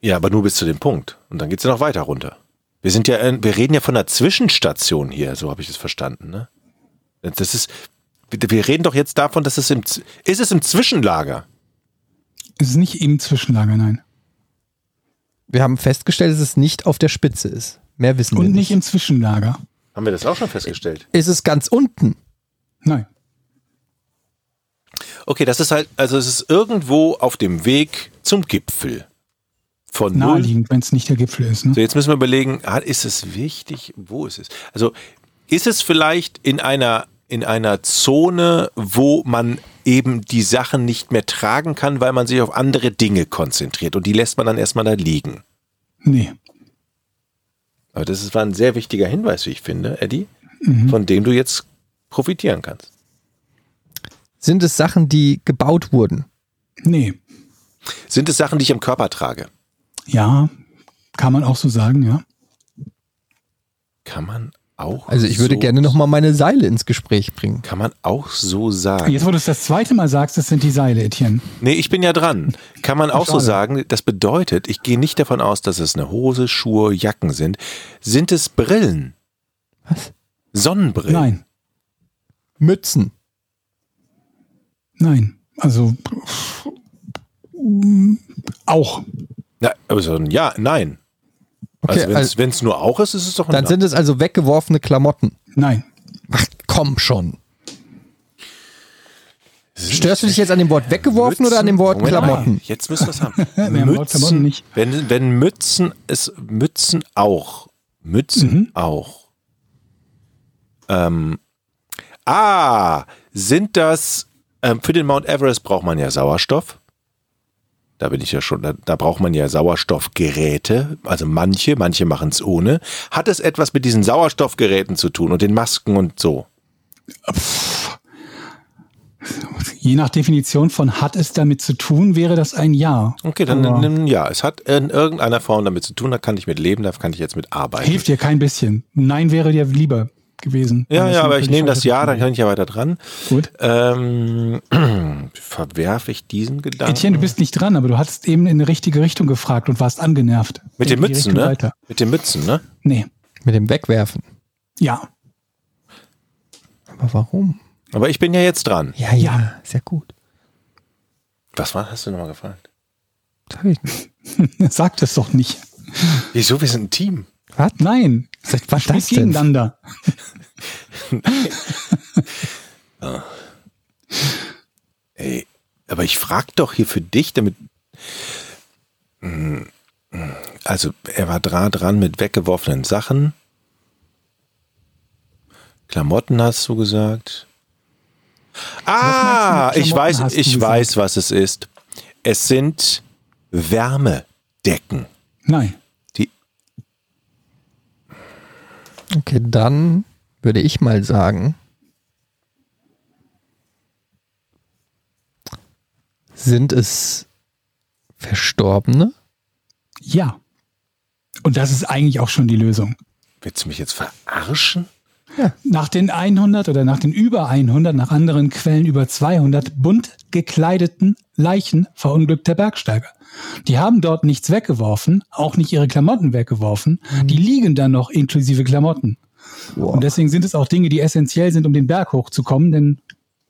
Ja, aber nur bis zu dem Punkt. Und dann geht's ja noch weiter runter. Wir sind ja, äh, wir reden ja von einer Zwischenstation hier, so habe ich es verstanden, ne? Das ist, wir wir reden doch jetzt davon, dass es im, Z- ist es im Zwischenlager? Es ist nicht im Zwischenlager, nein. Wir haben festgestellt, dass es nicht auf der Spitze ist. Mehr wissen wir Und nicht. nicht im Zwischenlager. Haben wir das auch schon festgestellt? Ist es ganz unten? Nein. Okay, das ist halt, also es ist irgendwo auf dem Weg zum Gipfel. Von null Naheliegend, wenn es nicht der Gipfel ist. Ne? So, jetzt müssen wir überlegen, ah, ist es wichtig? Wo ist es? Also, ist es vielleicht in einer, in einer Zone, wo man eben die Sachen nicht mehr tragen kann, weil man sich auf andere Dinge konzentriert und die lässt man dann erstmal da liegen? Nee. Aber das ist, war ein sehr wichtiger Hinweis, wie ich finde, Eddie, Mhm. von dem du jetzt profitieren kannst. Sind es Sachen, die gebaut wurden? Nee. Sind es Sachen, die ich im Körper trage? Ja, kann man auch so sagen, ja. Kann man auch. Also ich würde so, gerne nochmal meine Seile ins Gespräch bringen. Kann man auch so sagen. Jetzt, wo du es das zweite Mal sagst, das sind die Seile, Etienne. Nee, ich bin ja dran. Kann man auch so Schade. sagen, das bedeutet, ich gehe nicht davon aus, dass es eine Hose, Schuhe, Jacken sind. Sind es Brillen? Was? Sonnenbrillen? Nein, Mützen. nein. Also pff, mm, auch. Na, also, ein ja, nein. Okay, also also- wenn es nur auch ist, ist es doch ein Dann Nein. sind es also weggeworfene Klamotten. Nein. Ach, komm schon. Sind Störst du dich jetzt an dem Wort weggeworfen oder an dem Wort Moment mal, Klamotten? Jetzt müssen wir es haben. haben Wort Klamotten nicht. Wenn, wenn Mützen es Mützen auch. Mützen auch. Ähm, ah, sind das ähm, für den Mount Everest braucht man ja Sauerstoff. Da bin ich ja schon, da, da braucht man ja Sauerstoffgeräte. Also manche, manche machen es ohne. Hat es etwas mit diesen Sauerstoffgeräten zu tun und den Masken und so? Je nach Definition von hat es damit zu tun, wäre das ein Ja. Okay, dann Aber nimm- ja, es hat in irgendeiner Form damit zu tun, da kann ich mit leben, da kann ich jetzt mit arbeiten. hilft dir kein bisschen. Nein wäre dir lieber gewesen. Ja, Wenn ja, das aber ich völlig nehme das falsche Ja, dann Definition kann ich ja weiter dran. ist. Gut. Ähm, (clears throat) verwerfe ich diesen Gedanken? Etienne, du bist nicht dran, aber du hattest eben in die richtige Richtung gefragt und warst angenervt. mit den Denk die Mützen, Richtung ne? Weiter. Mit den Mützen, ne? Nee. Mit dem Wegwerfen. Ja. (laughs) Aber warum? Aber ich bin ja jetzt dran. Ja, ja, ist ja gut. Was war, hast du nochmal gefragt? Sag ich nicht. Sag das doch nicht. Wieso? Wir sind ein Team. Was? Nein. Seit wann Spielt das denn? gegeneinander. Ey, aber ich frag doch hier für dich, damit. Hm, hm. Also, er war dran, dran mit weggeworfenen Sachen. Klamotten hast du gesagt. Ah, Was meinst du mit ich weiß, Klamotten hast du ich gesagt? weiß, was es ist. Es sind Wärmedecken. Nein. Okay, dann würde ich mal sagen, sind es Verstorbene? Ja. Und das ist eigentlich auch schon die Lösung. Willst du mich jetzt verarschen? Nach den 100 oder nach den über 100, nach anderen Quellen über 200 bunt gekleideten Leichen verunglückter Bergsteiger. Die haben dort nichts weggeworfen, auch nicht ihre Klamotten weggeworfen. Die liegen dann noch inklusive Klamotten. Boah. Und deswegen sind es auch Dinge, die essentiell sind, um den Berg hochzukommen, denn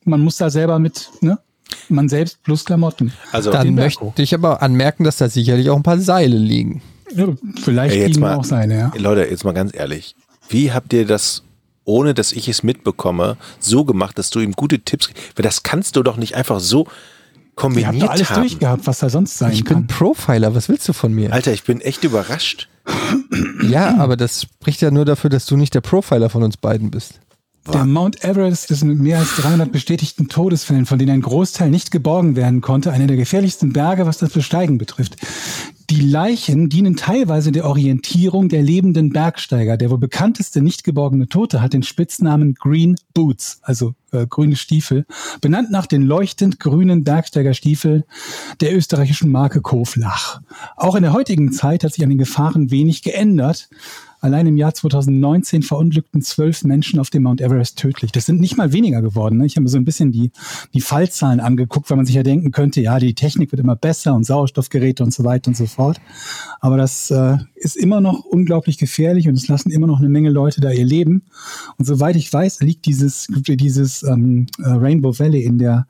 man muss da selber mit, ne? Man selbst plus Klamotten. Also, Dann den Berg möchte hoch. ich aber anmerken, dass da sicherlich auch ein paar Seile liegen. Ja, vielleicht Ey, jetzt liegen mal- auch seine, ja. Leute, jetzt mal ganz ehrlich. Wie habt ihr das, ohne dass ich es mitbekomme, so gemacht, dass du ihm gute Tipps gibst? Weil das kannst du doch nicht einfach so Ihr habt kombiniert doch alles haben. durchgehabt, was da sonst sein Ich bin kann. Profiler, was willst du von mir? Alter, ich bin echt überrascht. Ja, aber das spricht ja nur dafür, dass du nicht der Profiler von uns beiden bist. Der Mount Everest ist mit mehr als 300 bestätigten Todesfällen, von denen ein Großteil nicht geborgen werden konnte, einer der gefährlichsten Berge, was das Besteigen betrifft. Die Leichen dienen teilweise der Orientierung der lebenden Bergsteiger. Der wohl bekannteste nicht geborgene Tote hat den Spitznamen Green Boots, also äh, grüne Stiefel, benannt nach den leuchtend grünen Bergsteiger Stiefel der österreichischen Marke Koflach. Auch in der heutigen Zeit hat sich an den Gefahren wenig geändert. Allein im Jahr 2019 verunglückten zwölf Menschen auf dem Mount Everest tödlich. Das sind nicht mal weniger geworden. Ne? Ich habe mir so ein bisschen die, die Fallzahlen angeguckt, weil man sich ja denken könnte, ja, die Technik wird immer besser und Sauerstoffgeräte und so weiter und so fort. Aber das äh, ist immer noch unglaublich gefährlich und es lassen immer noch eine Menge Leute da ihr Leben. Und soweit ich weiß, liegt dieses, dieses ähm, äh, Rainbow Valley in, der,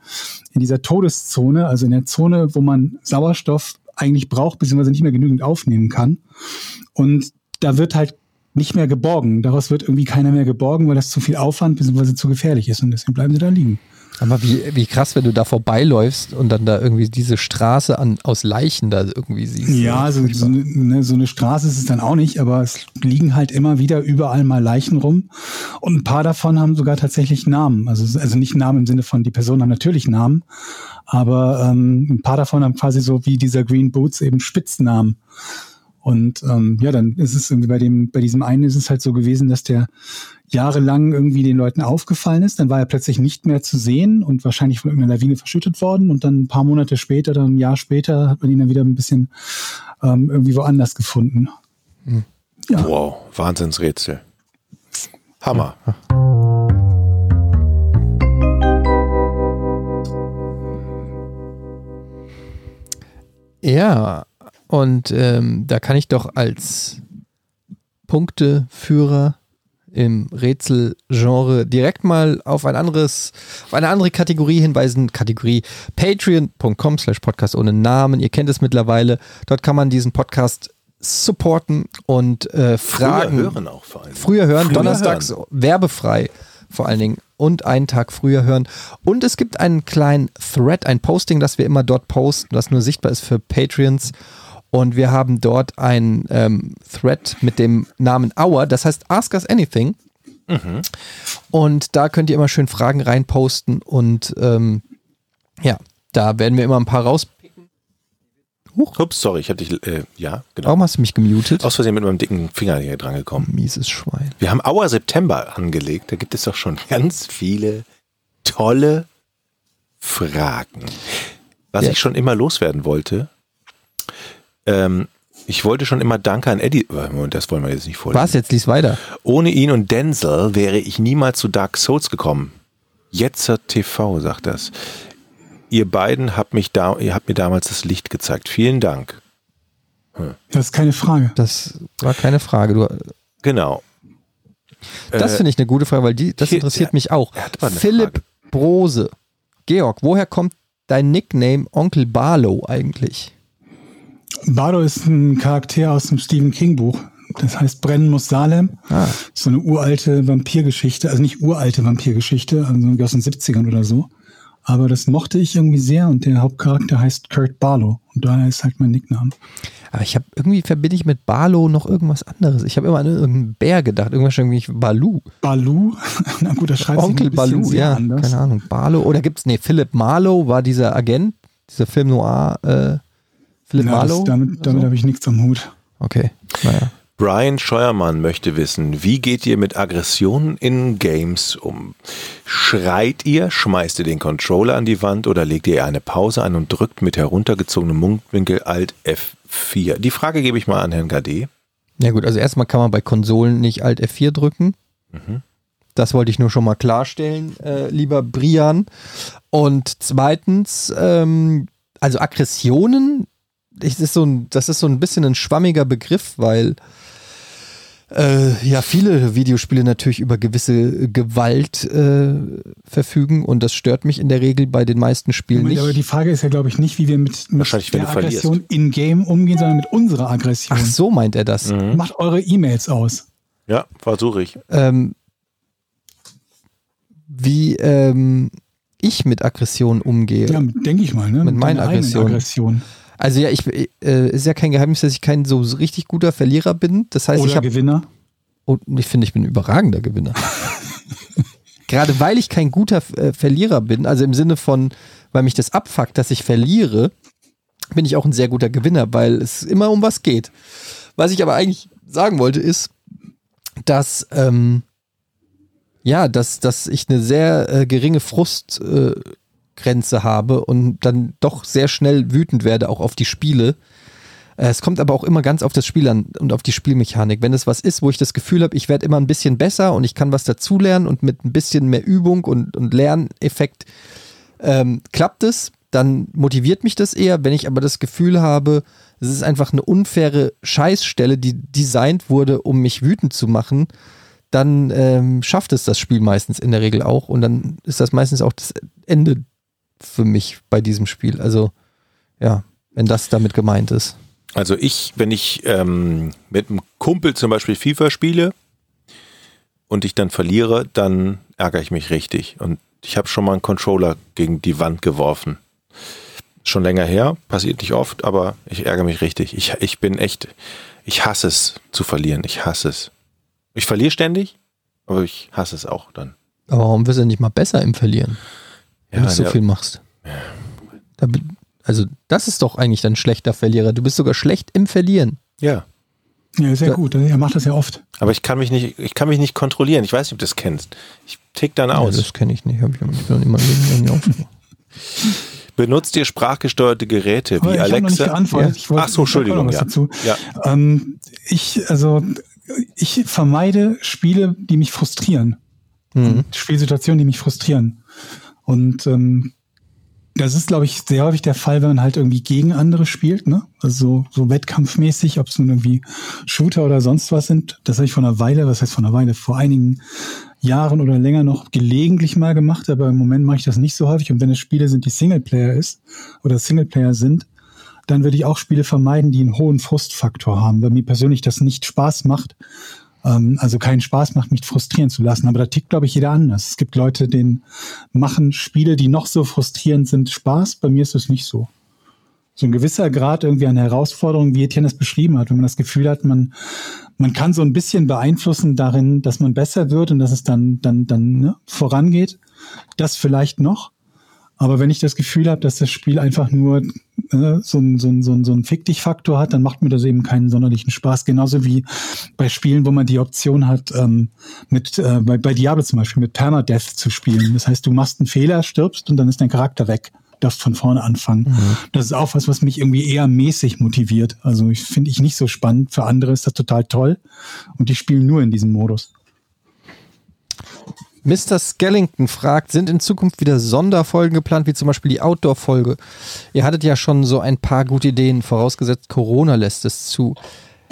in dieser Todeszone, also in der Zone, wo man Sauerstoff eigentlich braucht, beziehungsweise nicht mehr genügend aufnehmen kann. Und da wird halt nicht mehr geborgen. Daraus wird irgendwie keiner mehr geborgen, weil das zu viel Aufwand bzw. zu gefährlich ist und deswegen bleiben sie da liegen. Aber wie, wie krass, wenn du da vorbeiläufst und dann da irgendwie diese Straße an, aus Leichen da irgendwie siehst. Ja, so, so, eine, ne, so eine Straße ist es dann auch nicht, aber es liegen halt immer wieder überall mal Leichen rum. Und ein paar davon haben sogar tatsächlich Namen. Also, also nicht Namen im Sinne von, die Personen haben natürlich Namen, aber ähm, ein paar davon haben quasi so wie dieser Green Boots eben Spitznamen. Und ähm, ja, dann ist es irgendwie bei dem, bei diesem einen ist es halt so gewesen, dass der jahrelang irgendwie den Leuten aufgefallen ist. Dann war er plötzlich nicht mehr zu sehen und wahrscheinlich von irgendeiner Lawine verschüttet worden. Und dann ein paar Monate später, dann ein Jahr später, hat man ihn dann wieder ein bisschen ähm, irgendwie woanders gefunden. Ja. Wow, Wahnsinnsrätsel. Hammer. Ja, und ähm, da kann ich doch als Punkteführer im Rätselgenre direkt mal auf ein anderes, auf eine andere Kategorie hinweisen. Kategorie patreon.com slash podcast ohne Namen. Ihr kennt es mittlerweile. Dort kann man diesen Podcast supporten und äh, Fragen. Früher hören auch vor allem. Früher hören, Früher donnerstags hören. werbefrei vor allen Dingen und einen Tag früher hören. Und es gibt einen kleinen Thread, ein Posting, das wir immer dort posten, das nur sichtbar ist für Patreons. Und wir haben dort einen ähm, Thread mit dem Namen Hour, das heißt Ask Us Anything. Mhm. Und da könnt ihr immer schön Fragen reinposten und ähm, ja, da werden wir immer ein paar rauspicken. Ups, sorry, ich hab dich, äh, ja, genau. Warum hast du mich gemutet? Aus Versehen mit meinem dicken Finger hier dran gekommen. Mieses Schwein. Wir haben Auer September angelegt. Da gibt es doch schon ganz viele tolle Fragen. Was Ja. ich schon immer loswerden wollte, ähm, ich wollte schon immer Danke an Eddie. äh, Moment, Das wollen wir jetzt nicht vorlesen. Was? Jetzt lies weiter. Ohne ihn und Denzel wäre ich niemals zu Dark Souls gekommen. Jetzer TV sagt das. Ihr beiden habt, mich da, ihr habt mir damals das Licht gezeigt. Vielen Dank. Das ist keine Frage. Das war keine Frage. Du, Genau. das Äh, finde ich eine gute Frage, weil die, das hier- interessiert ja, mich auch. er hat aber eine Philipp Brose. Georg, woher kommt dein Nickname Onkel Barlow eigentlich? Bardo ist ein Charakter aus dem Stephen King Buch. Das heißt Brennen muss Salem. Ah. So eine uralte Vampirgeschichte. Also nicht uralte Vampirgeschichte, also irgendwie aus den 70ern oder so. Aber das mochte ich irgendwie sehr und der Hauptcharakter heißt Kurt Barlow. Und daher ist halt mein Nickname. Aber ich habe irgendwie verbinde ich mit Barlow noch irgendwas anderes. Ich habe immer an irgendeinen Bär gedacht, irgendwas irgendwie Balu. Balu. (laughs) Na gut, das schreibt sich Onkel ein bisschen Balu, sehr ja, anders. keine Ahnung. Barlow oder gibt's nee, Philipp Marlow war dieser Agent, dieser Film Noir äh Philipp Ja, das, Marlowe? damit damit habe ich nichts am Hut. Okay. Naja. Brian Scheuermann möchte wissen, wie geht ihr mit Aggressionen in Games um? Schreit ihr, schmeißt ihr den Controller an die Wand oder legt ihr eine Pause an und drückt mit heruntergezogenem Mundwinkel Alt F4? Die Frage gebe ich mal an Herrn Gade. Ja gut, also erstmal kann man bei Konsolen nicht Alt F4 drücken. Das wollte ich nur schon mal klarstellen, äh, lieber Brian. Und zweitens, ähm, also Aggressionen, das ist, so ein, das ist so ein bisschen ein schwammiger Begriff, weil äh, ja viele Videospiele natürlich über gewisse Gewalt äh, verfügen und das stört mich in der Regel bei den meisten Spielen Moment, nicht. aber die Frage ist ja, glaube ich, nicht, wie wir mit, Wahrscheinlich, mit wenn der du verlierst. Aggression in-game umgehen, sondern mit unserer Aggression. Ach so meint er das. Macht eure E-Mails aus. Ja, versuche ich. ähm, wie ähm, ich mit Aggression umgehe. Ja, denke ich mal, ne? Mit meinen deiner eigenen Aggressionen. Aggression. Also ja, ich äh, ist ja kein Geheimnis, dass ich kein so richtig guter Verlierer bin. Das heißt, Also ich Oder habe Gewinner. und ich finde, ich bin ein überragender Gewinner. Gerade weil ich kein guter äh, Verlierer bin, also im Sinne von, weil mich das abfuckt, dass ich verliere, bin ich auch ein sehr guter Gewinner, weil es immer um was geht. Was ich aber eigentlich sagen wollte, ist, dass ähm, ja, dass, dass ich eine sehr äh, geringe Frustgrenze äh, Grenze habe und dann doch sehr schnell wütend werde, auch auf die Spiele. Äh, Es kommt aber auch immer ganz auf das Spiel an und auf die Spielmechanik. Wenn es was ist, wo ich das Gefühl habe, ich werde immer ein bisschen besser und ich kann was dazulernen und mit ein bisschen mehr Übung und, und Lerneffekt ähm, klappt es, dann motiviert mich das eher. Wenn ich aber das Gefühl habe, es ist einfach eine unfaire Scheißstelle, die designt wurde, um mich wütend zu machen, dann ähm, schafft es das Spiel meistens in der Regel auch. Und dann ist das meistens auch das Ende für mich bei diesem Spiel. Also, ja, wenn das damit gemeint ist. Also ich, wenn ich ähm, mit einem Kumpel zum Beispiel FIFA spiele und ich dann verliere, dann ärgere ich mich richtig. Und ich habe schon mal einen Controller gegen die Wand geworfen. Schon länger her, passiert nicht oft, aber ich ärgere mich richtig. Ich, ich bin echt, ich hasse es zu verlieren. Ich hasse es. Ich verliere ständig, aber ich hasse es auch dann. Aber warum wirst du nicht mal besser im Verlieren, wenn Ja, du so ja. viel machst? Da, bi- also, das ist doch eigentlich dann ein schlechter Verlierer. Du bist sogar schlecht im Verlieren. Ja. Ja, sehr Ja. gut. Er macht das ja oft. Aber ich kann mich nicht, ich kann mich nicht kontrollieren. Ich weiß nicht, ob du das kennst. Ich tick dann Ja, aus. das kenne ich nicht. Hab ich ich bin noch niemand (laughs) gegen aufgenommen. Benutzt ihr sprachgesteuerte Geräte Aber wie ich hab noch nicht Alexa? geantwortet. Ja. Ich wollte, Ach so, ich wollte Entschuldigung, noch was ja. dazu. Ja. Ähm, ich, also, ich vermeide Spiele, die mich frustrieren. Mhm. Spielsituationen, die mich frustrieren. Und ähm, das ist, glaube ich, sehr häufig der Fall, wenn man halt irgendwie gegen andere spielt, ne? Also so, so wettkampfmäßig, ob es nun irgendwie Shooter oder sonst was sind. Das habe ich vor einer Weile, was heißt vor einer Weile, vor einigen Jahren oder länger noch gelegentlich mal gemacht, aber im Moment mache ich das nicht so häufig. Und wenn es Spiele sind, die Singleplayer ist oder Singleplayer sind, dann würde ich auch Spiele vermeiden, die einen hohen Frustfaktor haben, weil mir persönlich das nicht Spaß macht, ähm, also keinen Spaß macht, mich frustrieren zu lassen. Aber da tickt, glaube ich, jeder anders. Es gibt Leute, denen machen Spiele, die noch so frustrierend sind, Spaß. Bei mir ist es nicht so. So ein gewisser Grad irgendwie an Herausforderung, wie Etienne das beschrieben hat, wenn man das Gefühl hat, man, man kann so ein bisschen beeinflussen darin, dass man besser wird und dass es dann, dann, dann ne, vorangeht. Das vielleicht noch. Aber wenn ich das Gefühl habe, dass das Spiel einfach nur äh, so ein so ein so ein so ein Fick dich-Faktor hat, dann macht mir das eben keinen sonderlichen Spaß. Genauso wie bei Spielen, wo man die Option hat, ähm, mit, äh, bei, bei Diablo zum Beispiel, mit Permadeath zu spielen. Das heißt, du machst einen Fehler, stirbst und dann ist dein Charakter weg. Darfst von vorne anfangen. Mhm. Das ist auch was, was mich irgendwie eher mäßig motiviert. Also ich finde ich nicht so spannend. Für andere ist das total toll. Und die spielen nur in diesem Modus. Mr. Skellington fragt, sind in Zukunft wieder Sonderfolgen geplant, wie zum Beispiel die Outdoor-Folge? Ihr hattet ja schon so ein paar gute Ideen, vorausgesetzt Corona lässt es zu.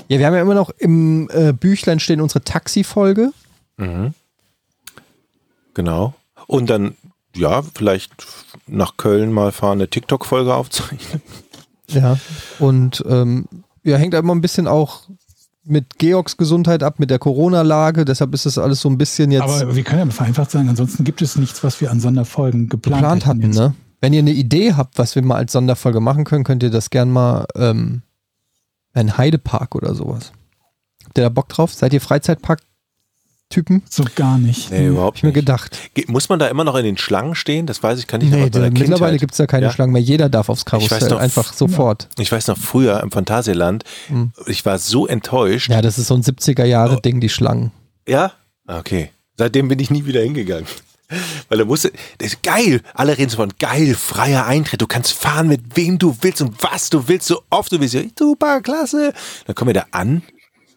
Ja, wir haben ja immer noch im äh, Büchlein stehen unsere Taxi-Folge. Genau. Und dann, ja, vielleicht nach Köln mal fahren, eine TikTok-Folge (laughs) aufzeichnen. Ja. Und ähm, ja, hängt immer ein bisschen auch mit Georgs Gesundheit ab, mit der Corona-Lage. Deshalb ist das alles so ein bisschen jetzt Aber wir können ja vereinfacht sagen, ansonsten gibt es nichts, was wir an Sonderfolgen geplant, geplant hatten. jetzt. Ne? Wenn ihr eine Idee habt, was wir mal als Sonderfolge machen können, könnt ihr das gern mal ähm, ein Heidepark oder sowas. Habt ihr da Bock drauf? Seid ihr Freizeitpark-Typen? So gar nicht. Nee, Hab überhaupt ich mir nicht. gedacht. Ge- Muss man da immer noch in den Schlangen stehen? Das weiß ich, kann ich noch Nee, aus meiner da, mittlerweile Kindheit. gibt es da keine Ja. Schlangen mehr. Jeder darf aufs weiß Karussell. noch, Einfach sofort. Ich weiß noch früher im Phantasialand, Hm. ich war so enttäuscht. Ja. das ist so ein 70er-Jahre-Ding, die Schlangen. Ja? Ah, Okay. Seitdem bin ich nie wieder hingegangen. (laughs) Weil da musste, das ist geil, alle reden so von geil, freier Eintritt, du kannst fahren mit wem du willst und was du willst, so oft du willst, Ja, super, klasse. Dann kommen wir da an,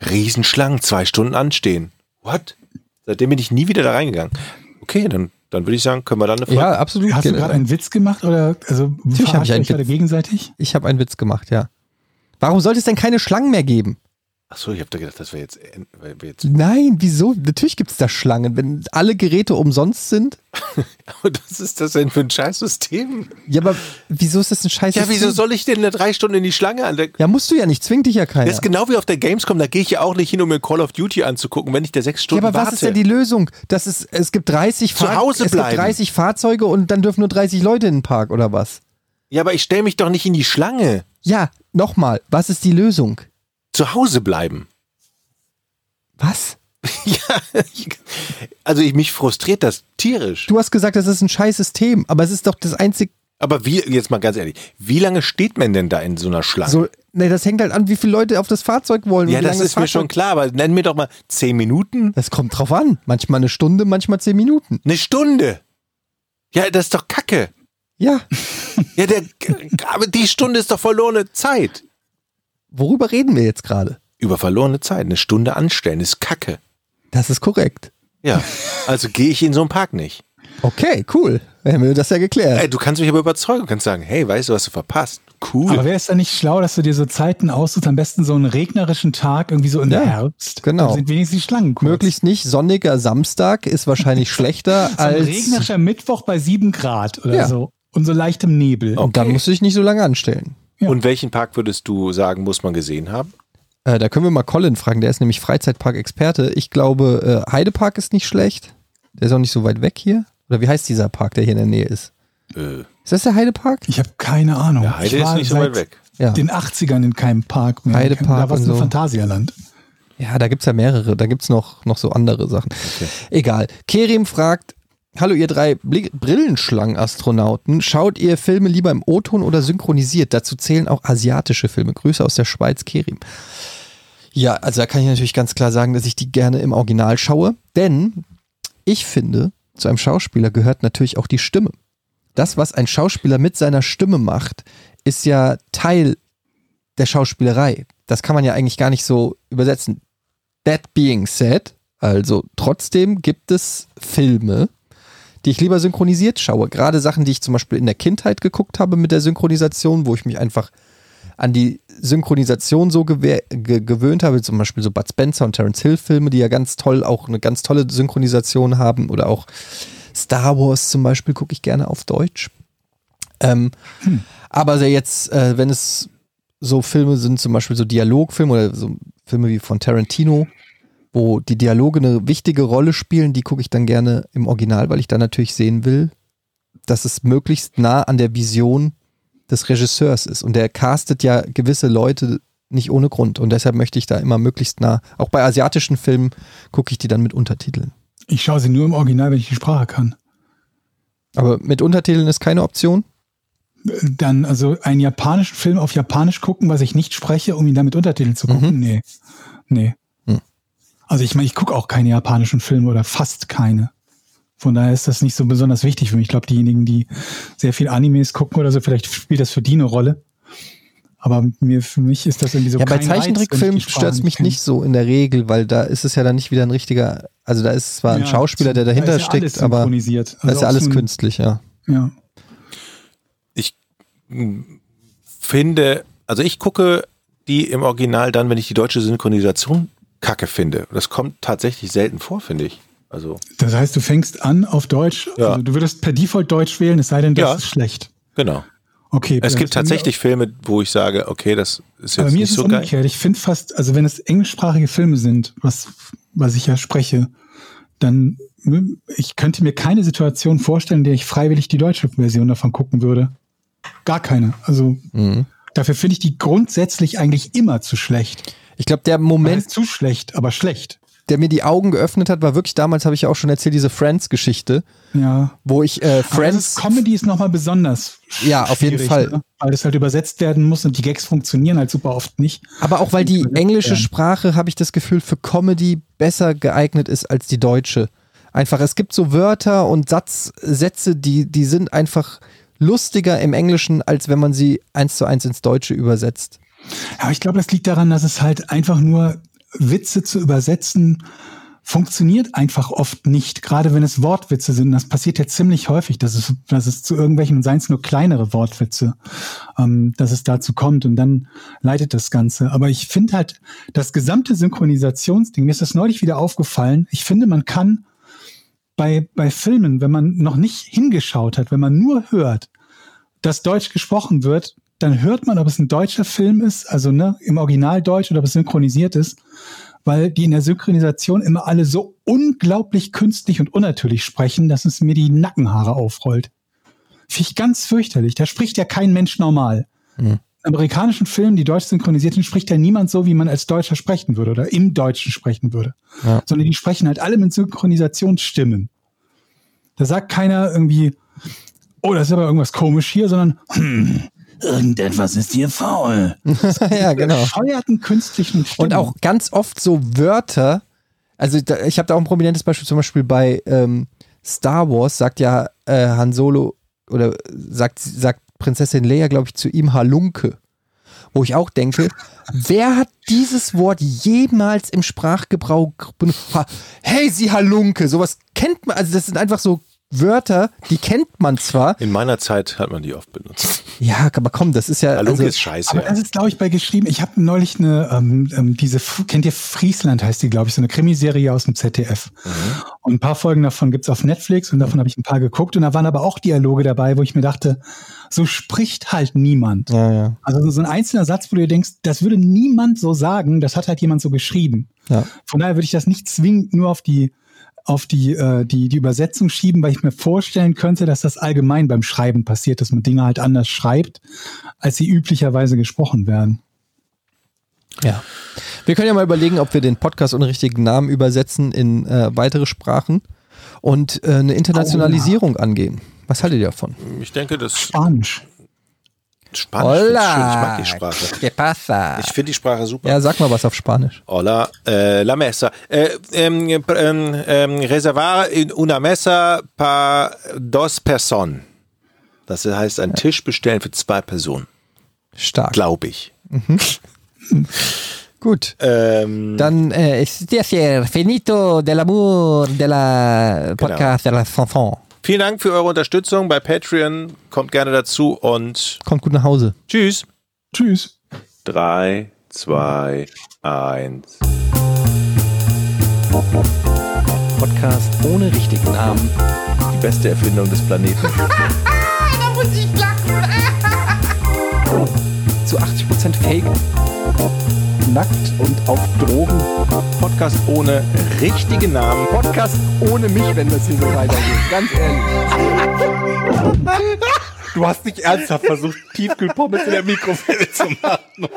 Riesenschlangen, zwei Stunden anstehen. What? Seitdem bin ich nie wieder da reingegangen. Okay, dann, dann würde ich sagen, können wir dann eine Folge. Ja, absolut. genau. Hast du gerade einen Witz gemacht oder also ich verarscht ihr einen euch gerade Witz. gegenseitig? ich habe einen Witz gemacht, ja. Warum sollte es denn keine Schlangen mehr geben? Achso, ich habe da gedacht, das wäre jetzt, en- weil wir jetzt. (laughs) Nein, wieso? Natürlich gibt es da Schlangen. Wenn alle Geräte umsonst sind. Aber das ist das denn für ein scheiß System? Ja, aber wieso ist das ein scheiß Ja, wieso System? soll ich denn da drei Stunden in die Schlange an? Da- Ja, musst du ja nicht, zwingt dich ja keiner. Das ist genau wie auf der Gamescom, da gehe ich ja auch nicht hin, um mir Call of Duty anzugucken, wenn ich da sechs ja, Stunden aber was warte. ist denn die Lösung? Das ist, es gibt 30 Zu Fahr- Hause es gibt bleiben. 30 Fahrzeuge und dann dürfen nur 30 Leute in den Park oder was? ja, aber ich stelle mich doch nicht in die Schlange. Ja, nochmal, was ist die Lösung? Zu Hause bleiben. (laughs) Was? ja, also ich, mich frustriert das tierisch. Du hast gesagt, das ist ein scheiß System, aber es ist doch das einzige Aber wie, jetzt mal ganz ehrlich, wie lange steht man denn da in so einer Schlange? so Nee, das hängt halt an, wie viele Leute auf das Fahrzeug wollen. und Ja, wie das lange ist mir schon Fahrzeug- klar, aber nenn mir doch mal zehn Minuten. Das kommt drauf an. Manchmal eine Stunde, manchmal zehn Minuten. Eine Stunde. Ja, das ist doch Kacke. Ja. Ja, der, aber die Stunde ist doch verlorene Zeit. Worüber reden wir jetzt gerade? Über verlorene Zeit. Eine Stunde anstellen ist Kacke. Das ist korrekt. Ja, also gehe ich in so einen Park nicht. Okay, cool. Dann haben wir das ja geklärt. Ey, du kannst mich aber überzeugen, du kannst sagen, hey, weißt du, was du verpasst? Aber Cool. wäre es dann nicht schlau, dass du dir so Zeiten aussuchst, am besten so einen regnerischen Tag, irgendwie so im Ja, Herbst? genau. Dann sind wenigstens die Schlangen kurz. Möglichst nicht. Sonniger Samstag ist wahrscheinlich schlechter So ein als. regnerischer Mittwoch bei sieben Grad oder Ja. so. Und so leichtem Nebel. Und dann musst du dich nicht so lange anstellen. Ja. Und welchen Park würdest du sagen, muss man gesehen haben? Äh, da können wir mal Colin fragen. Der ist nämlich Freizeitpark-Experte. Ich glaube, äh, Heidepark ist nicht schlecht. Der ist auch nicht so weit weg hier. Oder wie heißt dieser Park, der hier in der Nähe ist? Äh, Ist das der Heidepark? Ich habe keine Ahnung. ja, Heide ich ist war nicht so seit weit weg. Ja. den 80ern in keinem Park mehr. Heidepark Da war und es nur so. Phantasialand. Ja, da gibt's ja mehrere. Da gibt's noch, noch so andere Sachen. Egal. Kerim fragt: Hallo, ihr drei Bli- Brillenschlangen-Astronauten. Schaut ihr Filme lieber im O-Ton oder synchronisiert? Dazu zählen auch asiatische Filme. Grüße aus der Schweiz, Kerim. Ja, also da kann ich natürlich ganz klar sagen, dass ich die gerne im Original schaue. Denn ich finde, zu einem Schauspieler gehört natürlich auch die Stimme. Das, was ein Schauspieler mit seiner Stimme macht, ist ja Teil der Schauspielerei. Das kann man ja eigentlich gar nicht so übersetzen. That being said, also trotzdem gibt es Filme, die ich lieber synchronisiert schaue. Gerade Sachen, die ich zum Beispiel in der Kindheit geguckt habe mit der Synchronisation, wo ich mich einfach an die Synchronisation so gewehr, ge gewöhnt habe, zum Beispiel so Bud Spencer und Terence Hill Filme, die ja ganz toll auch eine ganz tolle Synchronisation haben oder auch Star Wars zum Beispiel gucke ich gerne auf Deutsch. Ähm, Aber sehr jetzt, äh, wenn es so Filme sind, zum Beispiel so Dialogfilme oder so Filme wie von Tarantino, wo die Dialoge eine wichtige Rolle spielen, die gucke ich dann gerne im Original, weil ich dann natürlich sehen will, dass es möglichst nah an der Vision des Regisseurs ist. Und der castet ja gewisse Leute nicht ohne Grund. Und deshalb möchte ich da immer möglichst nah, auch bei asiatischen Filmen gucke ich die dann mit Untertiteln. Ich schaue sie nur im Original, wenn ich die Sprache kann. Aber mit Untertiteln ist keine Option. Dann also einen japanischen Film auf Japanisch gucken, was ich nicht spreche, um ihn dann mit Untertiteln zu gucken? Nee. Nee. Mhm. Hm. Also ich meine, ich gucke auch keine japanischen Filme oder fast keine. Von daher ist das nicht so besonders wichtig für mich. Ich glaube, diejenigen, die sehr viel Animes gucken oder so, vielleicht spielt das für die eine Rolle. Aber mir, für mich ist das irgendwie so ja, bei kein Reiz, wenn ich die Zeichentrickfilmen Sprache stört es mich kenne. nicht so in der Regel, weil da ist es ja dann nicht wieder ein richtiger, also da ist zwar ein Ja, Schauspieler, der da dahinter ist ja alles steckt, aber synchronisiert. da Also ist ja auch alles so ein- künstlich, ja. Ja. Hm, Finde, also ich gucke die im Original dann, wenn ich die deutsche Synchronisation Kacke finde. Das kommt tatsächlich selten vor, finde ich. Also, Das heißt, du fängst an auf Deutsch. Ja. Also du würdest per Default Deutsch wählen, es sei denn, das Ja. ist schlecht. genau. Okay. Es äh, gibt bei mir- tatsächlich Filme, wo ich sage, okay, das ist Bei jetzt mir nicht ist es so geil. umgekehrt. Ich finde fast, also wenn es englischsprachige Filme sind, was, was ich ja spreche, dann m- ich könnte mir keine Situation vorstellen, in der ich freiwillig die deutsche Version davon gucken würde. Gar keine. Also Mhm. dafür finde ich die grundsätzlich eigentlich immer zu schlecht. Ich glaube, der Man Moment, ist zu schlecht, aber schlecht. der mir die Augen geöffnet hat, war wirklich damals, habe ich ja auch schon erzählt, diese Friends-Geschichte, Ja. wo ich äh, Aber das ist- Friends. Comedy ist nochmal besonders. sch- Ja, auf jeden schwierig, Fall. Ne? Weil das halt übersetzt werden muss und die Gags funktionieren halt super oft nicht. Aber auch weil die übersetzt englische werden. Sprache, habe ich das Gefühl, für Comedy besser geeignet ist als die deutsche. Einfach, es gibt so Wörter und Satz, Sätze, die, die sind einfach lustiger im Englischen, als wenn man sie eins zu eins ins Deutsche übersetzt. (laughs) Aber ich glaube, das liegt daran, dass es halt einfach nur Witze zu übersetzen funktioniert einfach oft nicht, gerade wenn es Wortwitze sind. Das passiert ja ziemlich häufig, dass es, dass es zu irgendwelchen, und seien es nur kleinere Wortwitze, ähm, dass es dazu kommt und dann leitet das Ganze. Aber ich finde halt, das gesamte Synchronisationsding, mir ist das neulich wieder aufgefallen, ich finde, man kann bei, bei Filmen, wenn man noch nicht hingeschaut hat, wenn man nur hört, dass Deutsch gesprochen wird, dann hört man, ob es ein deutscher Film ist, also ne, im Original Deutsch oder ob es synchronisiert ist, weil die in der Synchronisation immer alle so unglaublich künstlich und unnatürlich sprechen, dass es mir die Nackenhaare aufrollt. Finde ich ganz fürchterlich. Da spricht ja kein Mensch normal. Mhm. In amerikanischen Filmen, die deutsch synchronisiert sind, spricht ja niemand so, wie man als Deutscher sprechen würde oder im Deutschen sprechen würde. Ja. Sondern die sprechen halt alle mit Synchronisationsstimmen. Da sagt keiner irgendwie, oh, das ist aber irgendwas komisch hier, sondern Irgendetwas ist hier faul. ja, genau. Bescheuerten künstlichen Stimmen. Und auch ganz oft so Wörter. Also da, ich habe da auch ein prominentes Beispiel, zum Beispiel bei ähm, Star Wars sagt ja äh, Han Solo oder sagt, sagt Prinzessin Leia, glaube ich, zu ihm Halunke. Wo ich (laughs) auch denke, wer hat dieses Wort jemals im Sprachgebrauch benutzt? Ha- Hey, sie Halunke, sowas kennt man, also das sind einfach so Wörter, die kennt man zwar. In meiner Zeit hat man die oft benutzt. Ja, aber komm, das ist ja. Halunke Also, ist scheiße. Aber Ja. das ist, glaube ich, bei geschrieben. Ich habe neulich eine, ähm, ähm, diese, F- kennt ihr Friesland heißt die, glaube ich, so eine Krimiserie aus dem ZDF. Und ein paar Folgen davon gibt's auf Netflix und davon habe ich ein paar geguckt. Und da waren aber auch Dialoge dabei, wo ich mir dachte, so spricht halt niemand. ja, ja. Also so ein einzelner Satz, wo du dir denkst, das würde niemand so sagen, das hat halt jemand so geschrieben. Ja. Von daher würde ich das nicht zwingend nur auf die auf die, äh, die, die Übersetzung schieben, weil ich mir vorstellen könnte, dass das allgemein beim Schreiben passiert, dass man Dinge halt anders schreibt, als sie üblicherweise gesprochen werden. Ja. Wir können ja mal überlegen, ob wir den Podcast ohne richtigen Namen übersetzen in äh, weitere Sprachen und äh, eine Internationalisierung angehen. Was haltet ihr davon? Ich denke, das Spanisch. Spanisch ist schön. Ich mag die Sprache. ¿Qué pasa? Ich finde die Sprache super. Ja, sag mal was auf Spanisch. Hola, äh, la mesa. Äh, ähm, ähm, ähm, reservar in una mesa para dos personas. Das heißt, einen Tisch bestellen für zwei Personen, Stark. glaube ich. Gut. Ähm, Dann äh, ist das hier finito del amor de Genau. la podcast de la chanson. vielen Dank für eure Unterstützung bei Patreon. Kommt gerne dazu und Kommt gut nach Hause. tschüss. Tschüss. Drei, zwei, eins. Podcast ohne richtigen Namen. Die beste Erfindung des Planeten. Da muss ich lachen. Zu 80% Fake. Nackt und auf Drogen. Podcast ohne richtigen Namen. Podcast ohne mich, wenn das hier so weitergeht. Ganz ehrlich. Du hast nicht ernsthaft versucht, Tiefkühlpommes in der Mikrowelle zu machen.